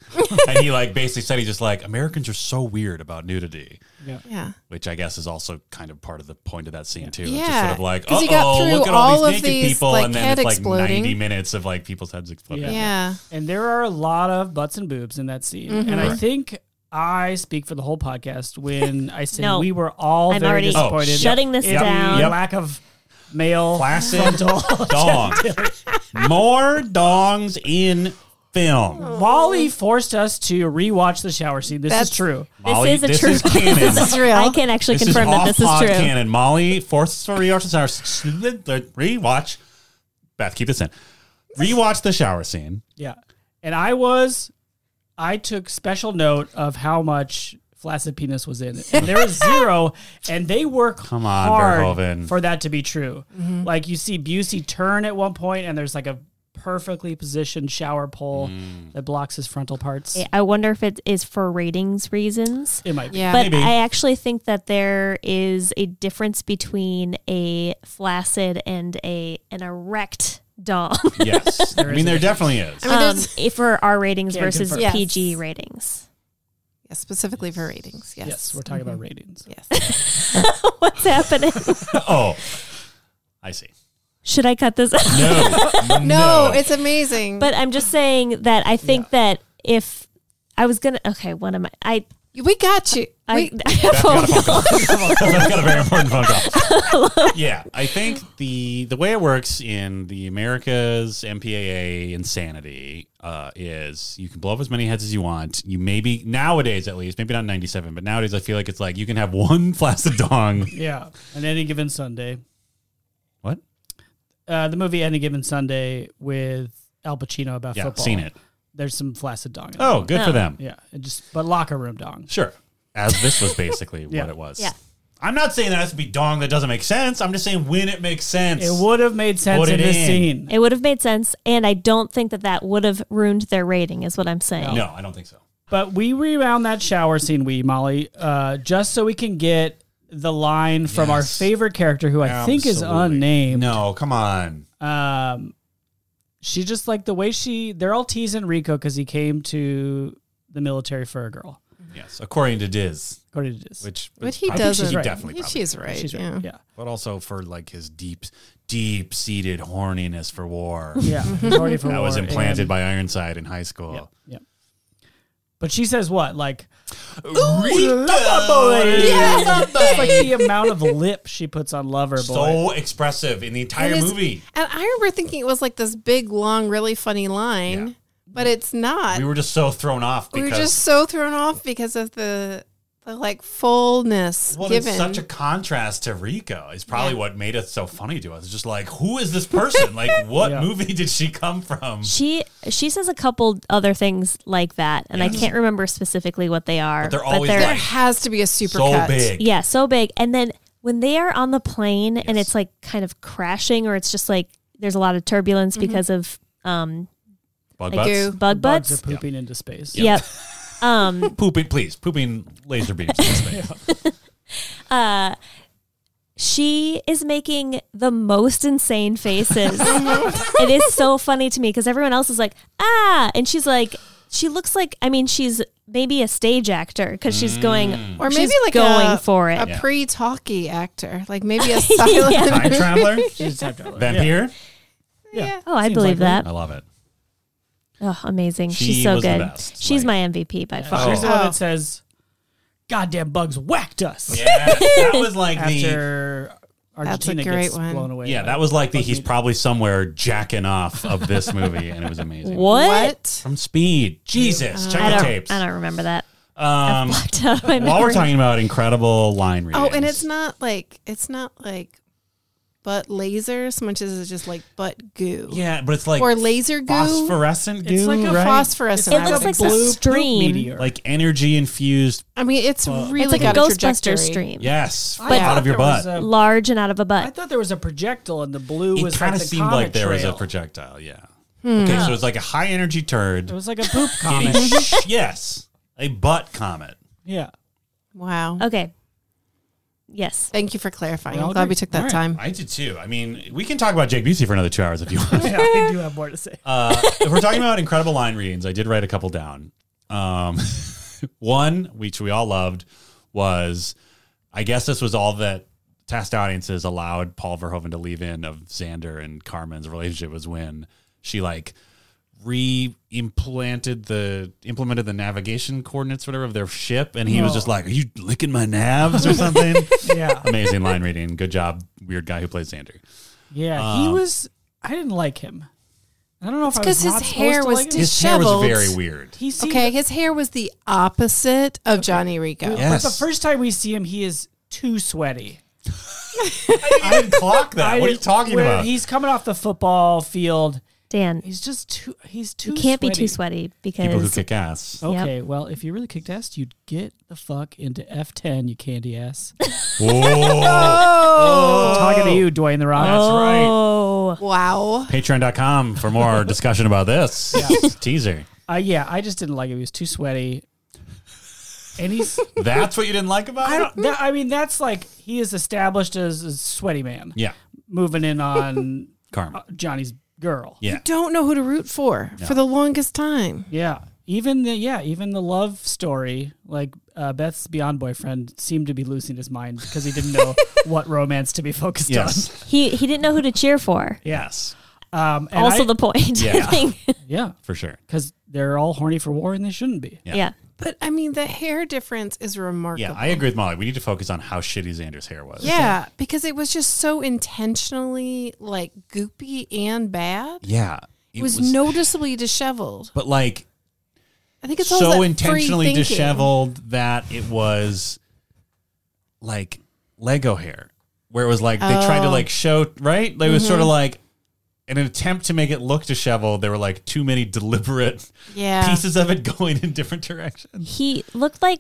Speaker 3: and he like basically said he's just like Americans are so weird about nudity,
Speaker 4: Yeah.
Speaker 3: which I guess is also kind of part of the point of that scene too. It's just
Speaker 4: Yeah,
Speaker 3: sort of like,
Speaker 4: 'cause
Speaker 3: "Oh,
Speaker 4: he got through
Speaker 3: look at all,
Speaker 4: all of
Speaker 3: these naked
Speaker 4: these,
Speaker 3: people,"
Speaker 4: like,
Speaker 3: and then
Speaker 4: head
Speaker 3: it's like
Speaker 4: exploding.
Speaker 3: ninety minutes of like people's heads exploding.
Speaker 2: Yeah.
Speaker 4: Yeah.
Speaker 2: And there are a lot of butts and boobs in that scene.
Speaker 1: Mm-hmm.
Speaker 2: And I think I speak for the whole podcast when I say
Speaker 1: No.
Speaker 2: we were all
Speaker 1: I'm
Speaker 2: very
Speaker 1: already
Speaker 2: disappointed.
Speaker 1: shutting this
Speaker 2: in the
Speaker 1: down.
Speaker 3: Yep.
Speaker 2: Lack of male
Speaker 3: Placid dong, more dongs in film.
Speaker 2: Wally forced us to rewatch the shower scene. This
Speaker 4: That's-
Speaker 2: is true.
Speaker 1: This
Speaker 3: Molly,
Speaker 1: is a true
Speaker 3: canon.
Speaker 1: [LAUGHS] this
Speaker 4: is real.
Speaker 1: I can actually confirm that this is
Speaker 3: off-pod
Speaker 1: true.
Speaker 3: Canon. Molly forces her rewatch the shower. Rewatch. Beth, keep this in. Rewatch the shower scene.
Speaker 2: Yeah. And I was, I took special note of how much flaccid penis was in it. And there was zero,
Speaker 3: [LAUGHS]
Speaker 2: and they work
Speaker 3: Come on,
Speaker 2: hard
Speaker 3: Verhoeven.
Speaker 2: for that to be true.
Speaker 4: Mm-hmm.
Speaker 2: Like you see Busey turn at one point, and there's like a perfectly positioned shower pole
Speaker 3: Mm.
Speaker 2: that blocks his frontal parts.
Speaker 1: I wonder if it is for ratings reasons.
Speaker 2: It might be.
Speaker 4: Yeah.
Speaker 1: But
Speaker 3: Maybe.
Speaker 1: I actually think that there is a difference between a flaccid and a an erect dong
Speaker 3: Yes. I mean, [LAUGHS] there definitely is.
Speaker 4: [LAUGHS] I mean,
Speaker 1: um,
Speaker 4: there's
Speaker 1: if for R ratings
Speaker 2: Can't
Speaker 1: versus
Speaker 2: confirm.
Speaker 4: Yes.
Speaker 1: PG ratings. [LAUGHS]
Speaker 4: yeah, specifically for ratings. Yes. Mm-hmm.
Speaker 2: Yes. we're talking about ratings.
Speaker 4: Yes.
Speaker 1: What's happening? [LAUGHS]
Speaker 3: Oh, I see.
Speaker 1: Should I cut this?
Speaker 4: Mm-hmm.
Speaker 1: out? [LAUGHS]
Speaker 3: No.
Speaker 4: no, Oh, it's amazing. But
Speaker 1: but I'm just saying that I think that if I was gonna, okay, what am I? I
Speaker 4: we got you.
Speaker 1: I,
Speaker 4: We-
Speaker 1: [LAUGHS] I have
Speaker 3: Got a
Speaker 1: a-
Speaker 3: phone call. I've got a very important phone call. [LAUGHS] Yeah, I think the the way it works in the America's MPAA insanity uh, is you can blow up as many heads as you want. You maybe nowadays at least, maybe not ninety seven, but nowadays I feel like it's like you can have one [LAUGHS] flaccid dong.
Speaker 2: Yeah. On any given Sunday.
Speaker 3: What?
Speaker 2: Uh, the movie Any Given Sunday with Al Pacino about
Speaker 3: Yeah,
Speaker 2: football.
Speaker 3: seen it.
Speaker 2: There's some flaccid dong. in it.
Speaker 3: Oh, good
Speaker 1: No.
Speaker 3: for them.
Speaker 2: Yeah, it just but locker room dong.
Speaker 3: Sure. As this was basically
Speaker 2: [LAUGHS] Yeah.
Speaker 3: what it was.
Speaker 1: Yeah.
Speaker 3: I'm not saying that has to be dong that doesn't make sense. I'm just saying when it makes sense.
Speaker 2: It would have made sense
Speaker 3: Put
Speaker 2: in
Speaker 3: it
Speaker 2: this
Speaker 3: in.
Speaker 2: scene.
Speaker 1: It would have made sense, and I don't think that that would have ruined their rating, is what I'm saying.
Speaker 3: No, I don't think so.
Speaker 2: But we rewound that shower scene, we Molly, uh, just so we can get the line from our
Speaker 3: Yes.
Speaker 2: favorite character, who I think is
Speaker 3: Absolutely.
Speaker 2: unnamed.
Speaker 3: No, come on.
Speaker 2: Um, she just like the way she. They're all teasing Rico because he came to the military for a girl.
Speaker 3: Yes, according to Diz,
Speaker 2: According to this,
Speaker 3: which
Speaker 4: But he
Speaker 3: I think
Speaker 4: doesn't.
Speaker 3: She
Speaker 2: Right.
Speaker 3: definitely. probably
Speaker 4: she's right.
Speaker 2: she's right.
Speaker 4: yeah.
Speaker 2: Yeah,
Speaker 3: but also for like his deep, deep seated horniness for war
Speaker 2: yeah. he's already for
Speaker 3: that was
Speaker 2: war,
Speaker 3: implanted
Speaker 2: and-
Speaker 3: by Ironside in high school.
Speaker 2: Yep, yep. But she says what? Like,
Speaker 3: Rico! Oh,
Speaker 2: yeah, it's like the amount of lip she puts on Lover Boy.
Speaker 3: So expressive in the entire
Speaker 4: It is-
Speaker 3: movie.
Speaker 4: And I remember thinking it was like this big, long, really funny line,
Speaker 3: Yeah.
Speaker 4: but it's not. We
Speaker 3: We
Speaker 4: were,
Speaker 3: were just so thrown off because
Speaker 4: just so thrown off because of the, the like fullness
Speaker 3: well,
Speaker 4: given.
Speaker 3: it's such a contrast to Rico. Is probably what made it so funny to us. Just like, who is this
Speaker 4: [LAUGHS]
Speaker 3: person? like, what
Speaker 2: Yeah.
Speaker 3: movie did she come from?
Speaker 1: She she says a couple other things like that, and I
Speaker 3: Yes.
Speaker 1: can't remember specifically what they are.
Speaker 3: But they're always
Speaker 4: there
Speaker 3: like-
Speaker 4: has to be a super
Speaker 3: So
Speaker 4: cut.
Speaker 3: big.
Speaker 1: yeah, so big. And then when they are on the plane and
Speaker 3: Yes.
Speaker 1: it's like kind of crashing, or it's just like there's a lot of turbulence
Speaker 3: Mm-hmm.
Speaker 1: because of um
Speaker 3: Bug
Speaker 4: I
Speaker 3: butts.
Speaker 4: do.
Speaker 1: bug
Speaker 2: Bugs
Speaker 1: butts.
Speaker 2: are pooping into space.
Speaker 1: Yep.
Speaker 2: [LAUGHS]
Speaker 1: um.
Speaker 3: Pooping, please. Pooping
Speaker 4: [LAUGHS]
Speaker 3: laser beams. in space.
Speaker 1: Uh. She is making the most insane
Speaker 3: [LAUGHS]
Speaker 1: faces.
Speaker 3: Mm-hmm.
Speaker 1: it is so funny to me because everyone else is like, ah, and she's like, she looks like. I mean, she's maybe a stage actor because she's
Speaker 3: Mm.
Speaker 1: going
Speaker 4: Or
Speaker 1: she's
Speaker 4: maybe like
Speaker 1: going
Speaker 4: a,
Speaker 1: for it.
Speaker 4: a
Speaker 3: Yeah.
Speaker 4: pre-talkie actor, like
Speaker 1: [LAUGHS]
Speaker 4: maybe a silent [LAUGHS]
Speaker 3: Time traveler,
Speaker 2: She's a time traveler.
Speaker 3: vampire.
Speaker 2: Yeah.
Speaker 1: Oh, I
Speaker 2: Seems
Speaker 1: believe
Speaker 2: like
Speaker 1: that.
Speaker 3: I love it.
Speaker 1: Oh, amazing.
Speaker 3: She
Speaker 1: She's so
Speaker 3: was the
Speaker 1: good.
Speaker 3: best.
Speaker 1: She's
Speaker 3: Like-
Speaker 1: my MVP by far.
Speaker 2: She's the
Speaker 3: Oh.
Speaker 2: one that says, "Goddamn bugs whacked us."
Speaker 3: [LAUGHS] Yeah, that was like the
Speaker 2: After Argentina
Speaker 4: a great
Speaker 2: gets
Speaker 4: one.
Speaker 2: blown away.
Speaker 3: yeah,
Speaker 2: by-
Speaker 3: that was like the he's probably somewhere jacking off of this movie, and it was amazing.
Speaker 1: What? Uh,
Speaker 4: What?
Speaker 3: From Speed, Jesus,
Speaker 1: I
Speaker 3: check the
Speaker 1: don't.
Speaker 3: tapes.
Speaker 1: I don't remember that. [LAUGHS]
Speaker 3: Um,
Speaker 1: Blocked out of my
Speaker 3: while we're
Speaker 1: memory.
Speaker 3: talking about incredible line readings,
Speaker 4: Oh, and it's not like it's not like butt laser so much as it's just like butt goo.
Speaker 3: yeah, but it's like
Speaker 4: or laser goo.
Speaker 3: phosphorescent goo,
Speaker 2: It's like a
Speaker 3: right?
Speaker 4: Phosphorescent.
Speaker 1: It
Speaker 4: I
Speaker 1: looks
Speaker 4: would
Speaker 1: like
Speaker 4: expect.
Speaker 1: blue-
Speaker 2: poop
Speaker 1: stream.
Speaker 2: meteor.
Speaker 3: like energy infused.
Speaker 4: I mean, it's really
Speaker 1: It's like
Speaker 4: got
Speaker 1: a
Speaker 4: a
Speaker 1: Ghostbuster
Speaker 4: trajectory.
Speaker 1: stream.
Speaker 3: Yes,
Speaker 2: I
Speaker 3: out
Speaker 2: thought
Speaker 3: of your
Speaker 2: there was
Speaker 3: butt.
Speaker 2: a-
Speaker 1: Large and out of a
Speaker 2: I
Speaker 1: butt.
Speaker 2: thought there was a projectile, and the blue
Speaker 3: it
Speaker 2: was
Speaker 3: kind
Speaker 2: kind
Speaker 3: of seemed like there was a projectile. Yeah.
Speaker 1: Hmm.
Speaker 3: Okay, so it's like a high energy turd.
Speaker 2: It was like a poop
Speaker 3: getting
Speaker 2: comet.
Speaker 3: sh- yes, a butt comet.
Speaker 2: yeah. [LAUGHS]
Speaker 4: Wow.
Speaker 1: Okay. Yes.
Speaker 4: Thank you for clarifying.
Speaker 2: We all
Speaker 4: I'm glad
Speaker 2: agree.
Speaker 4: we took that
Speaker 2: All right.
Speaker 4: time.
Speaker 3: I did too. I mean, we can talk about Jake Busey for another two hours if
Speaker 2: [LAUGHS]
Speaker 3: you want.
Speaker 2: yeah, I do have more to say.
Speaker 3: Uh, if we're talking about incredible line readings, I did write a couple down. Um, [LAUGHS] one, which we all loved, was I guess this was all that test audiences allowed Paul Verhoeven to leave in of Xander and Carmen's relationship was when she like re-implanted the implemented the navigation coordinates whatever of their ship, and he was just like, "Are you licking my navs or something?"
Speaker 2: yeah,
Speaker 3: Amazing line reading. Good job, weird guy who plays Xander.
Speaker 2: yeah. he
Speaker 3: Um,
Speaker 2: was. I didn't like him. I don't know if I was
Speaker 4: because his
Speaker 2: not supposed
Speaker 4: hair
Speaker 2: to
Speaker 4: was
Speaker 2: like him.
Speaker 4: dis-
Speaker 3: His hair was
Speaker 4: Disheveled.
Speaker 3: very weird.
Speaker 2: He seemed
Speaker 4: Okay, his hair was the opposite of Johnny Rico.
Speaker 3: Yeah. Yes.
Speaker 2: But the first time we see him, he is too sweaty.
Speaker 3: [LAUGHS] I didn't clock that.
Speaker 2: I-
Speaker 3: what are you talking
Speaker 2: where
Speaker 3: about?
Speaker 2: He's coming off the football field.
Speaker 1: Dan,
Speaker 2: He's just too. He's too.
Speaker 1: you can't be
Speaker 2: sweaty.
Speaker 1: too sweaty
Speaker 3: People who
Speaker 1: because
Speaker 3: kick ass.
Speaker 2: Okay, well, if you really kicked ass, you'd get the fuck into F10, you candy
Speaker 1: [LAUGHS]
Speaker 2: ass.
Speaker 3: Oh.
Speaker 2: Talking to you, Dwayne the Rock.
Speaker 3: That's right.
Speaker 1: oh,
Speaker 4: Wow.
Speaker 3: Patreon.com
Speaker 2: [LAUGHS]
Speaker 3: for more discussion about this teaser.
Speaker 2: Uh, yeah, I just didn't like him. He was too sweaty, and
Speaker 1: [LAUGHS]
Speaker 2: he's.
Speaker 3: That's what you didn't like about
Speaker 2: I
Speaker 3: it?
Speaker 2: don't. That, I mean, that's like he is established as a sweaty man,
Speaker 3: Yeah,
Speaker 2: moving in on
Speaker 3: Carmen.
Speaker 2: Johnny's girl.
Speaker 3: Yeah.
Speaker 4: You don't know who to root for for the longest time.
Speaker 2: Yeah. Even the yeah, even the love story, like uh, Beth's beyond boyfriend, seemed to be losing his mind because he didn't
Speaker 1: [LAUGHS]
Speaker 2: know what romance to be focused on.
Speaker 3: Yes.
Speaker 1: he he didn't know who to cheer for.
Speaker 3: yes.
Speaker 2: Um, and
Speaker 1: also,
Speaker 2: I-
Speaker 1: the point. [LAUGHS] I
Speaker 3: Yeah.
Speaker 1: think.
Speaker 2: yeah,
Speaker 3: For sure.
Speaker 2: because they're all horny for war and they shouldn't be.
Speaker 3: Yeah.
Speaker 1: yeah.
Speaker 4: But I mean, the hair difference is remarkable.
Speaker 3: Yeah, I agree with Molly. We need to focus on how shitty Xander's hair was.
Speaker 4: Yeah, because it was just so intentionally like goopy and bad.
Speaker 3: Yeah.
Speaker 4: It was, noticeably disheveled.
Speaker 3: But like
Speaker 4: I think it's all that
Speaker 3: so
Speaker 4: free
Speaker 3: intentionally
Speaker 4: thinking.
Speaker 3: disheveled that it was like Lego hair, where it was like they tried to
Speaker 4: Oh.
Speaker 3: like show right. They was sort
Speaker 1: Mm-hmm.
Speaker 3: of like in an attempt to make it look disheveled. There were like too many deliberate
Speaker 4: Yeah.
Speaker 3: [LAUGHS] pieces of it going in different directions.
Speaker 1: He looked like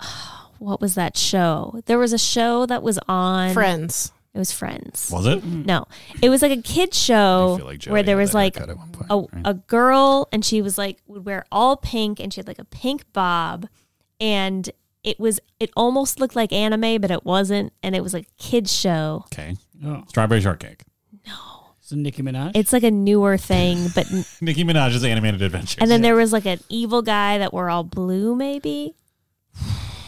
Speaker 1: [SIGHS] what was that show? There was a show that was on.
Speaker 4: Friends.
Speaker 1: It was Friends.
Speaker 3: Was it?
Speaker 1: No, it was like a kid show where there was like
Speaker 3: at one point.
Speaker 1: a, a girl and she was like would wear all pink and she had like a pink bob and it was it almost looked like anime but it wasn't and it was like a kids show
Speaker 3: okay.
Speaker 2: Oh,
Speaker 3: Strawberry Shortcake. [LAUGHS]
Speaker 2: so Nicki Minaj.
Speaker 1: it's like a newer thing but
Speaker 3: [LAUGHS] Nicki Minaj's animated adventures.
Speaker 1: and then there was like an evil guy that wore all blue maybe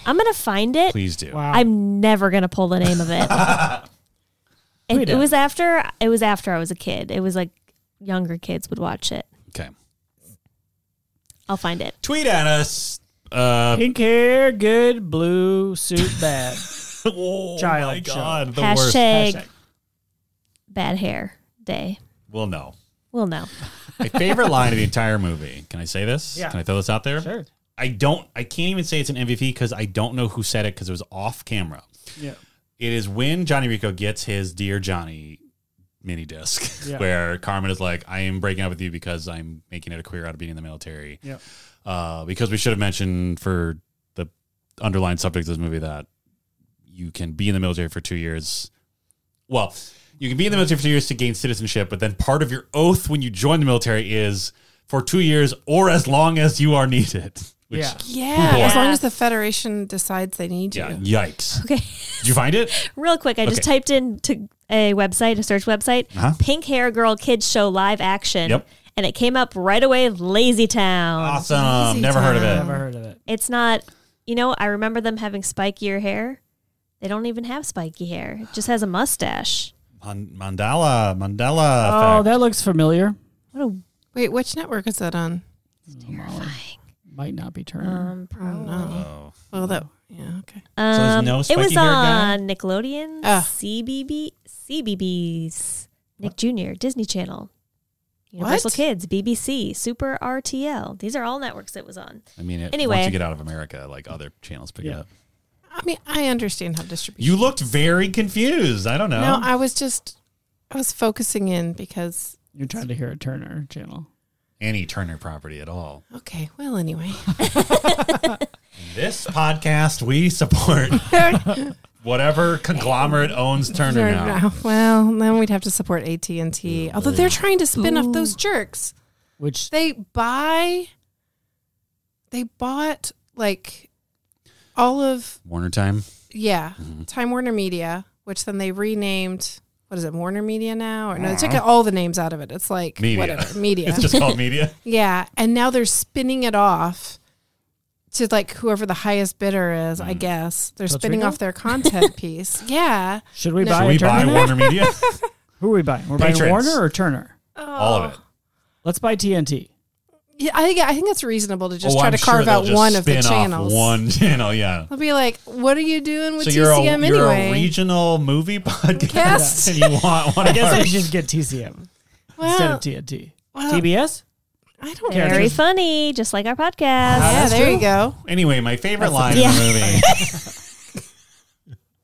Speaker 1: i'm gonna find it
Speaker 3: Please do.
Speaker 2: wow.
Speaker 1: i'm never gonna pull the name of it
Speaker 3: [LAUGHS]
Speaker 2: We
Speaker 1: it, it
Speaker 2: don't.
Speaker 1: was after it was after i was a kid it was like younger kids would watch it
Speaker 3: Okay.
Speaker 1: i'll find it
Speaker 3: Tweet at us. Uh,
Speaker 2: Pink hair, good. Blue suit, bad.
Speaker 3: [LAUGHS] oh
Speaker 2: Child
Speaker 3: my God. The worst.
Speaker 1: hashtag,
Speaker 2: Hashtag.
Speaker 1: bad hair day
Speaker 3: We'll know.
Speaker 1: we'll know [LAUGHS]
Speaker 3: My favorite line of the entire movie. Can I say this?
Speaker 2: Yeah.
Speaker 3: Can I throw this out there?
Speaker 2: Sure.
Speaker 3: I don't. I can't even say it's an MVP because I don't know who said it because it was off camera.
Speaker 2: Yeah.
Speaker 3: It is when Johnny Rico gets his Dear Johnny mini disc,
Speaker 2: Yeah.
Speaker 3: [LAUGHS] where Carmen is like, "I am breaking up with you because I'm making it a career out of being in the military."
Speaker 2: Yep.
Speaker 3: Uh, because we should have mentioned for the underlying subject of this movie that you can be in the military for two years. Well, you can be in the military for two years to gain citizenship, but then part of your oath when you join the military is for two years or as long as you are needed. Which,
Speaker 2: Yeah.
Speaker 4: Yeah.
Speaker 3: boy.
Speaker 4: As long as the Federation decides they need you.
Speaker 3: yeah, yikes.
Speaker 1: Okay.
Speaker 3: Did you
Speaker 4: [LAUGHS]
Speaker 3: find it?
Speaker 1: Real quick, I just
Speaker 3: Okay.
Speaker 1: typed in to a website, a search website,
Speaker 3: Uh-huh.
Speaker 1: pink hair girl kids show live action.
Speaker 3: Yep.
Speaker 1: And it came up right away, Lazy Town.
Speaker 3: Awesome.
Speaker 4: Easy
Speaker 3: Never heard of
Speaker 4: time.
Speaker 3: it.
Speaker 2: Never heard of it.
Speaker 1: It's not, you know, I remember them having spikier hair. They don't even have spiky hair. It just has a mustache.
Speaker 3: Mon- mandala, mandala.
Speaker 2: Oh,
Speaker 3: effect.
Speaker 2: that looks familiar.
Speaker 1: What a
Speaker 4: Wait, which network is that on?
Speaker 3: Oh,
Speaker 1: terrifying.
Speaker 2: Might not be Turner.
Speaker 1: Um,
Speaker 4: I don't
Speaker 1: probably.
Speaker 4: know.
Speaker 3: Oh.
Speaker 4: Well, that, yeah, okay.
Speaker 3: So there's
Speaker 1: Um,
Speaker 3: no
Speaker 1: it was
Speaker 3: spiky hair guy?
Speaker 1: on Nickelodeon,
Speaker 4: Ah.
Speaker 1: CBB, CBBS, Nick Jr., Disney Channel, Universal
Speaker 4: What?
Speaker 1: Kids, BBC, Super RTL. These are all networks it was on.
Speaker 3: I mean, it,
Speaker 1: Anyway.
Speaker 3: once you get out of America, like other channels pick it
Speaker 2: Yeah.
Speaker 3: up.
Speaker 4: I mean, I understand how distribution.
Speaker 3: You looked very confused. I don't know.
Speaker 4: No, I was just, I was focusing in because,
Speaker 2: You're trying to hear a Turner channel.
Speaker 3: Any Turner property at all.
Speaker 4: okay, well,
Speaker 3: [LAUGHS]
Speaker 4: anyway.
Speaker 3: This podcast,
Speaker 4: [LAUGHS]
Speaker 3: we support whatever conglomerate owns Turner now.
Speaker 4: [LAUGHS] Well, then we'd have to support AT and T. Although they're trying to spin off those jerks.
Speaker 2: Which
Speaker 4: They buy. They bought like all of
Speaker 3: Warner time.
Speaker 4: yeah
Speaker 3: Mm-hmm.
Speaker 4: Time Warner Media, which then they renamed. What is it, Warner Media now? Or no, they took all the names out of it. It's like
Speaker 3: Media.
Speaker 4: whatever media.
Speaker 3: [LAUGHS] It's just called
Speaker 4: [LAUGHS]
Speaker 3: media.
Speaker 4: yeah, and now they're spinning it off to like whoever the highest bidder is.
Speaker 3: Mm.
Speaker 4: I guess they're spinning
Speaker 2: legal?
Speaker 4: off their
Speaker 3: [LAUGHS]
Speaker 4: content piece. Yeah.
Speaker 2: should we
Speaker 4: No.
Speaker 2: buy
Speaker 3: Should
Speaker 2: a
Speaker 3: we buy
Speaker 2: Turner? now?
Speaker 3: Warner Media?
Speaker 4: [LAUGHS]
Speaker 2: Who are we buying? We're buying
Speaker 3: Patrons.
Speaker 2: Warner or Turner.
Speaker 3: All of
Speaker 4: Oh,
Speaker 3: it.
Speaker 2: Let's buy TNT.
Speaker 4: Yeah, I think I think that's reasonable to just
Speaker 3: Oh,
Speaker 4: try
Speaker 3: I'm
Speaker 4: to
Speaker 3: sure
Speaker 4: carve
Speaker 3: they'll
Speaker 4: out
Speaker 3: just
Speaker 4: one of the
Speaker 3: spin off
Speaker 4: channels.
Speaker 3: One channel, yeah.
Speaker 4: They'll be like, "What are you doing with
Speaker 3: So you're a,
Speaker 4: TCM
Speaker 3: you're
Speaker 4: anyway?"
Speaker 3: a regional movie [LAUGHS] podcast,
Speaker 4: Yes.
Speaker 3: and you want one
Speaker 2: I
Speaker 3: of
Speaker 2: guess [LAUGHS]
Speaker 3: our
Speaker 2: we should get TCM instead
Speaker 4: well,
Speaker 2: of TNT.
Speaker 4: well,
Speaker 2: TBS.
Speaker 4: I don't
Speaker 2: Characters.
Speaker 1: Very funny, just like our podcast.
Speaker 4: Yeah, there you go.
Speaker 3: Anyway, my favorite line in the movie.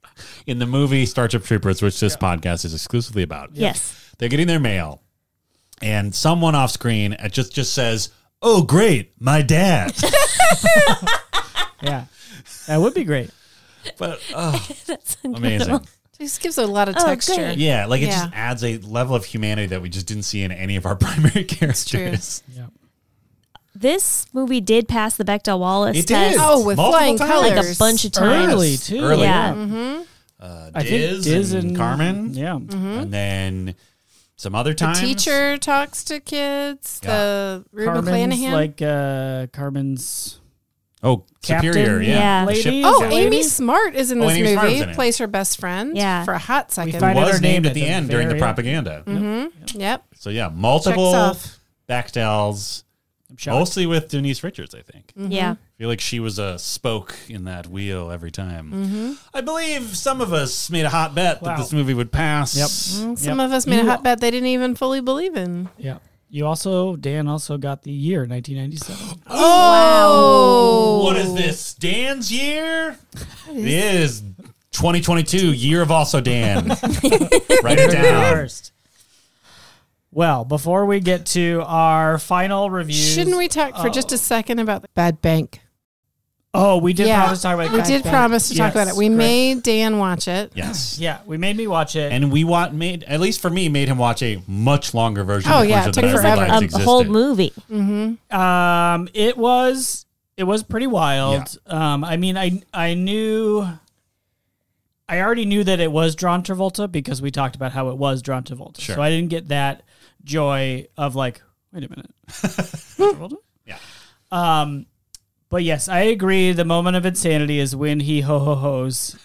Speaker 3: [LAUGHS] in the movie Starship Troopers, which this podcast is exclusively about.
Speaker 1: Yes. [LAUGHS]
Speaker 3: They're getting their mail, and someone off screen uh, just just says, "Oh, great,
Speaker 4: [LAUGHS]
Speaker 3: my dad."
Speaker 2: Yeah, that would be great.
Speaker 3: but oh,
Speaker 1: That's incredible.
Speaker 3: amazing.
Speaker 4: This gives a lot of
Speaker 1: Oh,
Speaker 4: texture.
Speaker 1: great.
Speaker 3: Yeah, like it
Speaker 4: Yeah.
Speaker 3: just adds a level of humanity that we just didn't see in any of our [LAUGHS] primary characters.
Speaker 4: true.
Speaker 2: Yeah.
Speaker 1: This movie did pass the Bechdel Wallace
Speaker 3: It
Speaker 1: test
Speaker 3: did.
Speaker 4: Oh, with
Speaker 3: Multiple
Speaker 4: flying
Speaker 3: times.
Speaker 4: colors,
Speaker 1: like a bunch of times.
Speaker 2: Early too.
Speaker 3: Early.
Speaker 1: Yeah.
Speaker 3: Uh,
Speaker 2: I think Mm-hmm.
Speaker 3: Diz, and, Carmen,
Speaker 2: Yeah.
Speaker 3: and then some other
Speaker 4: The
Speaker 3: times.
Speaker 4: teacher talks to kids.
Speaker 3: Yeah.
Speaker 4: The Ruby
Speaker 2: Carmen's
Speaker 4: Clanahan.
Speaker 2: like uh, Carmen's
Speaker 3: Oh,
Speaker 2: Captain,
Speaker 3: superior. Yeah.
Speaker 1: yeah.
Speaker 3: The ship
Speaker 2: lady.
Speaker 4: oh,
Speaker 2: Lady.
Speaker 4: Amy Smart is in
Speaker 3: Oh,
Speaker 4: this
Speaker 3: Amy Smart was
Speaker 4: movie.
Speaker 3: in it.
Speaker 4: Plays her best friend.
Speaker 1: Yeah.
Speaker 4: For a hot
Speaker 2: We
Speaker 4: second.
Speaker 2: find out
Speaker 3: was
Speaker 2: her
Speaker 3: named
Speaker 2: name
Speaker 3: at the end during the
Speaker 2: very end.
Speaker 3: propaganda.
Speaker 4: Mm-hmm. yep.
Speaker 3: So yeah,
Speaker 4: Checks
Speaker 3: multiple
Speaker 4: off.
Speaker 3: backdells,
Speaker 2: I'm shocked.
Speaker 3: mostly with Denise Richards. I think.
Speaker 4: Mm-hmm.
Speaker 1: Yeah.
Speaker 3: I feel like she was a spoke in that wheel every time.
Speaker 4: Mm-hmm.
Speaker 3: I believe some of us made a hot bet
Speaker 2: Wow.
Speaker 3: that this movie would pass.
Speaker 2: Yep.
Speaker 4: Some
Speaker 2: Yep.
Speaker 4: of us made
Speaker 2: You-
Speaker 4: a hot bet they didn't even fully believe in.
Speaker 2: Yeah. You also Dan also got the year 1997.
Speaker 3: [GASPS]
Speaker 4: Oh,
Speaker 3: What is this? Dan's year? It is 2022, year of
Speaker 4: [LAUGHS]
Speaker 3: also Dan. Write it down.
Speaker 2: First. Well, before we get to our final reviews,
Speaker 4: Shouldn't we talk for just a second about the bad bank?
Speaker 2: Oh, we did
Speaker 4: Yeah.
Speaker 2: promise to talk about it.
Speaker 4: We
Speaker 2: God
Speaker 4: did
Speaker 2: damn it.
Speaker 4: promise to talk
Speaker 2: Yes,
Speaker 4: about it. We
Speaker 2: correct.
Speaker 4: made Dan watch it.
Speaker 3: Yes.
Speaker 2: Yeah, we made me watch it.
Speaker 3: And we want made at least for me made him watch a much longer version.
Speaker 4: Oh,
Speaker 3: of
Speaker 4: yeah,
Speaker 3: Punch
Speaker 4: it took
Speaker 3: that I
Speaker 4: forever. Um,
Speaker 3: realized
Speaker 1: a
Speaker 3: existed.
Speaker 1: whole movie.
Speaker 4: Mm-hmm.
Speaker 2: um, it was it was pretty wild. Um, I mean, I I knew, I already knew that it was John Travolta because we talked about how it was John Travolta.
Speaker 3: Sure.
Speaker 2: So I didn't get that joy of like, wait a
Speaker 3: [LAUGHS]
Speaker 2: minute, John Travolta.
Speaker 3: Yeah.
Speaker 2: Um, but yes, I agree. The moment of insanity is when he ho ho ho's,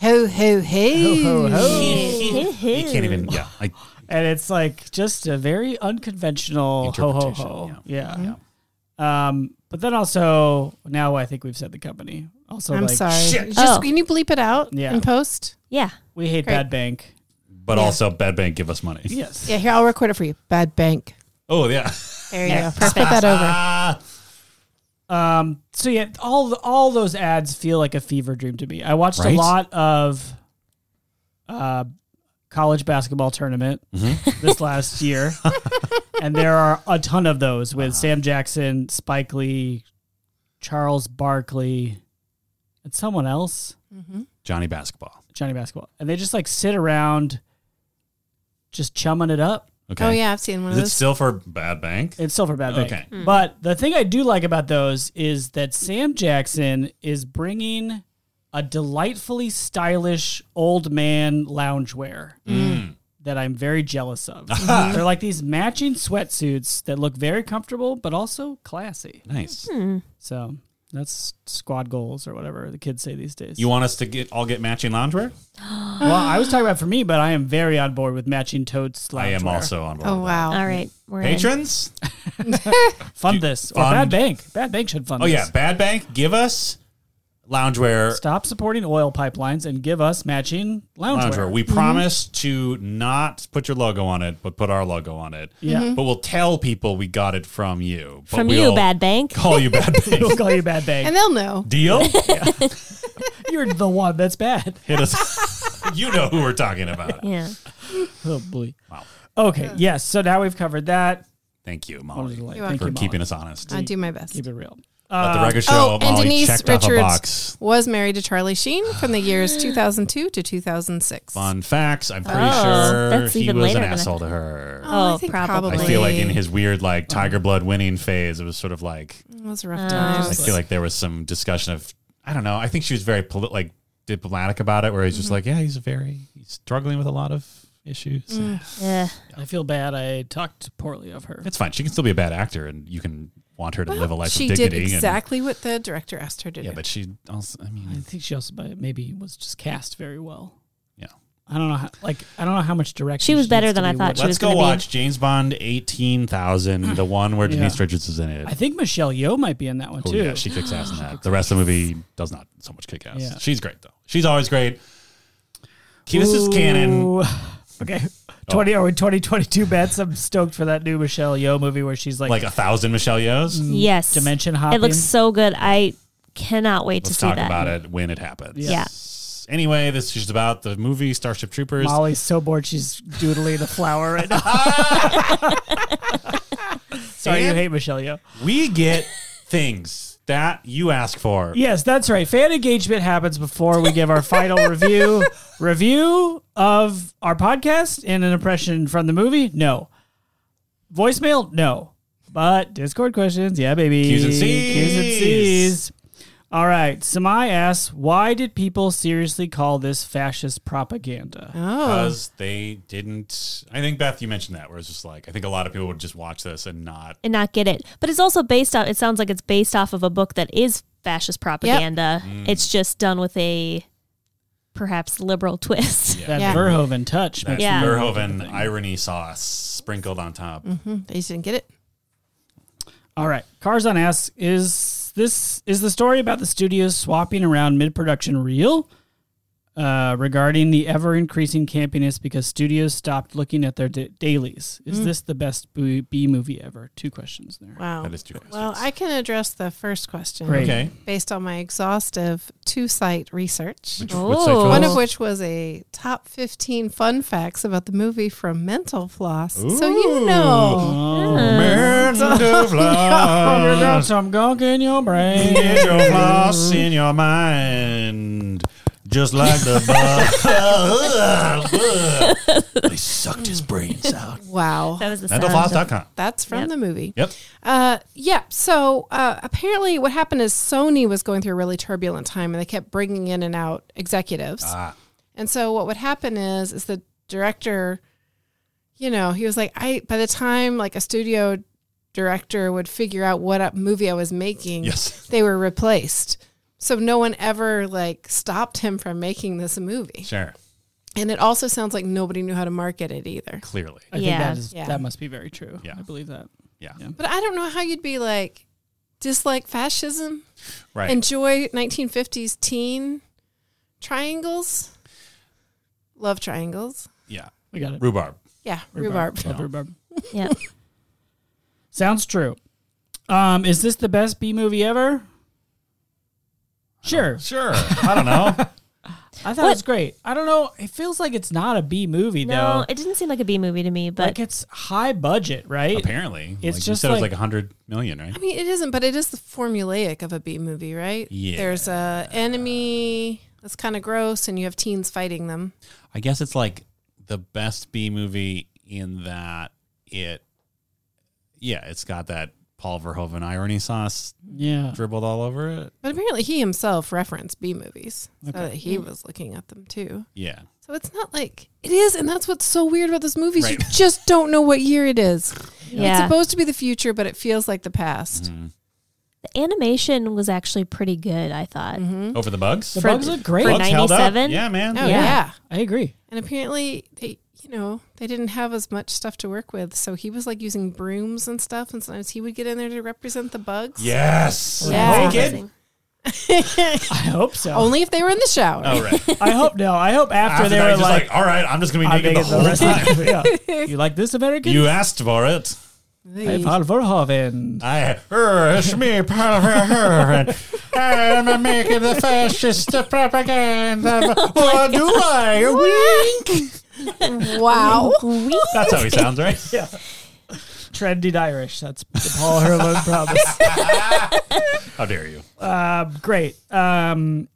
Speaker 4: Ho ho ho.
Speaker 2: Ho, ho, ho.
Speaker 3: You can't even. Yeah. I,
Speaker 2: and it's like just a very unconventional ho ho
Speaker 3: Interpretation,
Speaker 2: ho. Yeah.
Speaker 4: Mm-hmm.
Speaker 2: Um, but then also now I think we've said the company. Also,
Speaker 4: I'm
Speaker 2: like,
Speaker 4: sorry.
Speaker 3: shit.
Speaker 4: Just
Speaker 1: Oh.
Speaker 4: can you bleep it out
Speaker 2: Yeah.
Speaker 4: in post?
Speaker 1: Yeah.
Speaker 2: We hate
Speaker 4: Great.
Speaker 2: Bad Bank.
Speaker 3: but also, Bad Bank give us money.
Speaker 2: Yes.
Speaker 4: Yeah, here I'll record it for you. Bad bank.
Speaker 3: Oh yeah.
Speaker 4: There you go. Just put that over.
Speaker 3: Ah.
Speaker 2: Um. So yeah, all the, all those ads feel like a fever dream to me. I watched
Speaker 3: Right?
Speaker 2: a lot of uh, college basketball tournament [LAUGHS] this last year, and there are a ton of those with Sam Jackson, Spike Lee, Charles Barkley, and someone else,
Speaker 3: [LAUGHS] Johnny Basketball.
Speaker 2: Johnny Basketball, and they just like sit around, just chumming it up.
Speaker 3: Okay.
Speaker 4: Oh yeah, I've seen one
Speaker 3: Is
Speaker 4: of
Speaker 3: it
Speaker 4: those.
Speaker 3: still for Bad Bank?
Speaker 2: It's still for Bad Bank.
Speaker 3: Okay.
Speaker 2: But the thing I do like about those is that Sam Jackson is bringing a delightfully stylish old man loungewear
Speaker 3: Hmm.
Speaker 2: that I'm very jealous
Speaker 3: [LAUGHS]
Speaker 2: of. They're like these matching sweatsuits that look very comfortable but also classy.
Speaker 3: Nice.
Speaker 4: Hmm.
Speaker 2: So that's squad goals or whatever the kids say these days.
Speaker 3: You want us to get all get matching loungewear?
Speaker 2: well, I was talking about for me, but I am very on board with matching totes.
Speaker 3: I am
Speaker 2: loungewear.
Speaker 3: also on board.
Speaker 4: oh
Speaker 3: with
Speaker 4: wow.
Speaker 1: All right. We're
Speaker 3: that.
Speaker 1: in.
Speaker 4: [LAUGHS]
Speaker 3: Patrons?
Speaker 2: fund this or
Speaker 3: Fund-
Speaker 2: Bad Bank. Bad Bank should fund.
Speaker 3: Oh
Speaker 2: this.
Speaker 3: yeah, Bad Bank give us loungewear.
Speaker 2: Stop supporting oil pipelines and give us matching loungewear.
Speaker 3: Loungewear.
Speaker 4: Mm-hmm.
Speaker 3: We promise to not put your logo on it, but put our logo on it.
Speaker 2: yeah.
Speaker 4: Mm-hmm.
Speaker 3: But we'll tell people we got it from you. But
Speaker 1: From
Speaker 3: we'll
Speaker 1: you, Bad Bank.
Speaker 3: Call you
Speaker 4: [LAUGHS]
Speaker 3: Bad Bank.
Speaker 2: [LAUGHS] We'll call you bad bank.
Speaker 4: And they'll know. [LAUGHS]
Speaker 3: Deal?
Speaker 2: You're the one that's
Speaker 3: [LAUGHS]
Speaker 2: bad.
Speaker 3: Hit us. [LAUGHS] you know who we're talking about.
Speaker 1: Yeah.
Speaker 2: Oh boy.
Speaker 3: Wow.
Speaker 2: Okay. Yes. So now we've covered that.
Speaker 3: Thank you,
Speaker 2: I was
Speaker 3: Molly,
Speaker 2: like,
Speaker 4: You're
Speaker 2: Thank
Speaker 3: for
Speaker 2: you,
Speaker 3: keeping
Speaker 2: Molly.
Speaker 3: us honest.
Speaker 4: I do my best.
Speaker 2: Keep it real.
Speaker 3: Let the record show
Speaker 4: Oh, and
Speaker 3: Molly
Speaker 4: Denise
Speaker 3: checked off a
Speaker 4: Richards
Speaker 3: box.
Speaker 4: was married to Charlie Sheen from the [GASPS] years 2002 to 2006.
Speaker 3: Fun facts. I'm pretty
Speaker 1: Oh,
Speaker 3: sure
Speaker 1: that's
Speaker 3: he
Speaker 1: even
Speaker 3: was an
Speaker 1: later than I-
Speaker 3: asshole to her.
Speaker 4: Oh,
Speaker 1: Oh,
Speaker 4: I think
Speaker 1: probably.
Speaker 4: probably.
Speaker 3: I feel like in his weird, like Tiger Blood winning phase, it was sort of like
Speaker 4: It was a rough
Speaker 3: I
Speaker 4: time.
Speaker 3: feel like there was some discussion of I don't know. I think she was very poli- like diplomatic about it, where he's just like, yeah, he's very he's struggling with a lot of issues.
Speaker 1: Yeah.
Speaker 2: I feel bad. I talked poorly of her.
Speaker 3: It's fine. She can still be a bad actor, and you can want her to live a life
Speaker 4: she
Speaker 3: of
Speaker 4: did
Speaker 3: dignity.
Speaker 4: exactly what the director asked her to
Speaker 3: And, yeah,
Speaker 4: do.
Speaker 3: but she also. I
Speaker 2: I
Speaker 3: mean,
Speaker 2: think she also but maybe was just cast very well.
Speaker 3: yeah.
Speaker 2: I don't know. How, like I don't know how much direction
Speaker 1: She was better
Speaker 2: needs to
Speaker 1: than I
Speaker 2: be
Speaker 1: thought
Speaker 2: with.
Speaker 1: she was.
Speaker 3: Let's go
Speaker 1: gonna be-
Speaker 3: watch James Bond eighteen thousand, the one where Denise
Speaker 2: Yeah.
Speaker 3: Richards is in it.
Speaker 2: I think Michelle Yeoh might be in that one
Speaker 3: Oh,
Speaker 2: too.
Speaker 3: yeah, she kicks ass in that. The rest of the movie does not so much kick ass.
Speaker 2: Yeah.
Speaker 3: She's great though. She's always great. Keep this is canon. Oh.
Speaker 2: Ooh. Okay. oh, 20 or 2022 bets. I'm stoked for that new Michelle Yeoh movie where she's like,
Speaker 3: Like a thousand Michelle Yeohs.
Speaker 1: Yes.
Speaker 2: dimension hopping.
Speaker 1: It looks so good. I cannot wait
Speaker 3: Let's
Speaker 1: to see
Speaker 3: talk
Speaker 1: that.
Speaker 3: about it when it happens.
Speaker 1: Yeah.
Speaker 3: Anyway, this is about the movie Starship Troopers.
Speaker 2: Molly's so bored she's doodling a flower right
Speaker 3: [LAUGHS]
Speaker 2: now. Sorry, you
Speaker 3: And-
Speaker 2: hate Michelle Yeoh.
Speaker 3: We get things that you ask for.
Speaker 2: Yes, that's right. Fan engagement happens before we give our
Speaker 3: [LAUGHS]
Speaker 2: final review. Review of our podcast and an impression from the movie? No. Voicemail? No. But Discord questions? Yeah, baby.
Speaker 3: Q's and
Speaker 2: Q's and
Speaker 3: C's.
Speaker 2: C's. All right. Samai asks, why did people seriously call this fascist propaganda?
Speaker 4: oh,
Speaker 3: Because they didn't. I think, Beth, you mentioned that, where it's just like, I think a lot of people would just watch this and not.
Speaker 1: and not get it. But it's also based off. It sounds like it's based off of a book that is fascist propaganda.
Speaker 3: Mm.
Speaker 1: It's just done with a perhaps liberal [LAUGHS] twist.
Speaker 2: That
Speaker 4: Yeah.
Speaker 2: Verhoeven touch.
Speaker 3: That
Speaker 2: makes
Speaker 1: Yeah.
Speaker 2: me wonder what
Speaker 3: Verhoeven
Speaker 2: the thing-
Speaker 3: irony sauce sprinkled on top.
Speaker 4: they just didn't get it.
Speaker 2: All right. Carzon asks, is this is the story about the studios swapping around mid production real? uh, regarding the ever increasing campiness because studios stopped looking at their da- dailies. Is
Speaker 4: Mm.
Speaker 2: this the best B-, B movie ever? Two questions there.
Speaker 4: Wow.
Speaker 3: That is two questions.
Speaker 4: Well, I can address the first question
Speaker 2: Great.
Speaker 3: okay.
Speaker 4: based on my exhaustive two site research.
Speaker 3: Which,
Speaker 1: Oh.
Speaker 3: which side
Speaker 1: One
Speaker 4: One
Speaker 3: goes?
Speaker 4: of which was a top 15 fun facts about the movie from Mental Floss. So you
Speaker 3: Ooh.
Speaker 4: know.
Speaker 2: Oh.
Speaker 3: Mend [LAUGHS] of
Speaker 2: You got
Speaker 3: love.
Speaker 2: some gunk in your [LAUGHS] brain.
Speaker 3: Get your floss in your mind. Just like the [LAUGHS] bug. they sucked his brains out.
Speaker 4: Wow.
Speaker 1: That was the sound.
Speaker 3: Mentalfloss.com.
Speaker 4: That's from
Speaker 1: Yep.
Speaker 4: the movie.
Speaker 3: Yep.
Speaker 4: Uh, yeah. So uh, apparently, what happened is Sony was going through a really turbulent time, and they kept bringing in and out executives.
Speaker 3: Ah.
Speaker 4: And so what would happen is, is the director, you know, he was like, I by the time like a studio director would figure out what a movie I was making,
Speaker 3: Yes.
Speaker 4: they were replaced. So no one ever like stopped him from making this movie.
Speaker 3: Sure.
Speaker 4: And it also sounds like nobody knew how to market it either.
Speaker 3: Clearly.
Speaker 2: I think
Speaker 1: Yeah.
Speaker 2: that, is,
Speaker 4: Yeah.
Speaker 2: that must be very true.
Speaker 3: Yeah.
Speaker 2: I believe that.
Speaker 3: Yeah.
Speaker 2: Yeah.
Speaker 4: But I don't know how you'd be like dislike fascism,
Speaker 3: Right.
Speaker 4: enjoy 1950s teen triangles. Love triangles.
Speaker 3: yeah.
Speaker 2: We got it.
Speaker 3: Rhubarb.
Speaker 4: Yeah, rhubarb.
Speaker 2: Love rhubarb.
Speaker 1: Yeah.
Speaker 2: Sounds true. Um, is this the best B movie ever? Sure.
Speaker 3: Sure. [LAUGHS] I don't know.
Speaker 2: I thought
Speaker 1: What?
Speaker 2: it was great. I don't know. It feels like it's not a B movie
Speaker 1: No,
Speaker 2: though.
Speaker 1: it didn't seem like a B movie to me, but
Speaker 2: like it's high budget, right?
Speaker 3: Apparently.
Speaker 2: It's
Speaker 3: like you
Speaker 2: just
Speaker 3: said it was
Speaker 2: like-
Speaker 3: like 100 million, right?
Speaker 4: I mean, it isn't, but it is the formulaic of a B movie, right?
Speaker 3: Yeah.
Speaker 4: There's a enemy that's kind of gross, and you have teens fighting them.
Speaker 3: I guess it's like the best B movie in that it, yeah, it's got that Paul Verhoeven irony sauce
Speaker 2: Yeah.
Speaker 3: dribbled all over it.
Speaker 4: But apparently, he himself referenced B movies,
Speaker 2: Okay.
Speaker 4: so that he was looking at them too.
Speaker 3: Yeah.
Speaker 4: So it's not like it is, and that's what's so weird about this movie. is You
Speaker 3: Right.
Speaker 4: just don't know what year it is. It's
Speaker 1: yeah,
Speaker 4: supposed to be the future, but it feels like the past.
Speaker 3: Mm.
Speaker 1: the animation was actually pretty good. I thought.
Speaker 3: Over the bugs?
Speaker 2: The
Speaker 1: For-
Speaker 2: bugs look great.
Speaker 1: for
Speaker 3: Bugs held up.
Speaker 1: 97?
Speaker 3: Yeah, man.
Speaker 4: Oh
Speaker 1: Yeah.
Speaker 4: yeah.
Speaker 2: I agree.
Speaker 4: and apparently they, you know, they didn't have as much stuff to work with, so he was like using brooms and stuff, and sometimes he would get in there to represent the bugs.
Speaker 3: Yes.
Speaker 4: Yeah.
Speaker 3: Naked?
Speaker 2: [LAUGHS] I hope so.
Speaker 4: Only if they were in the shower.
Speaker 3: Oh, right.
Speaker 2: I hope no. I hope after,
Speaker 3: After
Speaker 2: they
Speaker 3: that,
Speaker 2: were
Speaker 3: just like,
Speaker 2: like,
Speaker 3: all right, I'm just going to
Speaker 2: I'm
Speaker 3: be naked
Speaker 2: naked
Speaker 3: the whole
Speaker 2: rest [LAUGHS]
Speaker 3: time.
Speaker 2: of the time. yeah. You like this American?
Speaker 3: You asked for it.
Speaker 2: I'm Paul Verhoeven.
Speaker 3: I, er, it's me, Paul Verhoeven. I'm making the fascist propaganda. What do I? Wink. [LAUGHS]
Speaker 4: Wow.
Speaker 3: That's how he sounds, right?
Speaker 2: Yeah. Trendy Irish. That's the [LAUGHS] Paul Verhoeven promise.
Speaker 3: How dare you?
Speaker 2: Uh, great. Um,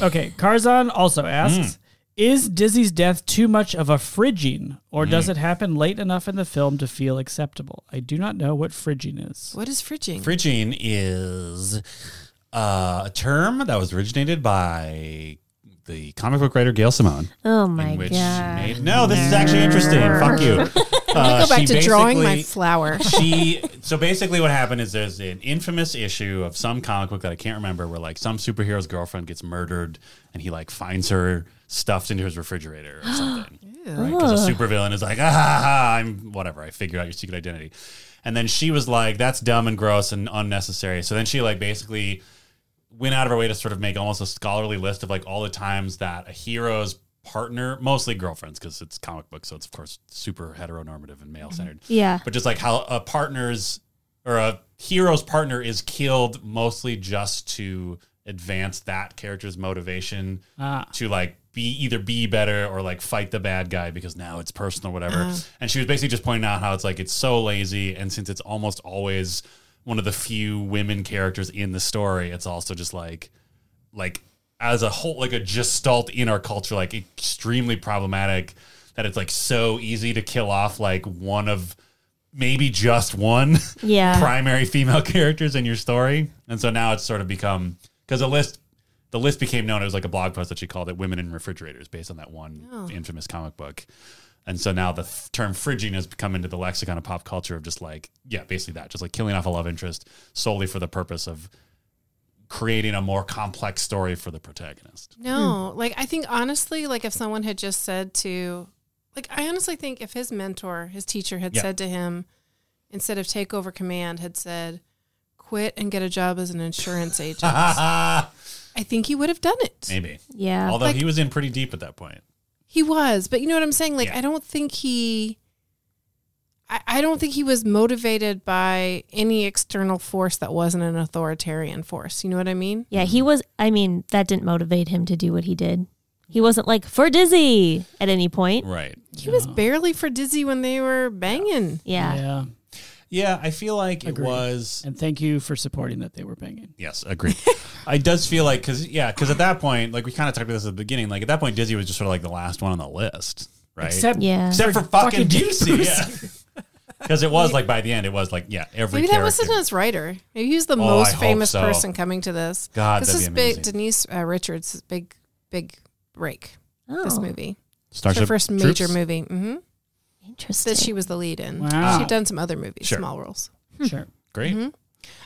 Speaker 2: okay. Karzan also
Speaker 3: Hmm.
Speaker 2: asks Is Dizzy's death too much of a fridging, or
Speaker 3: Hmm.
Speaker 2: does it happen late enough in the film to feel acceptable? I do not know what fridging is.
Speaker 4: What is fridging?
Speaker 3: Fridging is uh, a term that was originated by the comic book writer Gail Simone.
Speaker 1: Oh my
Speaker 3: in which
Speaker 1: god!
Speaker 3: she made, no, this is actually interesting.
Speaker 4: [LAUGHS]
Speaker 3: Fuck you. Uh,
Speaker 4: Go back
Speaker 3: she
Speaker 4: to drawing my
Speaker 3: basically- [LAUGHS]
Speaker 4: flower.
Speaker 3: she so basically what happened is there's an infamous issue of some comic book that I can't remember where like some superhero's girlfriend gets murdered and he like finds her stuffed into his refrigerator or something. right? Because a supervillain is like, ah, ha, ha, I'm whatever. I figure out your secret identity. And then she was like, that's dumb and gross and unnecessary. So then she like basically went out of her way to sort of make almost a scholarly list of like all the times that a hero's partner, mostly girlfriends, because it's comic book, so it's of course super heteronormative and male centered
Speaker 1: Yeah,
Speaker 3: but just like how a partner's or a hero's partner is killed mostly just to advance that character's motivation
Speaker 2: Ah.
Speaker 3: to like be either be better or like fight the bad guy because now it's personal or whatever. And she was basically just pointing out how it's like it's so lazy and since it's almost always one of the few women characters in the story, it's also just like like as a whole like a gestalt in our culture like extremely problematic that it's like so easy to kill off like one of maybe just one [LAUGHS]
Speaker 1: yeah.
Speaker 3: primary female [LAUGHS] characters in your story and so now it's sort of become because the list the list became known it was like a blog post that she called it women in refrigerators based on that one infamous comic book and so now the f- term fridging has come into the lexicon of pop culture of just like yeah basically that just like killing off a love interest solely for the purpose of creating a more complex story for the protagonist.
Speaker 4: No, like I think honestly, like if someone had just said to, like I honestly think if his mentor, his teacher had
Speaker 3: Yeah.
Speaker 4: said to him, instead of take
Speaker 3: [LAUGHS]
Speaker 4: over command, had said, quit and get a job as an insurance agent.
Speaker 3: Ah,
Speaker 4: I think he would have done it.
Speaker 3: Maybe.
Speaker 1: Yeah.
Speaker 3: Although
Speaker 4: Like-
Speaker 3: he was in pretty deep at that point.
Speaker 4: He was, but you know what I'm saying? Like,
Speaker 3: Yeah.
Speaker 4: I don't think he. I, I don't think he was motivated by any external force that wasn't an authoritarian force. You know what I mean?
Speaker 1: yeah, he was I mean, that didn't motivate him to do what he did. He wasn't like for dizzy at any point.
Speaker 3: Right.
Speaker 4: He was barely for dizzy when they were banging.
Speaker 1: Yeah.
Speaker 2: Yeah.
Speaker 3: Yeah, I feel like
Speaker 2: Agreed.
Speaker 3: it was.
Speaker 2: And thank you for supporting that they were banging.
Speaker 3: Yes, agreed. [LAUGHS] I does feel like because yeah, because at that point, like we kind of talked about this at the beginning. Like at that point, Dizzy was just sort of like the last one on the list, right?
Speaker 2: Except
Speaker 1: Yeah.
Speaker 3: Except for fucking,
Speaker 2: fucking Dave
Speaker 3: Dizzy, yeah. Because it was like by the end, it was like yeah, every
Speaker 4: Maybe that
Speaker 3: character. Oh,
Speaker 4: wasn't his writer. Maybe he was the
Speaker 3: I
Speaker 4: most
Speaker 3: hope
Speaker 4: famous
Speaker 3: so.
Speaker 4: person coming to this.
Speaker 3: God,
Speaker 4: this
Speaker 3: that'd
Speaker 4: is
Speaker 3: be
Speaker 4: big.
Speaker 3: amazing.
Speaker 4: Denise uh, Richards' big, big break. This
Speaker 1: Oh,
Speaker 4: movie, it's her
Speaker 3: Starship
Speaker 4: first
Speaker 3: Troops?
Speaker 4: major movie hmm
Speaker 1: Interesting.
Speaker 4: that she was the lead in.
Speaker 2: Wow.
Speaker 4: She'd done some other movies,
Speaker 3: Sure.
Speaker 4: small roles.
Speaker 2: [LAUGHS] sure.
Speaker 3: Great.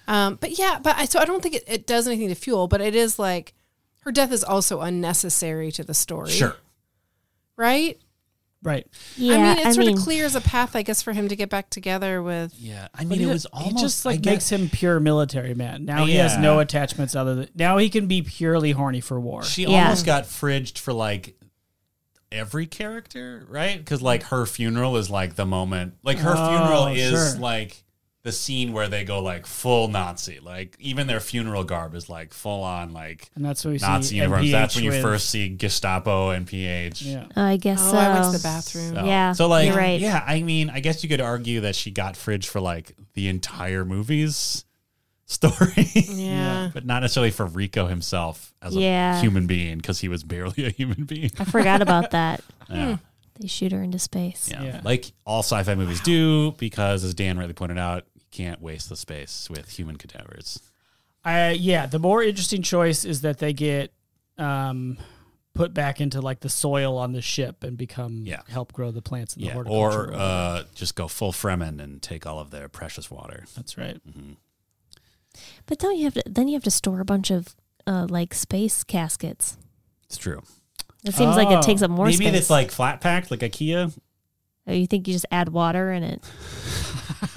Speaker 4: Um, but yeah, but I, so I don't think it, it does anything to fuel, but it is like her death is also unnecessary to the story.
Speaker 3: Sure.
Speaker 4: Right?
Speaker 2: Right.
Speaker 1: yeah,
Speaker 4: I mean, it
Speaker 1: I
Speaker 4: sort
Speaker 1: mean,
Speaker 4: of clears a path, I guess, for him to get back together with.
Speaker 3: Yeah, I
Speaker 2: But
Speaker 3: mean, it, was almost
Speaker 2: it just
Speaker 3: I
Speaker 2: like
Speaker 3: guess-
Speaker 2: makes him pure military man. Now he has
Speaker 3: Yeah.
Speaker 2: no attachments other than now he can be purely horny for war.
Speaker 3: She
Speaker 1: Yeah.
Speaker 3: almost got fridged for like every character, right? Because like her funeral is like the moment, like her
Speaker 2: Oh,
Speaker 3: funeral is
Speaker 2: sure.
Speaker 3: like the scene where they go like full Nazi. Like even their funeral garb is like full on like
Speaker 2: and that's when we
Speaker 3: Nazi
Speaker 2: see
Speaker 3: uniforms.
Speaker 2: NPH
Speaker 3: That's when you
Speaker 2: with-
Speaker 3: first see Gestapo and PH.
Speaker 2: Yeah.
Speaker 1: I guess um,
Speaker 4: Oh,
Speaker 1: so.
Speaker 4: I went to the bathroom.
Speaker 3: So,
Speaker 1: Yeah,
Speaker 3: So like,
Speaker 1: you're right.
Speaker 3: yeah. I mean, I guess you could argue that she got fridged for like the entire movie's [LAUGHS] story.
Speaker 4: Yeah.
Speaker 3: but not necessarily for Rico himself as
Speaker 1: Yeah.
Speaker 3: a human being because he was barely a human being.
Speaker 1: I forgot
Speaker 4: [LAUGHS]
Speaker 1: about that.
Speaker 3: [LAUGHS] Yeah.
Speaker 1: They shoot her into space.
Speaker 3: Yeah.
Speaker 2: Yeah.
Speaker 3: Like all sci fi movies do, because as Dan rightly pointed out, you can't waste the space with human cadavers.
Speaker 2: I yeah, the more interesting choice is that they get um put back into like the soil on the ship and become
Speaker 3: Yeah.
Speaker 2: help grow the plants in the
Speaker 3: Yeah.
Speaker 2: horticulture.
Speaker 3: Or uh, just go full Fremen and take all of their precious water.
Speaker 2: that's right.
Speaker 1: But don't you have to? Then you have to store a bunch of uh, like space caskets.
Speaker 3: It's true.
Speaker 1: It seems like it
Speaker 2: Oh,
Speaker 1: takes up more
Speaker 3: Maybe
Speaker 1: space.
Speaker 3: it's like flat packed, like IKEA.
Speaker 1: Oh, you think you just add water in it?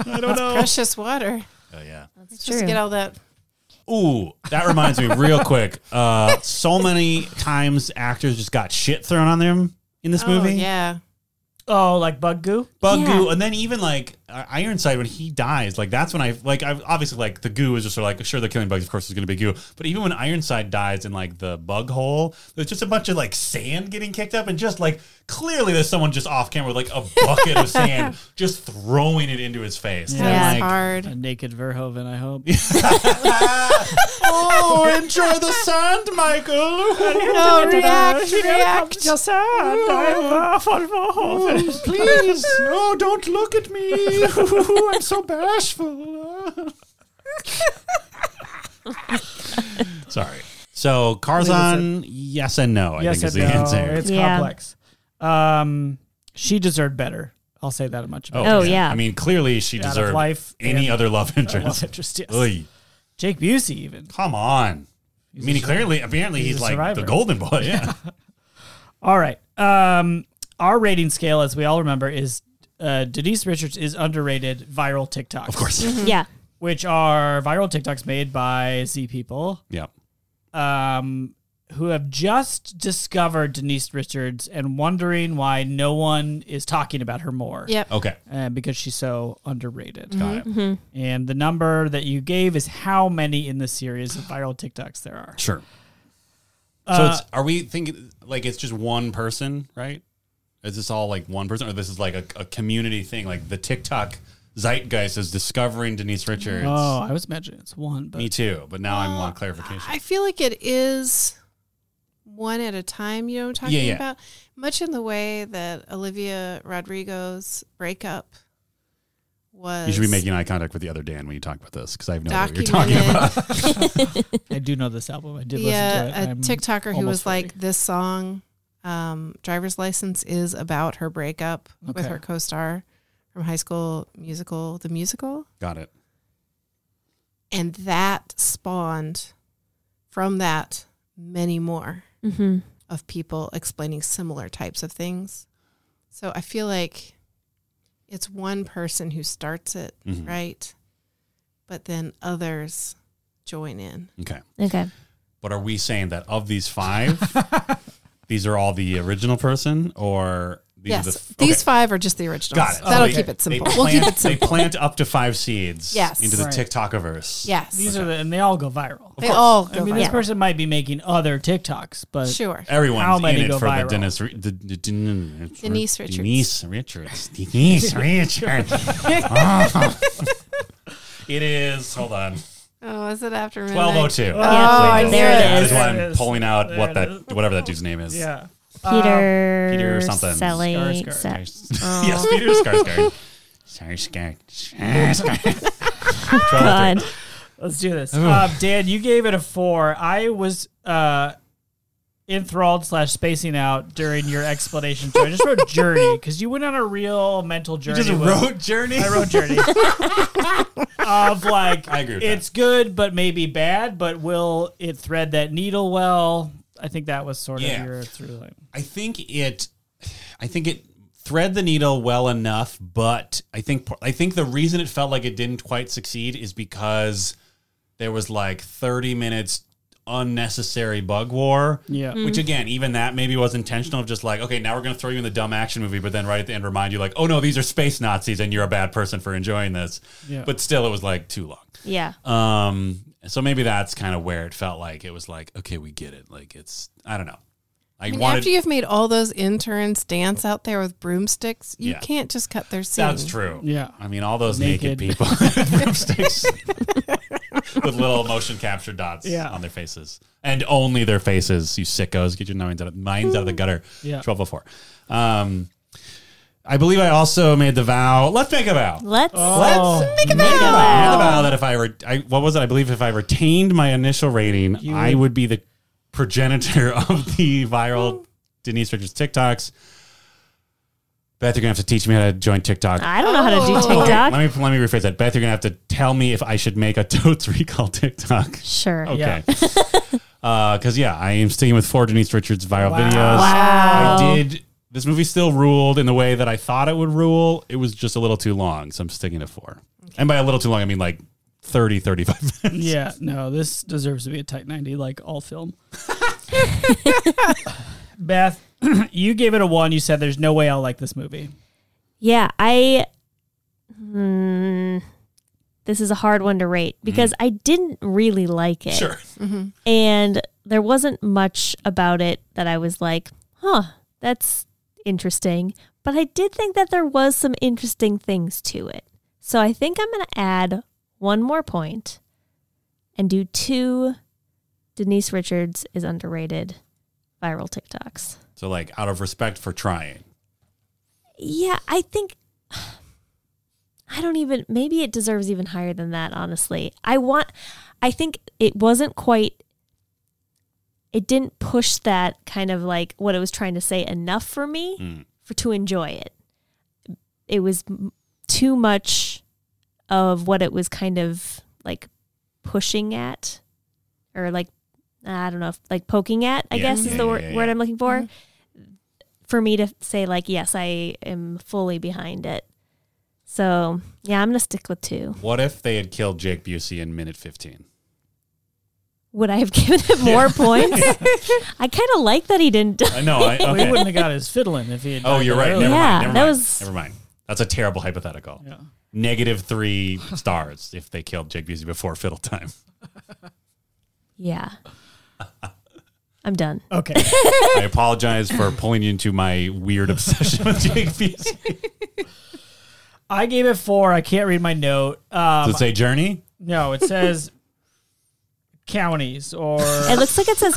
Speaker 3: I don't know.
Speaker 4: Precious water.
Speaker 3: Oh, yeah.
Speaker 1: That's
Speaker 4: Just get all that.
Speaker 3: Ooh, that reminds me real quick. Uh, so many times actors just got shit thrown on them in this
Speaker 4: oh,
Speaker 3: movie.
Speaker 4: Yeah.
Speaker 2: Oh, like bug goo?
Speaker 3: Bug
Speaker 1: Yeah.
Speaker 3: goo, and then even like uh, Ironside when he dies, like that's when I like I obviously like the goo is just sort of like sure they're killing bugs, of course there's gonna be goo, but even when Ironside dies in like the bug hole, there's just a bunch of like sand getting kicked up, and just like clearly there's someone just off camera with like a bucket
Speaker 1: [LAUGHS]
Speaker 3: of sand just throwing it into his face.
Speaker 2: Yeah.
Speaker 4: That was
Speaker 1: Yeah.
Speaker 3: And, like,
Speaker 2: A
Speaker 4: [LAUGHS] hard.
Speaker 2: naked Verhoeven, I
Speaker 3: [LAUGHS]
Speaker 2: hope.
Speaker 3: oh, enjoy the sand,
Speaker 1: [LAUGHS]
Speaker 3: Michael.
Speaker 4: No, react, react.
Speaker 2: [LAUGHS]
Speaker 3: [LAUGHS] Please, no, don't look at me. [LAUGHS] I'm so bashful. [LAUGHS] Sorry. So Karzan, yes and no. I
Speaker 2: yes
Speaker 3: think is
Speaker 2: and
Speaker 3: the
Speaker 2: no.
Speaker 3: answer.
Speaker 2: It's
Speaker 1: Yeah.
Speaker 2: complex. Um, she deserved better. I'll say that much. About
Speaker 1: Oh, yeah.
Speaker 3: I mean, clearly she
Speaker 2: Out of
Speaker 3: deserved
Speaker 2: life
Speaker 3: any
Speaker 2: and-
Speaker 3: other love
Speaker 2: it. Love
Speaker 3: [LAUGHS] interest.
Speaker 2: interest, [LAUGHS] yes.
Speaker 3: Oy,
Speaker 2: Jake Busey, even.
Speaker 3: come on. I mean, he
Speaker 2: a-
Speaker 3: clearly, apparently,
Speaker 2: he's
Speaker 3: he's,
Speaker 2: a
Speaker 3: like
Speaker 2: survivor.
Speaker 3: the golden boy. [LAUGHS] Yeah.
Speaker 2: All right. Um, our rating scale, as we all remember, is uh, Denise Richards is underrated viral TikToks. Of
Speaker 3: course.
Speaker 4: Mm-hmm.
Speaker 1: yeah.
Speaker 2: [LAUGHS] Which are viral TikToks made by Z people
Speaker 3: yeah.
Speaker 2: um, who have just discovered Denise Richards and wondering why no one is talking about her more.
Speaker 4: Yep.
Speaker 3: Okay.
Speaker 2: Uh, because she's so underrated.
Speaker 3: Got it.
Speaker 2: And the number that you gave is how many in the series of viral TikToks there are.
Speaker 3: Sure. So it's are we thinking like it's just one person, right? Is this all like one person, or this is like a, a community thing? Like the TikTok zeitgeist is discovering Denise Richards.
Speaker 2: Oh, I was imagining it's one, but
Speaker 3: Me too, but now I want clarification.
Speaker 4: I feel like it is one at a time, you know what I'm talking
Speaker 3: Yeah, yeah.
Speaker 4: about? Much in the way that Olivia Rodrigo's breakup was.
Speaker 3: You should be making eye contact with the other Dan when you talk about this because I have no idea what you're
Speaker 4: documented.
Speaker 3: talking about. [LAUGHS]
Speaker 2: I do know this album. I did listen to
Speaker 4: yeah, uh,
Speaker 2: it.
Speaker 4: a
Speaker 2: I'm
Speaker 4: TikToker who
Speaker 2: almost
Speaker 4: was
Speaker 2: 40.
Speaker 4: like, "This song, um, driver's license, is about her breakup with
Speaker 2: Okay.
Speaker 4: her co-star from High School Musical, the musical,"
Speaker 3: Got it.
Speaker 4: and that spawned from that many more
Speaker 1: Mm-hmm.
Speaker 4: of people explaining similar types of things. So I feel like it's one person who starts it,
Speaker 3: Mhm.
Speaker 4: right? But then others join in.
Speaker 3: Okay.
Speaker 1: Okay.
Speaker 3: But are we saying that of
Speaker 4: [LAUGHS]
Speaker 3: these five, these are all the original person, or these
Speaker 4: yes,
Speaker 3: are the f-
Speaker 4: these
Speaker 3: okay,
Speaker 4: five are just the originals.
Speaker 3: Got it.
Speaker 4: That'll
Speaker 3: So
Speaker 4: keep
Speaker 3: they-
Speaker 4: it simple.
Speaker 3: They
Speaker 4: we'll
Speaker 3: plant,
Speaker 4: keep it simple.
Speaker 3: They plant up to five seeds
Speaker 4: Yes.
Speaker 3: into the
Speaker 2: Right.
Speaker 3: TikTokiverse.
Speaker 4: yes,
Speaker 2: These are the, and they all go viral.
Speaker 4: they all
Speaker 2: I
Speaker 4: go
Speaker 2: mean, this
Speaker 4: viral.
Speaker 2: person might be making other TikToks, but
Speaker 4: Sure.
Speaker 3: Everyone's
Speaker 2: How many
Speaker 3: in it
Speaker 2: go
Speaker 3: for
Speaker 2: viral?
Speaker 3: the Dennis, Re- the, the, the-
Speaker 4: Denise Richards.
Speaker 3: Denise
Speaker 2: [LAUGHS]
Speaker 3: Richards. Denise Richards. Oh. it is, hold on,
Speaker 4: Oh, is it after midnight?
Speaker 3: 1202.
Speaker 4: Oh, I
Speaker 1: there it
Speaker 3: That
Speaker 1: is.
Speaker 3: is why I'm
Speaker 2: There it is.
Speaker 3: pulling out
Speaker 2: There
Speaker 3: what
Speaker 2: it
Speaker 3: that,
Speaker 2: is.
Speaker 3: whatever that dude's name is. [LAUGHS]
Speaker 2: yeah.
Speaker 1: Peter,
Speaker 3: Uh, Peter something.
Speaker 1: Selly,
Speaker 2: Skarsgård.
Speaker 1: Sa-
Speaker 3: yes, Peter Skarsgård. Skarsgård.
Speaker 4: [LAUGHS]
Speaker 3: Skarsgård. oh
Speaker 1: God.
Speaker 2: Let's do this. Uh, Dan, you gave it a four. I was uh, enthralled slash spacing out during your explanation. So I just wrote journey because you went on a real mental journey. with-
Speaker 3: Journey.
Speaker 2: I wrote journey of like
Speaker 3: I agree with
Speaker 2: it's good but maybe bad, but will it thread that needle well? I think that was sort
Speaker 3: Yeah.
Speaker 2: of your through line.
Speaker 3: I think it I think it thread the needle well enough, but I think I think the reason it felt like it didn't quite succeed is because there was like 30 minutes unnecessary bug war.
Speaker 2: Yeah.
Speaker 3: Which again, even that maybe was intentional of just like, okay, now we're gonna throw you in the dumb action movie, but then right at the end remind you like, oh no, these are space Nazis and you're a bad person for enjoying this.
Speaker 2: Yeah.
Speaker 3: But still it was like too long.
Speaker 1: [LAUGHS] Yeah.
Speaker 3: Um, so maybe that's kind of where it felt like it was like, okay, we get it. Like it's, I don't know. I,
Speaker 4: I mean,
Speaker 3: wanted.
Speaker 4: after you've made all those interns dance out there with broomsticks, you
Speaker 3: Yeah.
Speaker 4: can't just cut their scene.
Speaker 3: that's true.
Speaker 2: Yeah.
Speaker 3: I mean, all those
Speaker 2: Naked.
Speaker 3: naked, people [LAUGHS] with broomsticks with little motion capture dots
Speaker 2: Yeah.
Speaker 3: on their faces and only their faces. You sickos, get your minds out of, minds out of the gutter.
Speaker 2: Yeah.
Speaker 3: Twelve oh four. Um, I believe I also made the vow. Let's make a vow.
Speaker 1: Let's.
Speaker 2: Oh,
Speaker 3: Make a vow. Make a vow that if I, re- I what was it? I believe if I retained my initial rating, I would be the progenitor [LAUGHS] of the viral Denise Richards TikToks. Beth, you're gonna have to teach me how to join TikTok.
Speaker 1: I don't know how to do
Speaker 4: Oh.
Speaker 1: TikTok.
Speaker 3: Let me let me rephrase that. Beth, you're gonna have to tell me if I should make a [LAUGHS] totes recall TikTok.
Speaker 1: Sure.
Speaker 3: Okay. Because yeah. I am sticking with four Denise Richards viral videos.
Speaker 1: Wow.
Speaker 3: I did. This movie still ruled in the way that I thought it would rule. It was just a little too long, so I'm sticking to four. And by a little too long, I mean like 30, 35 [LAUGHS] minutes.
Speaker 2: Yeah, no, this deserves to be a tight 90 like all
Speaker 3: [LAUGHS]
Speaker 2: film. Beth, [CLEARS THROAT] you gave it a one. You said there's no way I'll like this movie.
Speaker 1: Yeah, I. Hmm, this is a hard one to rate because I didn't really like it. And there wasn't much about it that I was like, huh, that's interesting. But I did think that there was some interesting things to it. So I think I'm going to add one more point and do two Denise Richards is underrated viral TikToks.
Speaker 3: So like out of respect for trying.
Speaker 1: Yeah, I think [SIGHS] I don't even maybe it deserves even higher than that, honestly. I want I think it wasn't quite it didn't push that kind of like what it was trying to say enough for me
Speaker 3: Mm.
Speaker 1: for to enjoy it. It was m- too much of what it was kind of like pushing at or like I don't know, if, like poking at, I
Speaker 3: Yeah,
Speaker 1: guess is
Speaker 3: yeah,
Speaker 1: the
Speaker 3: yeah,
Speaker 1: wor-
Speaker 3: yeah,
Speaker 1: word
Speaker 3: yeah.
Speaker 1: I'm looking for for me to say like yes i am fully behind it so yeah i'm gonna stick with two
Speaker 3: What if they had killed Jake Busey in minute 15?
Speaker 1: would i have [LAUGHS] given it more points
Speaker 3: [LAUGHS]
Speaker 1: i kind of like that he didn't die.
Speaker 3: I know. I,
Speaker 2: [LAUGHS] We
Speaker 3: okay.
Speaker 2: wouldn't have got his fiddling if he had.
Speaker 3: [LAUGHS] Oh,
Speaker 2: died
Speaker 3: you're
Speaker 2: that
Speaker 3: right.
Speaker 2: early.
Speaker 3: Never
Speaker 1: Yeah,
Speaker 3: mind. Never
Speaker 1: that
Speaker 3: mind.
Speaker 1: was-
Speaker 3: Never mind. That's a terrible hypothetical.
Speaker 2: Yeah.
Speaker 3: Negative three stars if they killed Jake Busey before fiddle time.
Speaker 1: yeah i'm done
Speaker 2: Okay.
Speaker 3: [LAUGHS] I apologize for pulling you into my weird obsession with Jake Busey.
Speaker 2: I gave it four. I can't read my note.
Speaker 3: Does
Speaker 2: Um,
Speaker 3: it say Journey?
Speaker 2: no, it says counties or
Speaker 1: it looks like it says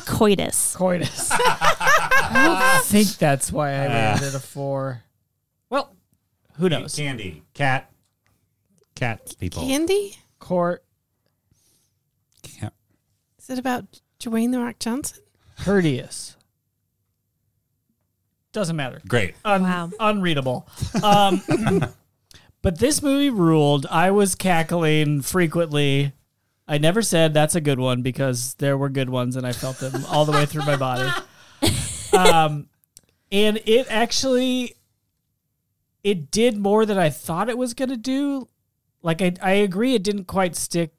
Speaker 2: [LAUGHS]
Speaker 1: coitus
Speaker 2: coitus. I don't think that's why I rated it a four. Well, who knows?
Speaker 3: Candy. Cat. Cat people.
Speaker 4: Candy?
Speaker 2: Court
Speaker 3: Cat.
Speaker 4: Is it about Dwayne the Rock Johnson?
Speaker 2: courteous. Doesn't matter.
Speaker 3: Great.
Speaker 2: Un-
Speaker 1: Wow.
Speaker 2: Unreadable. Um, [LAUGHS] but this movie ruled. I was cackling frequently. I never said that's a good one because there were good ones and I felt them all the way through my body. Um, and it actually it did more than I thought it was going to do. Like I, I agree, it didn't quite stick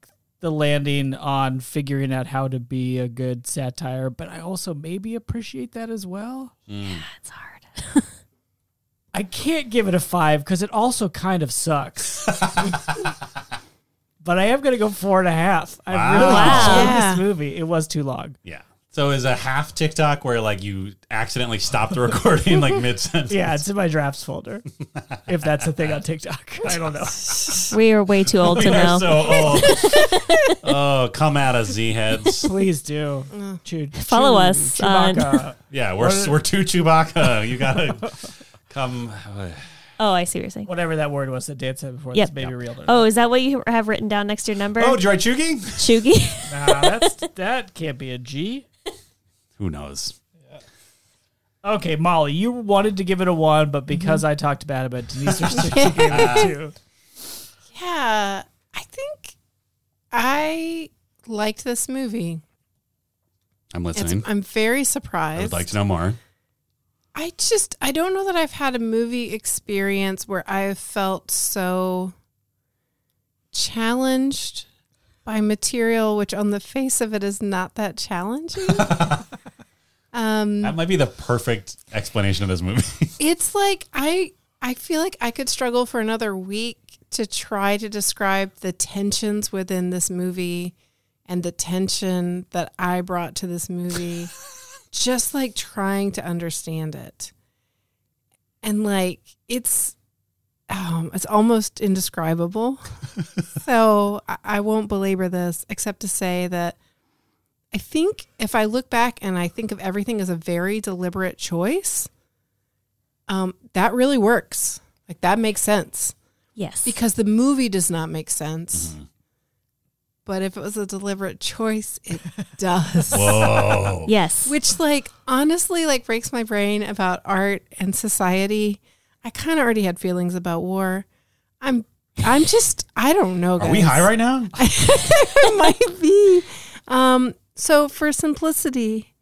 Speaker 2: the landing on figuring out how to be a good satire, but I also maybe appreciate that as well.
Speaker 3: Mm.
Speaker 1: That's hard.
Speaker 2: [LAUGHS] I can't give it a five because it also kind of
Speaker 3: [LAUGHS]
Speaker 2: sucks. but I am going to go four and a half. I
Speaker 3: Wow.
Speaker 2: really
Speaker 1: Wow.
Speaker 2: enjoyed
Speaker 4: Yeah.
Speaker 2: this movie. It was too long.
Speaker 3: Yeah. So is a half TikTok where like you accidentally stop the recording like mid sentence?
Speaker 2: Yeah, it's in my drafts folder. if that's a thing on TikTok, I don't know.
Speaker 1: We are way too old
Speaker 3: [LAUGHS] [LAUGHS] We
Speaker 1: to know.
Speaker 3: are so old. oh, come at us, Z heads.
Speaker 2: Please do
Speaker 4: Mm.
Speaker 2: Chew-
Speaker 1: Follow
Speaker 2: chew-
Speaker 1: us on- [LAUGHS]
Speaker 2: Chewbacca.
Speaker 3: Yeah, we're we're too Chewbacca. You gotta come.
Speaker 1: Oh, I see what you're saying.
Speaker 2: whatever that word was that Dan said before.
Speaker 1: Yep.
Speaker 2: This may be real. or not.
Speaker 1: Oh, is that what you have written down next to your number? [LAUGHS]
Speaker 3: Oh, did you write Chugi?
Speaker 1: Chugi?
Speaker 2: Nah, that's [LAUGHS] that can't be a G.
Speaker 3: Who knows?
Speaker 2: Okay, Molly, you wanted to give it a one,
Speaker 4: Mm-hmm.
Speaker 2: but because I talked bad about it, Denise
Speaker 4: [LAUGHS]
Speaker 2: restricted gave it a two.
Speaker 4: Yeah, I think I liked this movie.
Speaker 3: I'm
Speaker 4: It's,
Speaker 3: listening.
Speaker 4: I'm very
Speaker 3: I would
Speaker 4: surprised.
Speaker 3: like to know more.
Speaker 4: I just I don't know that I've had a movie experience where I've felt so challenged by material which on the face of it is not that
Speaker 3: [LAUGHS]
Speaker 4: challenging. um
Speaker 3: That might be the perfect explanation of this movie. [LAUGHS]
Speaker 4: it's like I I feel like I could struggle for another week to try to describe the tensions within this movie and the tension that I brought to this movie just like trying to understand it. And like it's um, it's almost indescribable. so I, I won't belabor this except to say that I think if I look back and I think of everything as a very deliberate choice, um, that really works. Like that makes sense
Speaker 3: [LAUGHS]
Speaker 1: yes.
Speaker 4: because the movie does not make sense.
Speaker 3: Mm-hmm.
Speaker 4: But if it was a deliberate choice, it [LAUGHS] does.
Speaker 3: Whoa.
Speaker 1: yes.
Speaker 4: Which, like, honestly, like breaks my brain about art and society. I kind of already had feelings about war. I'm, I'm just, I don't know. Guys.
Speaker 3: Are we high right now?
Speaker 4: it might be. Um, so for simplicity,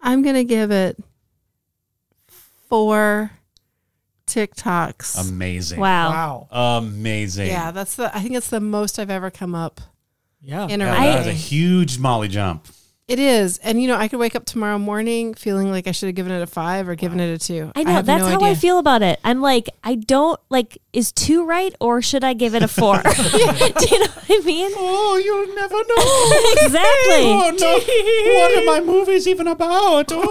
Speaker 4: I'm gonna give it four TikToks.
Speaker 3: Amazing.
Speaker 1: wow.
Speaker 2: Wow.
Speaker 3: Amazing.
Speaker 4: yeah, that's the. I think it's the most I've ever come up
Speaker 2: Yeah.
Speaker 4: in a
Speaker 3: Oh, Yeah, that was a
Speaker 4: row.
Speaker 3: huge Molly jump.
Speaker 4: It is, and you know, I could wake up tomorrow morning feeling like I should have given it a five or given it a two.
Speaker 1: I know.
Speaker 4: have
Speaker 1: that's
Speaker 4: no
Speaker 1: how I
Speaker 4: idea.
Speaker 1: feel about it. I'm like, I don't like. Is two right, or should I give it a
Speaker 3: [LAUGHS]
Speaker 1: four? [LAUGHS] Do you know what I mean?
Speaker 3: Oh, you'll
Speaker 1: [LAUGHS]
Speaker 3: never know. Oh,
Speaker 1: exactly.
Speaker 3: no. What are my movies even about?
Speaker 1: [LAUGHS]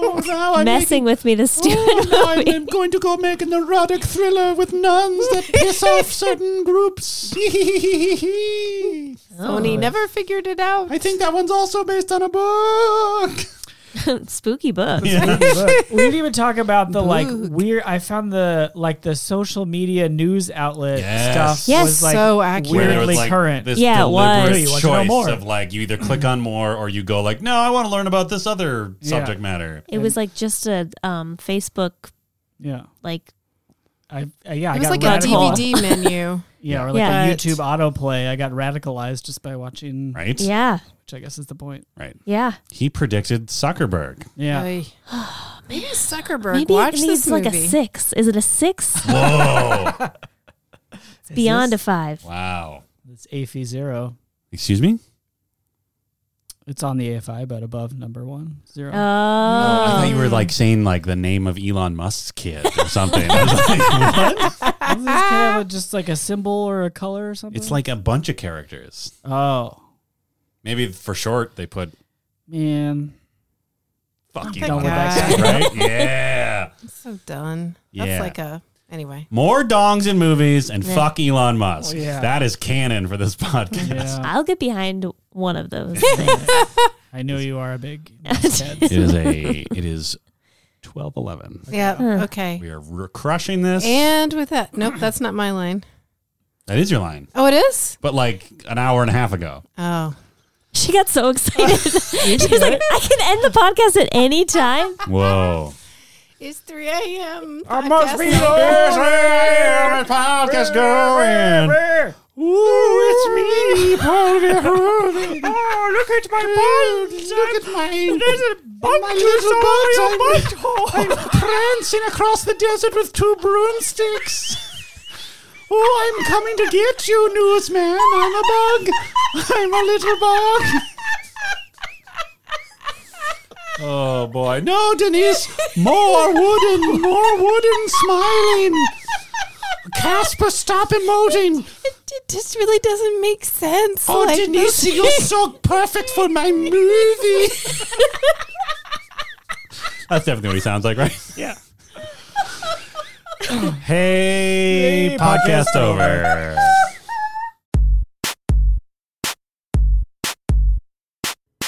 Speaker 3: Oh, now
Speaker 1: Messing with me, this stupid
Speaker 3: [LAUGHS]
Speaker 1: movie.
Speaker 3: I'm going to go make an erotic thriller with nuns that piss
Speaker 1: [LAUGHS]
Speaker 3: off certain groups. I
Speaker 4: Sony never figured it out.
Speaker 3: think that one's also based on a [LAUGHS] book.
Speaker 1: [LAUGHS] Spooky book.
Speaker 2: Look, we
Speaker 4: [LAUGHS]
Speaker 2: didn't even talk about the like
Speaker 4: Boog.
Speaker 2: weird. I found the like the social media news outlet
Speaker 3: Yes.
Speaker 2: stuff
Speaker 1: Yes.
Speaker 2: was like
Speaker 4: So accurate.
Speaker 3: Where there was,
Speaker 2: weirdly
Speaker 3: like,
Speaker 2: current.
Speaker 3: This
Speaker 1: Yeah, it
Speaker 3: deliberate
Speaker 1: was.
Speaker 2: You want to know
Speaker 3: choice
Speaker 2: more.
Speaker 3: of like you either click on more or you go like, no, I want to learn about this other
Speaker 2: Yeah.
Speaker 3: subject matter.
Speaker 1: It was like just a um, Facebook
Speaker 2: yeah,
Speaker 1: like
Speaker 2: I I- yeah, I
Speaker 4: it was
Speaker 2: got
Speaker 4: like a
Speaker 1: red hole.
Speaker 2: radical-
Speaker 4: DVD
Speaker 3: [LAUGHS]
Speaker 4: menu.
Speaker 2: Yeah, or like
Speaker 1: Yeah.
Speaker 2: a
Speaker 4: But-
Speaker 2: YouTube autoplay. I got radicalized just by watching,
Speaker 3: Right?
Speaker 1: yeah
Speaker 2: which I guess is the point.
Speaker 3: Right.
Speaker 1: yeah.
Speaker 3: He
Speaker 2: [LAUGHS]
Speaker 3: predicted Zuckerberg.
Speaker 2: Yeah.
Speaker 4: Oy. [GASPS] Maybe Zuckerberg
Speaker 1: Maybe it
Speaker 4: watched
Speaker 1: needs
Speaker 4: this
Speaker 1: like
Speaker 4: movie.
Speaker 1: a six. Is it a
Speaker 3: [LAUGHS]
Speaker 1: six?
Speaker 3: Whoa.
Speaker 1: It's beyond a five.
Speaker 3: wow.
Speaker 2: It's AFI E zero.
Speaker 3: Excuse me?
Speaker 2: It's on the AFI, but above number one zero.
Speaker 1: Uh,
Speaker 3: I thought you
Speaker 1: Oh,
Speaker 3: were
Speaker 2: Um.
Speaker 3: like saying like the name of Elon Musk's kid
Speaker 2: [LAUGHS]
Speaker 3: or something. I was like, what?
Speaker 2: Isn't this kind of a- just like a symbol or a color or something?
Speaker 3: It's like a bunch of characters.
Speaker 2: oh
Speaker 3: Maybe for short they put
Speaker 2: man,
Speaker 3: fuck
Speaker 4: my
Speaker 3: Elon
Speaker 4: God.
Speaker 2: [LAUGHS]
Speaker 3: Musk, right? Yeah.
Speaker 4: I'm so done.
Speaker 3: Yeah.
Speaker 4: That's like a anyway.
Speaker 3: More dongs in movies and fuck Elon Musk.
Speaker 2: Oh, yeah.
Speaker 3: That is canon for this podcast.
Speaker 2: yeah,
Speaker 1: I'll get behind one of
Speaker 3: [LAUGHS]
Speaker 1: those things.
Speaker 2: I know you are a big
Speaker 1: [LAUGHS]
Speaker 2: Musk head.
Speaker 3: It is a it is twelve eleven.
Speaker 4: Yeah. Okay.
Speaker 3: We are r- crushing this.
Speaker 4: And with that, nope, that's not my line.
Speaker 3: that is your line.
Speaker 4: Oh, it is.
Speaker 3: But like an hour and a half ago.
Speaker 4: Oh,
Speaker 1: She got so
Speaker 3: [LAUGHS]
Speaker 1: excited. She's like, I can end the podcast at any time.
Speaker 3: Whoa.
Speaker 4: it's three a.m.
Speaker 3: podcast going. Ooh, it's me, Paul [LAUGHS] Verhoeven.
Speaker 2: Oh, look at
Speaker 3: Look at my, my little butt. I'm, I'm prancing across the desert with two broomsticks. Oh, I'm coming to get you, newsman. I'm a bug. I'm a little bug. Oh boy. No, Denise. [LAUGHS] More wooden, more wooden smiling. Casper, stop emoting.
Speaker 4: It just really doesn't make sense.
Speaker 3: Oh,
Speaker 4: Like, [LAUGHS]
Speaker 3: Denise,
Speaker 4: those-
Speaker 3: you're so perfect for my movie. That's definitely what he sounds like, right?
Speaker 2: Yeah.
Speaker 3: Hey, podcast, over.